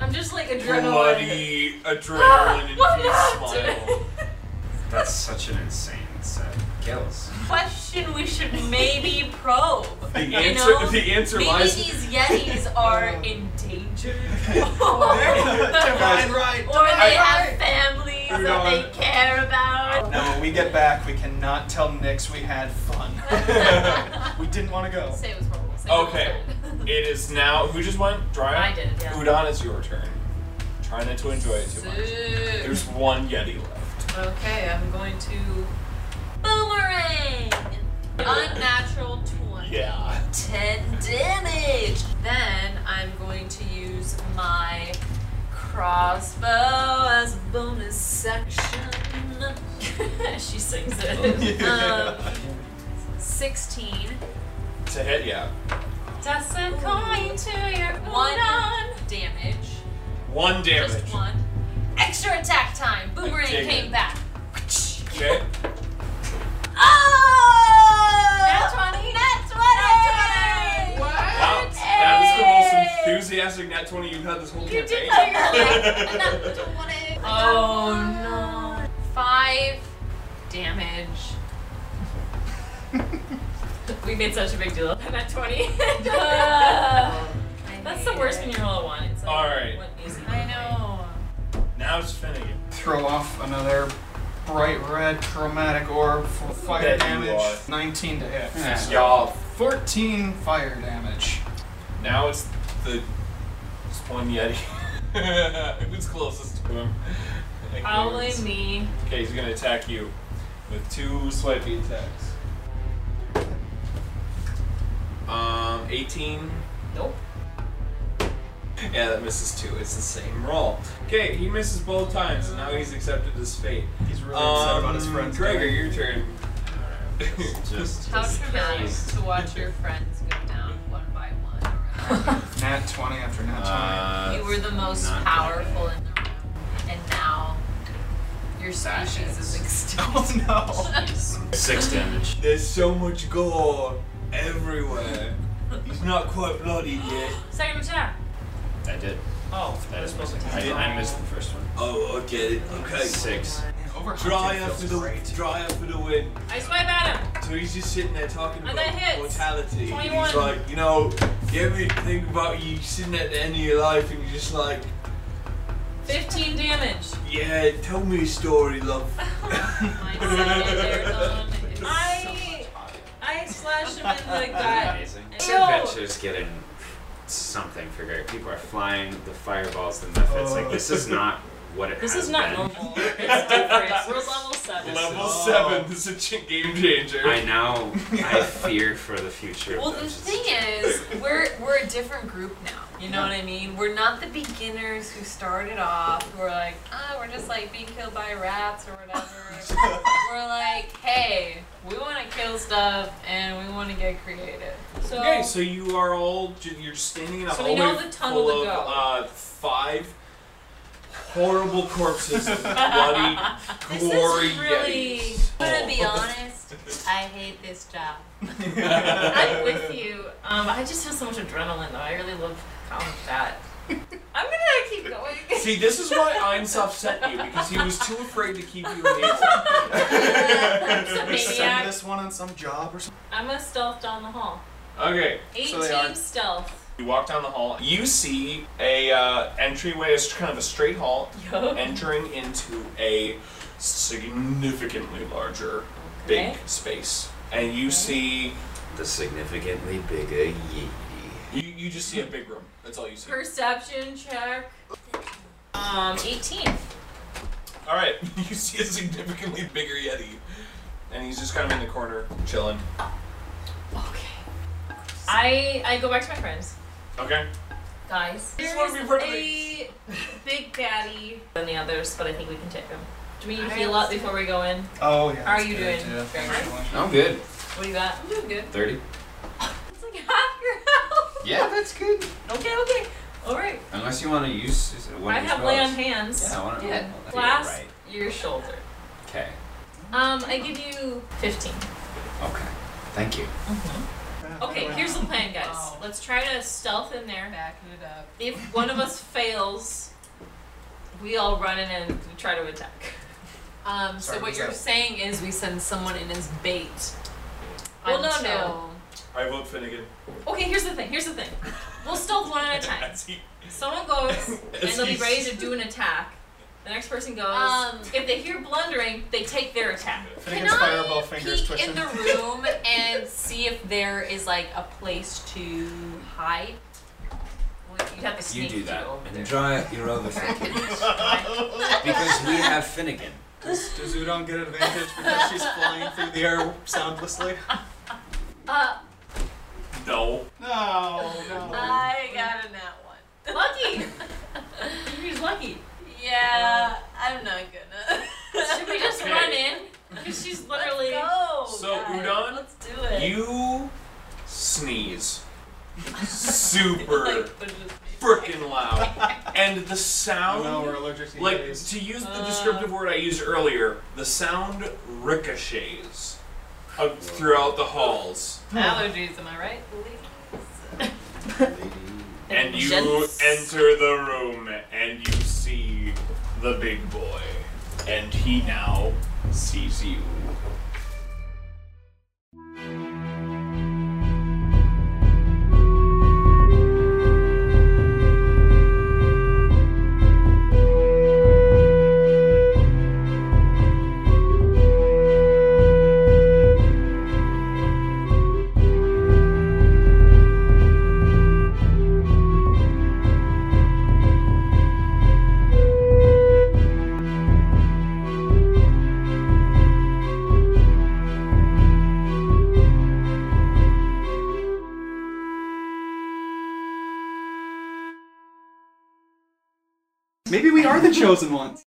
S2: I'm just like adrenaline.
S1: bloody, adrenaline
S2: What
S1: infused
S2: happened?
S1: smile.
S10: That's such an insane set of kills.
S7: Question we should maybe probe.
S10: The
S7: you
S10: answer-
S7: know?
S10: the answer
S7: maybe
S10: lies- Oh.
S7: these yetis are endangered.
S9: Divine right.
S7: Or they
S9: divine
S7: have families that they care about.
S9: Now, when we get back, we cannot tell Nix we had fun. we didn't want to go.
S7: Say it was horrible. Say it was
S1: Okay, it is now. Who just went? Dry.
S7: I did, yeah.
S1: Udon, it's your turn. Try not to enjoy it too much.
S7: Sick.
S1: There's one Yeti left.
S7: Okay, I'm going to boomerang. Unnatural 20.
S1: Yeah.
S7: 10 damage. Then I'm going to use my crossbow as bonus section. she sings
S1: Oh,
S7: it. um, 16.
S1: To hit, yeah.
S7: Dust a coin to your one damage.
S1: One damage.
S7: Just one. Extra attack time. Boomerang
S1: Dig
S7: came
S1: it.
S7: back.
S1: Okay.
S7: Oh! Nat 20. Nat 20.
S1: Wow, that was the most enthusiastic Nat 20 you've had this whole
S7: You
S1: campaign.
S7: did like a nat 20. Oh no. Five damage.
S2: we made such a big deal.
S7: I'm at 20. Oh,
S2: That's the worst when you roll a one. It's like,
S1: All right.
S2: What is it?
S7: I know.
S1: Now it's Finnegan.
S9: Throw off another bright red chromatic orb for fire
S1: Bet you are.
S9: damage. 19 to hit.
S1: Yeah.
S9: Y'all, 14 fire damage.
S1: Now it's the it's one Yeti. Who's closest to him?
S2: Probably me.
S1: Okay, he's gonna attack you with two swipey attacks. Um, 18.
S2: Nope.
S1: Yeah, that misses two. It's the same roll. Okay, he misses both times, and now he's accepted his fate. Um,
S9: He's really upset about his friends
S1: Gregor,
S9: dying.
S1: your turn.
S10: Just
S7: How traumatic to watch your friends go down one by one.
S9: Nat 20 after nat 20.
S7: you were the most powerful in the room, and now your species is extinct.
S9: Oh
S10: Six damage.
S1: There's so much gore everywhere. He's not quite bloody yet.
S2: Second attack.
S10: I did.
S2: Oh,
S10: That is missing. I, I missed the first one.
S1: Oh, okay, okay.
S10: Six.
S1: Dry up for the dry up for the win.
S2: I swipe at him.
S1: So he's just sitting there talking
S2: And
S1: about
S2: that hits.
S1: mortality. And he's
S2: 21.
S1: like, you know, you ever think about you sitting at the end of your life and you're just like,
S2: 15 damage.
S1: yeah, tell me a story, love.
S2: I I slash him in the
S10: Amazing.
S2: gut.
S10: This
S2: No.
S10: adventure's getting something for Gary. People are flying the fireballs, the methods. Like this is not what it
S2: This
S10: has
S2: is not
S10: been.
S2: normal. It's different. We're level seven.
S1: Level Oh. seven. This is a ch- game changer.
S10: I now I fear for the future.
S7: Well, the thing is, we're we're a different group now. You know what I mean? We're not the beginners who started off. who were like, ah, we're just like being killed by rats or whatever. we're like, hey, we want to kill stuff and we want to get creative. So
S1: okay, so you are all ju- you're standing in a
S7: So we
S1: hallway
S7: know the tunnel
S1: full
S7: to
S1: of
S7: go.
S1: uh, five horrible corpses, of bloody,
S7: this
S1: gory
S7: is really.
S1: Yetis.
S7: I'm gonna be
S1: Oh.
S7: honest. I hate this job.
S2: I'm with you. Um, I just have so much adrenaline though. I really love how that. I'm gonna keep going.
S1: See, this is why Einsoft sent you because he was too afraid to keep you in the
S9: Did we
S2: maniac.
S9: send this one on some job or something?
S2: I'm gonna stealth down the hall.
S1: Okay.
S2: 18 stealth.
S1: You walk down the hall. You see a uh, entryway, is kind of a straight hall,
S2: Yup.
S1: entering into a significantly larger,
S2: Okay.
S1: big space, and you see
S10: the significantly bigger Yee.
S1: You, you just see a big room. That's all you see.
S2: Perception check. Um, 18.
S1: All right, you see a significantly bigger Yeti, and he's just kind of in the corner chilling.
S2: I I go back to my friends.
S1: Okay.
S2: Guys.
S14: Just wanna be part of
S2: a big daddy than the others, but I think we can take them. Do we
S14: I
S2: heal up
S14: see.
S2: before we go in?
S9: Oh,
S2: How are you doing? Very good.
S10: I'm good.
S2: What do you got? I'm doing good.
S10: 30.
S2: It's like half your health.
S10: Yeah, that's good.
S2: Okay, okay. Alright.
S10: Unless you want to use is it one
S2: I
S10: of your
S2: have lay on
S10: spells?
S2: hands.
S10: Yeah, I oh, want to.
S2: Blast your shoulder.
S10: Okay.
S2: Um, I give you 15.
S10: Okay. Thank you.
S2: Okay, here's the plan, guys. Let's try to stealth in there. Back it up. If one of us fails, we all run in and we try to attack. Sorry,
S7: Um, so what
S2: what's
S7: you're
S2: that?
S7: saying is we send someone in as bait.
S2: Well, no,
S7: until-
S2: no.
S1: I vote Finnegan.
S2: Okay, here's the thing. Here's the thing. We'll stealth one at a time. Someone goes and they'll be ready to do an attack. The next person goes.
S7: Um,
S2: if they hear blundering, they take their attack.
S7: Can I
S9: fireball fingers
S7: peek in
S9: twitching.
S7: the room and see if there is like a place to hide? Well, you'd have to
S10: You
S7: sneak
S10: do that.
S7: through.
S10: Enjoy your overthinking. because we have Finnegan.
S9: Does, does Udon get advantage because she's flying through the air soundlessly?
S2: Uh,
S1: No.
S7: Uh,
S9: No,
S7: I got a nat one.
S2: Lucky. He's lucky.
S7: Yeah, I'm not gonna.
S2: Should we just
S1: Okay.
S2: run in? Because she's literally.
S1: So,
S2: guys,
S1: Udon,
S2: Let's do it.
S1: You sneeze super freaking loud. And the sound
S9: Oh, no, we're allergic to
S1: like
S9: EAs.
S1: to use the descriptive word I used earlier, the sound ricochets up throughout the halls.
S2: Allergies, am I right?
S1: And you
S2: Gents.
S1: enter the room and you see the big boy. And he now sees you.
S9: Maybe we are the chosen ones.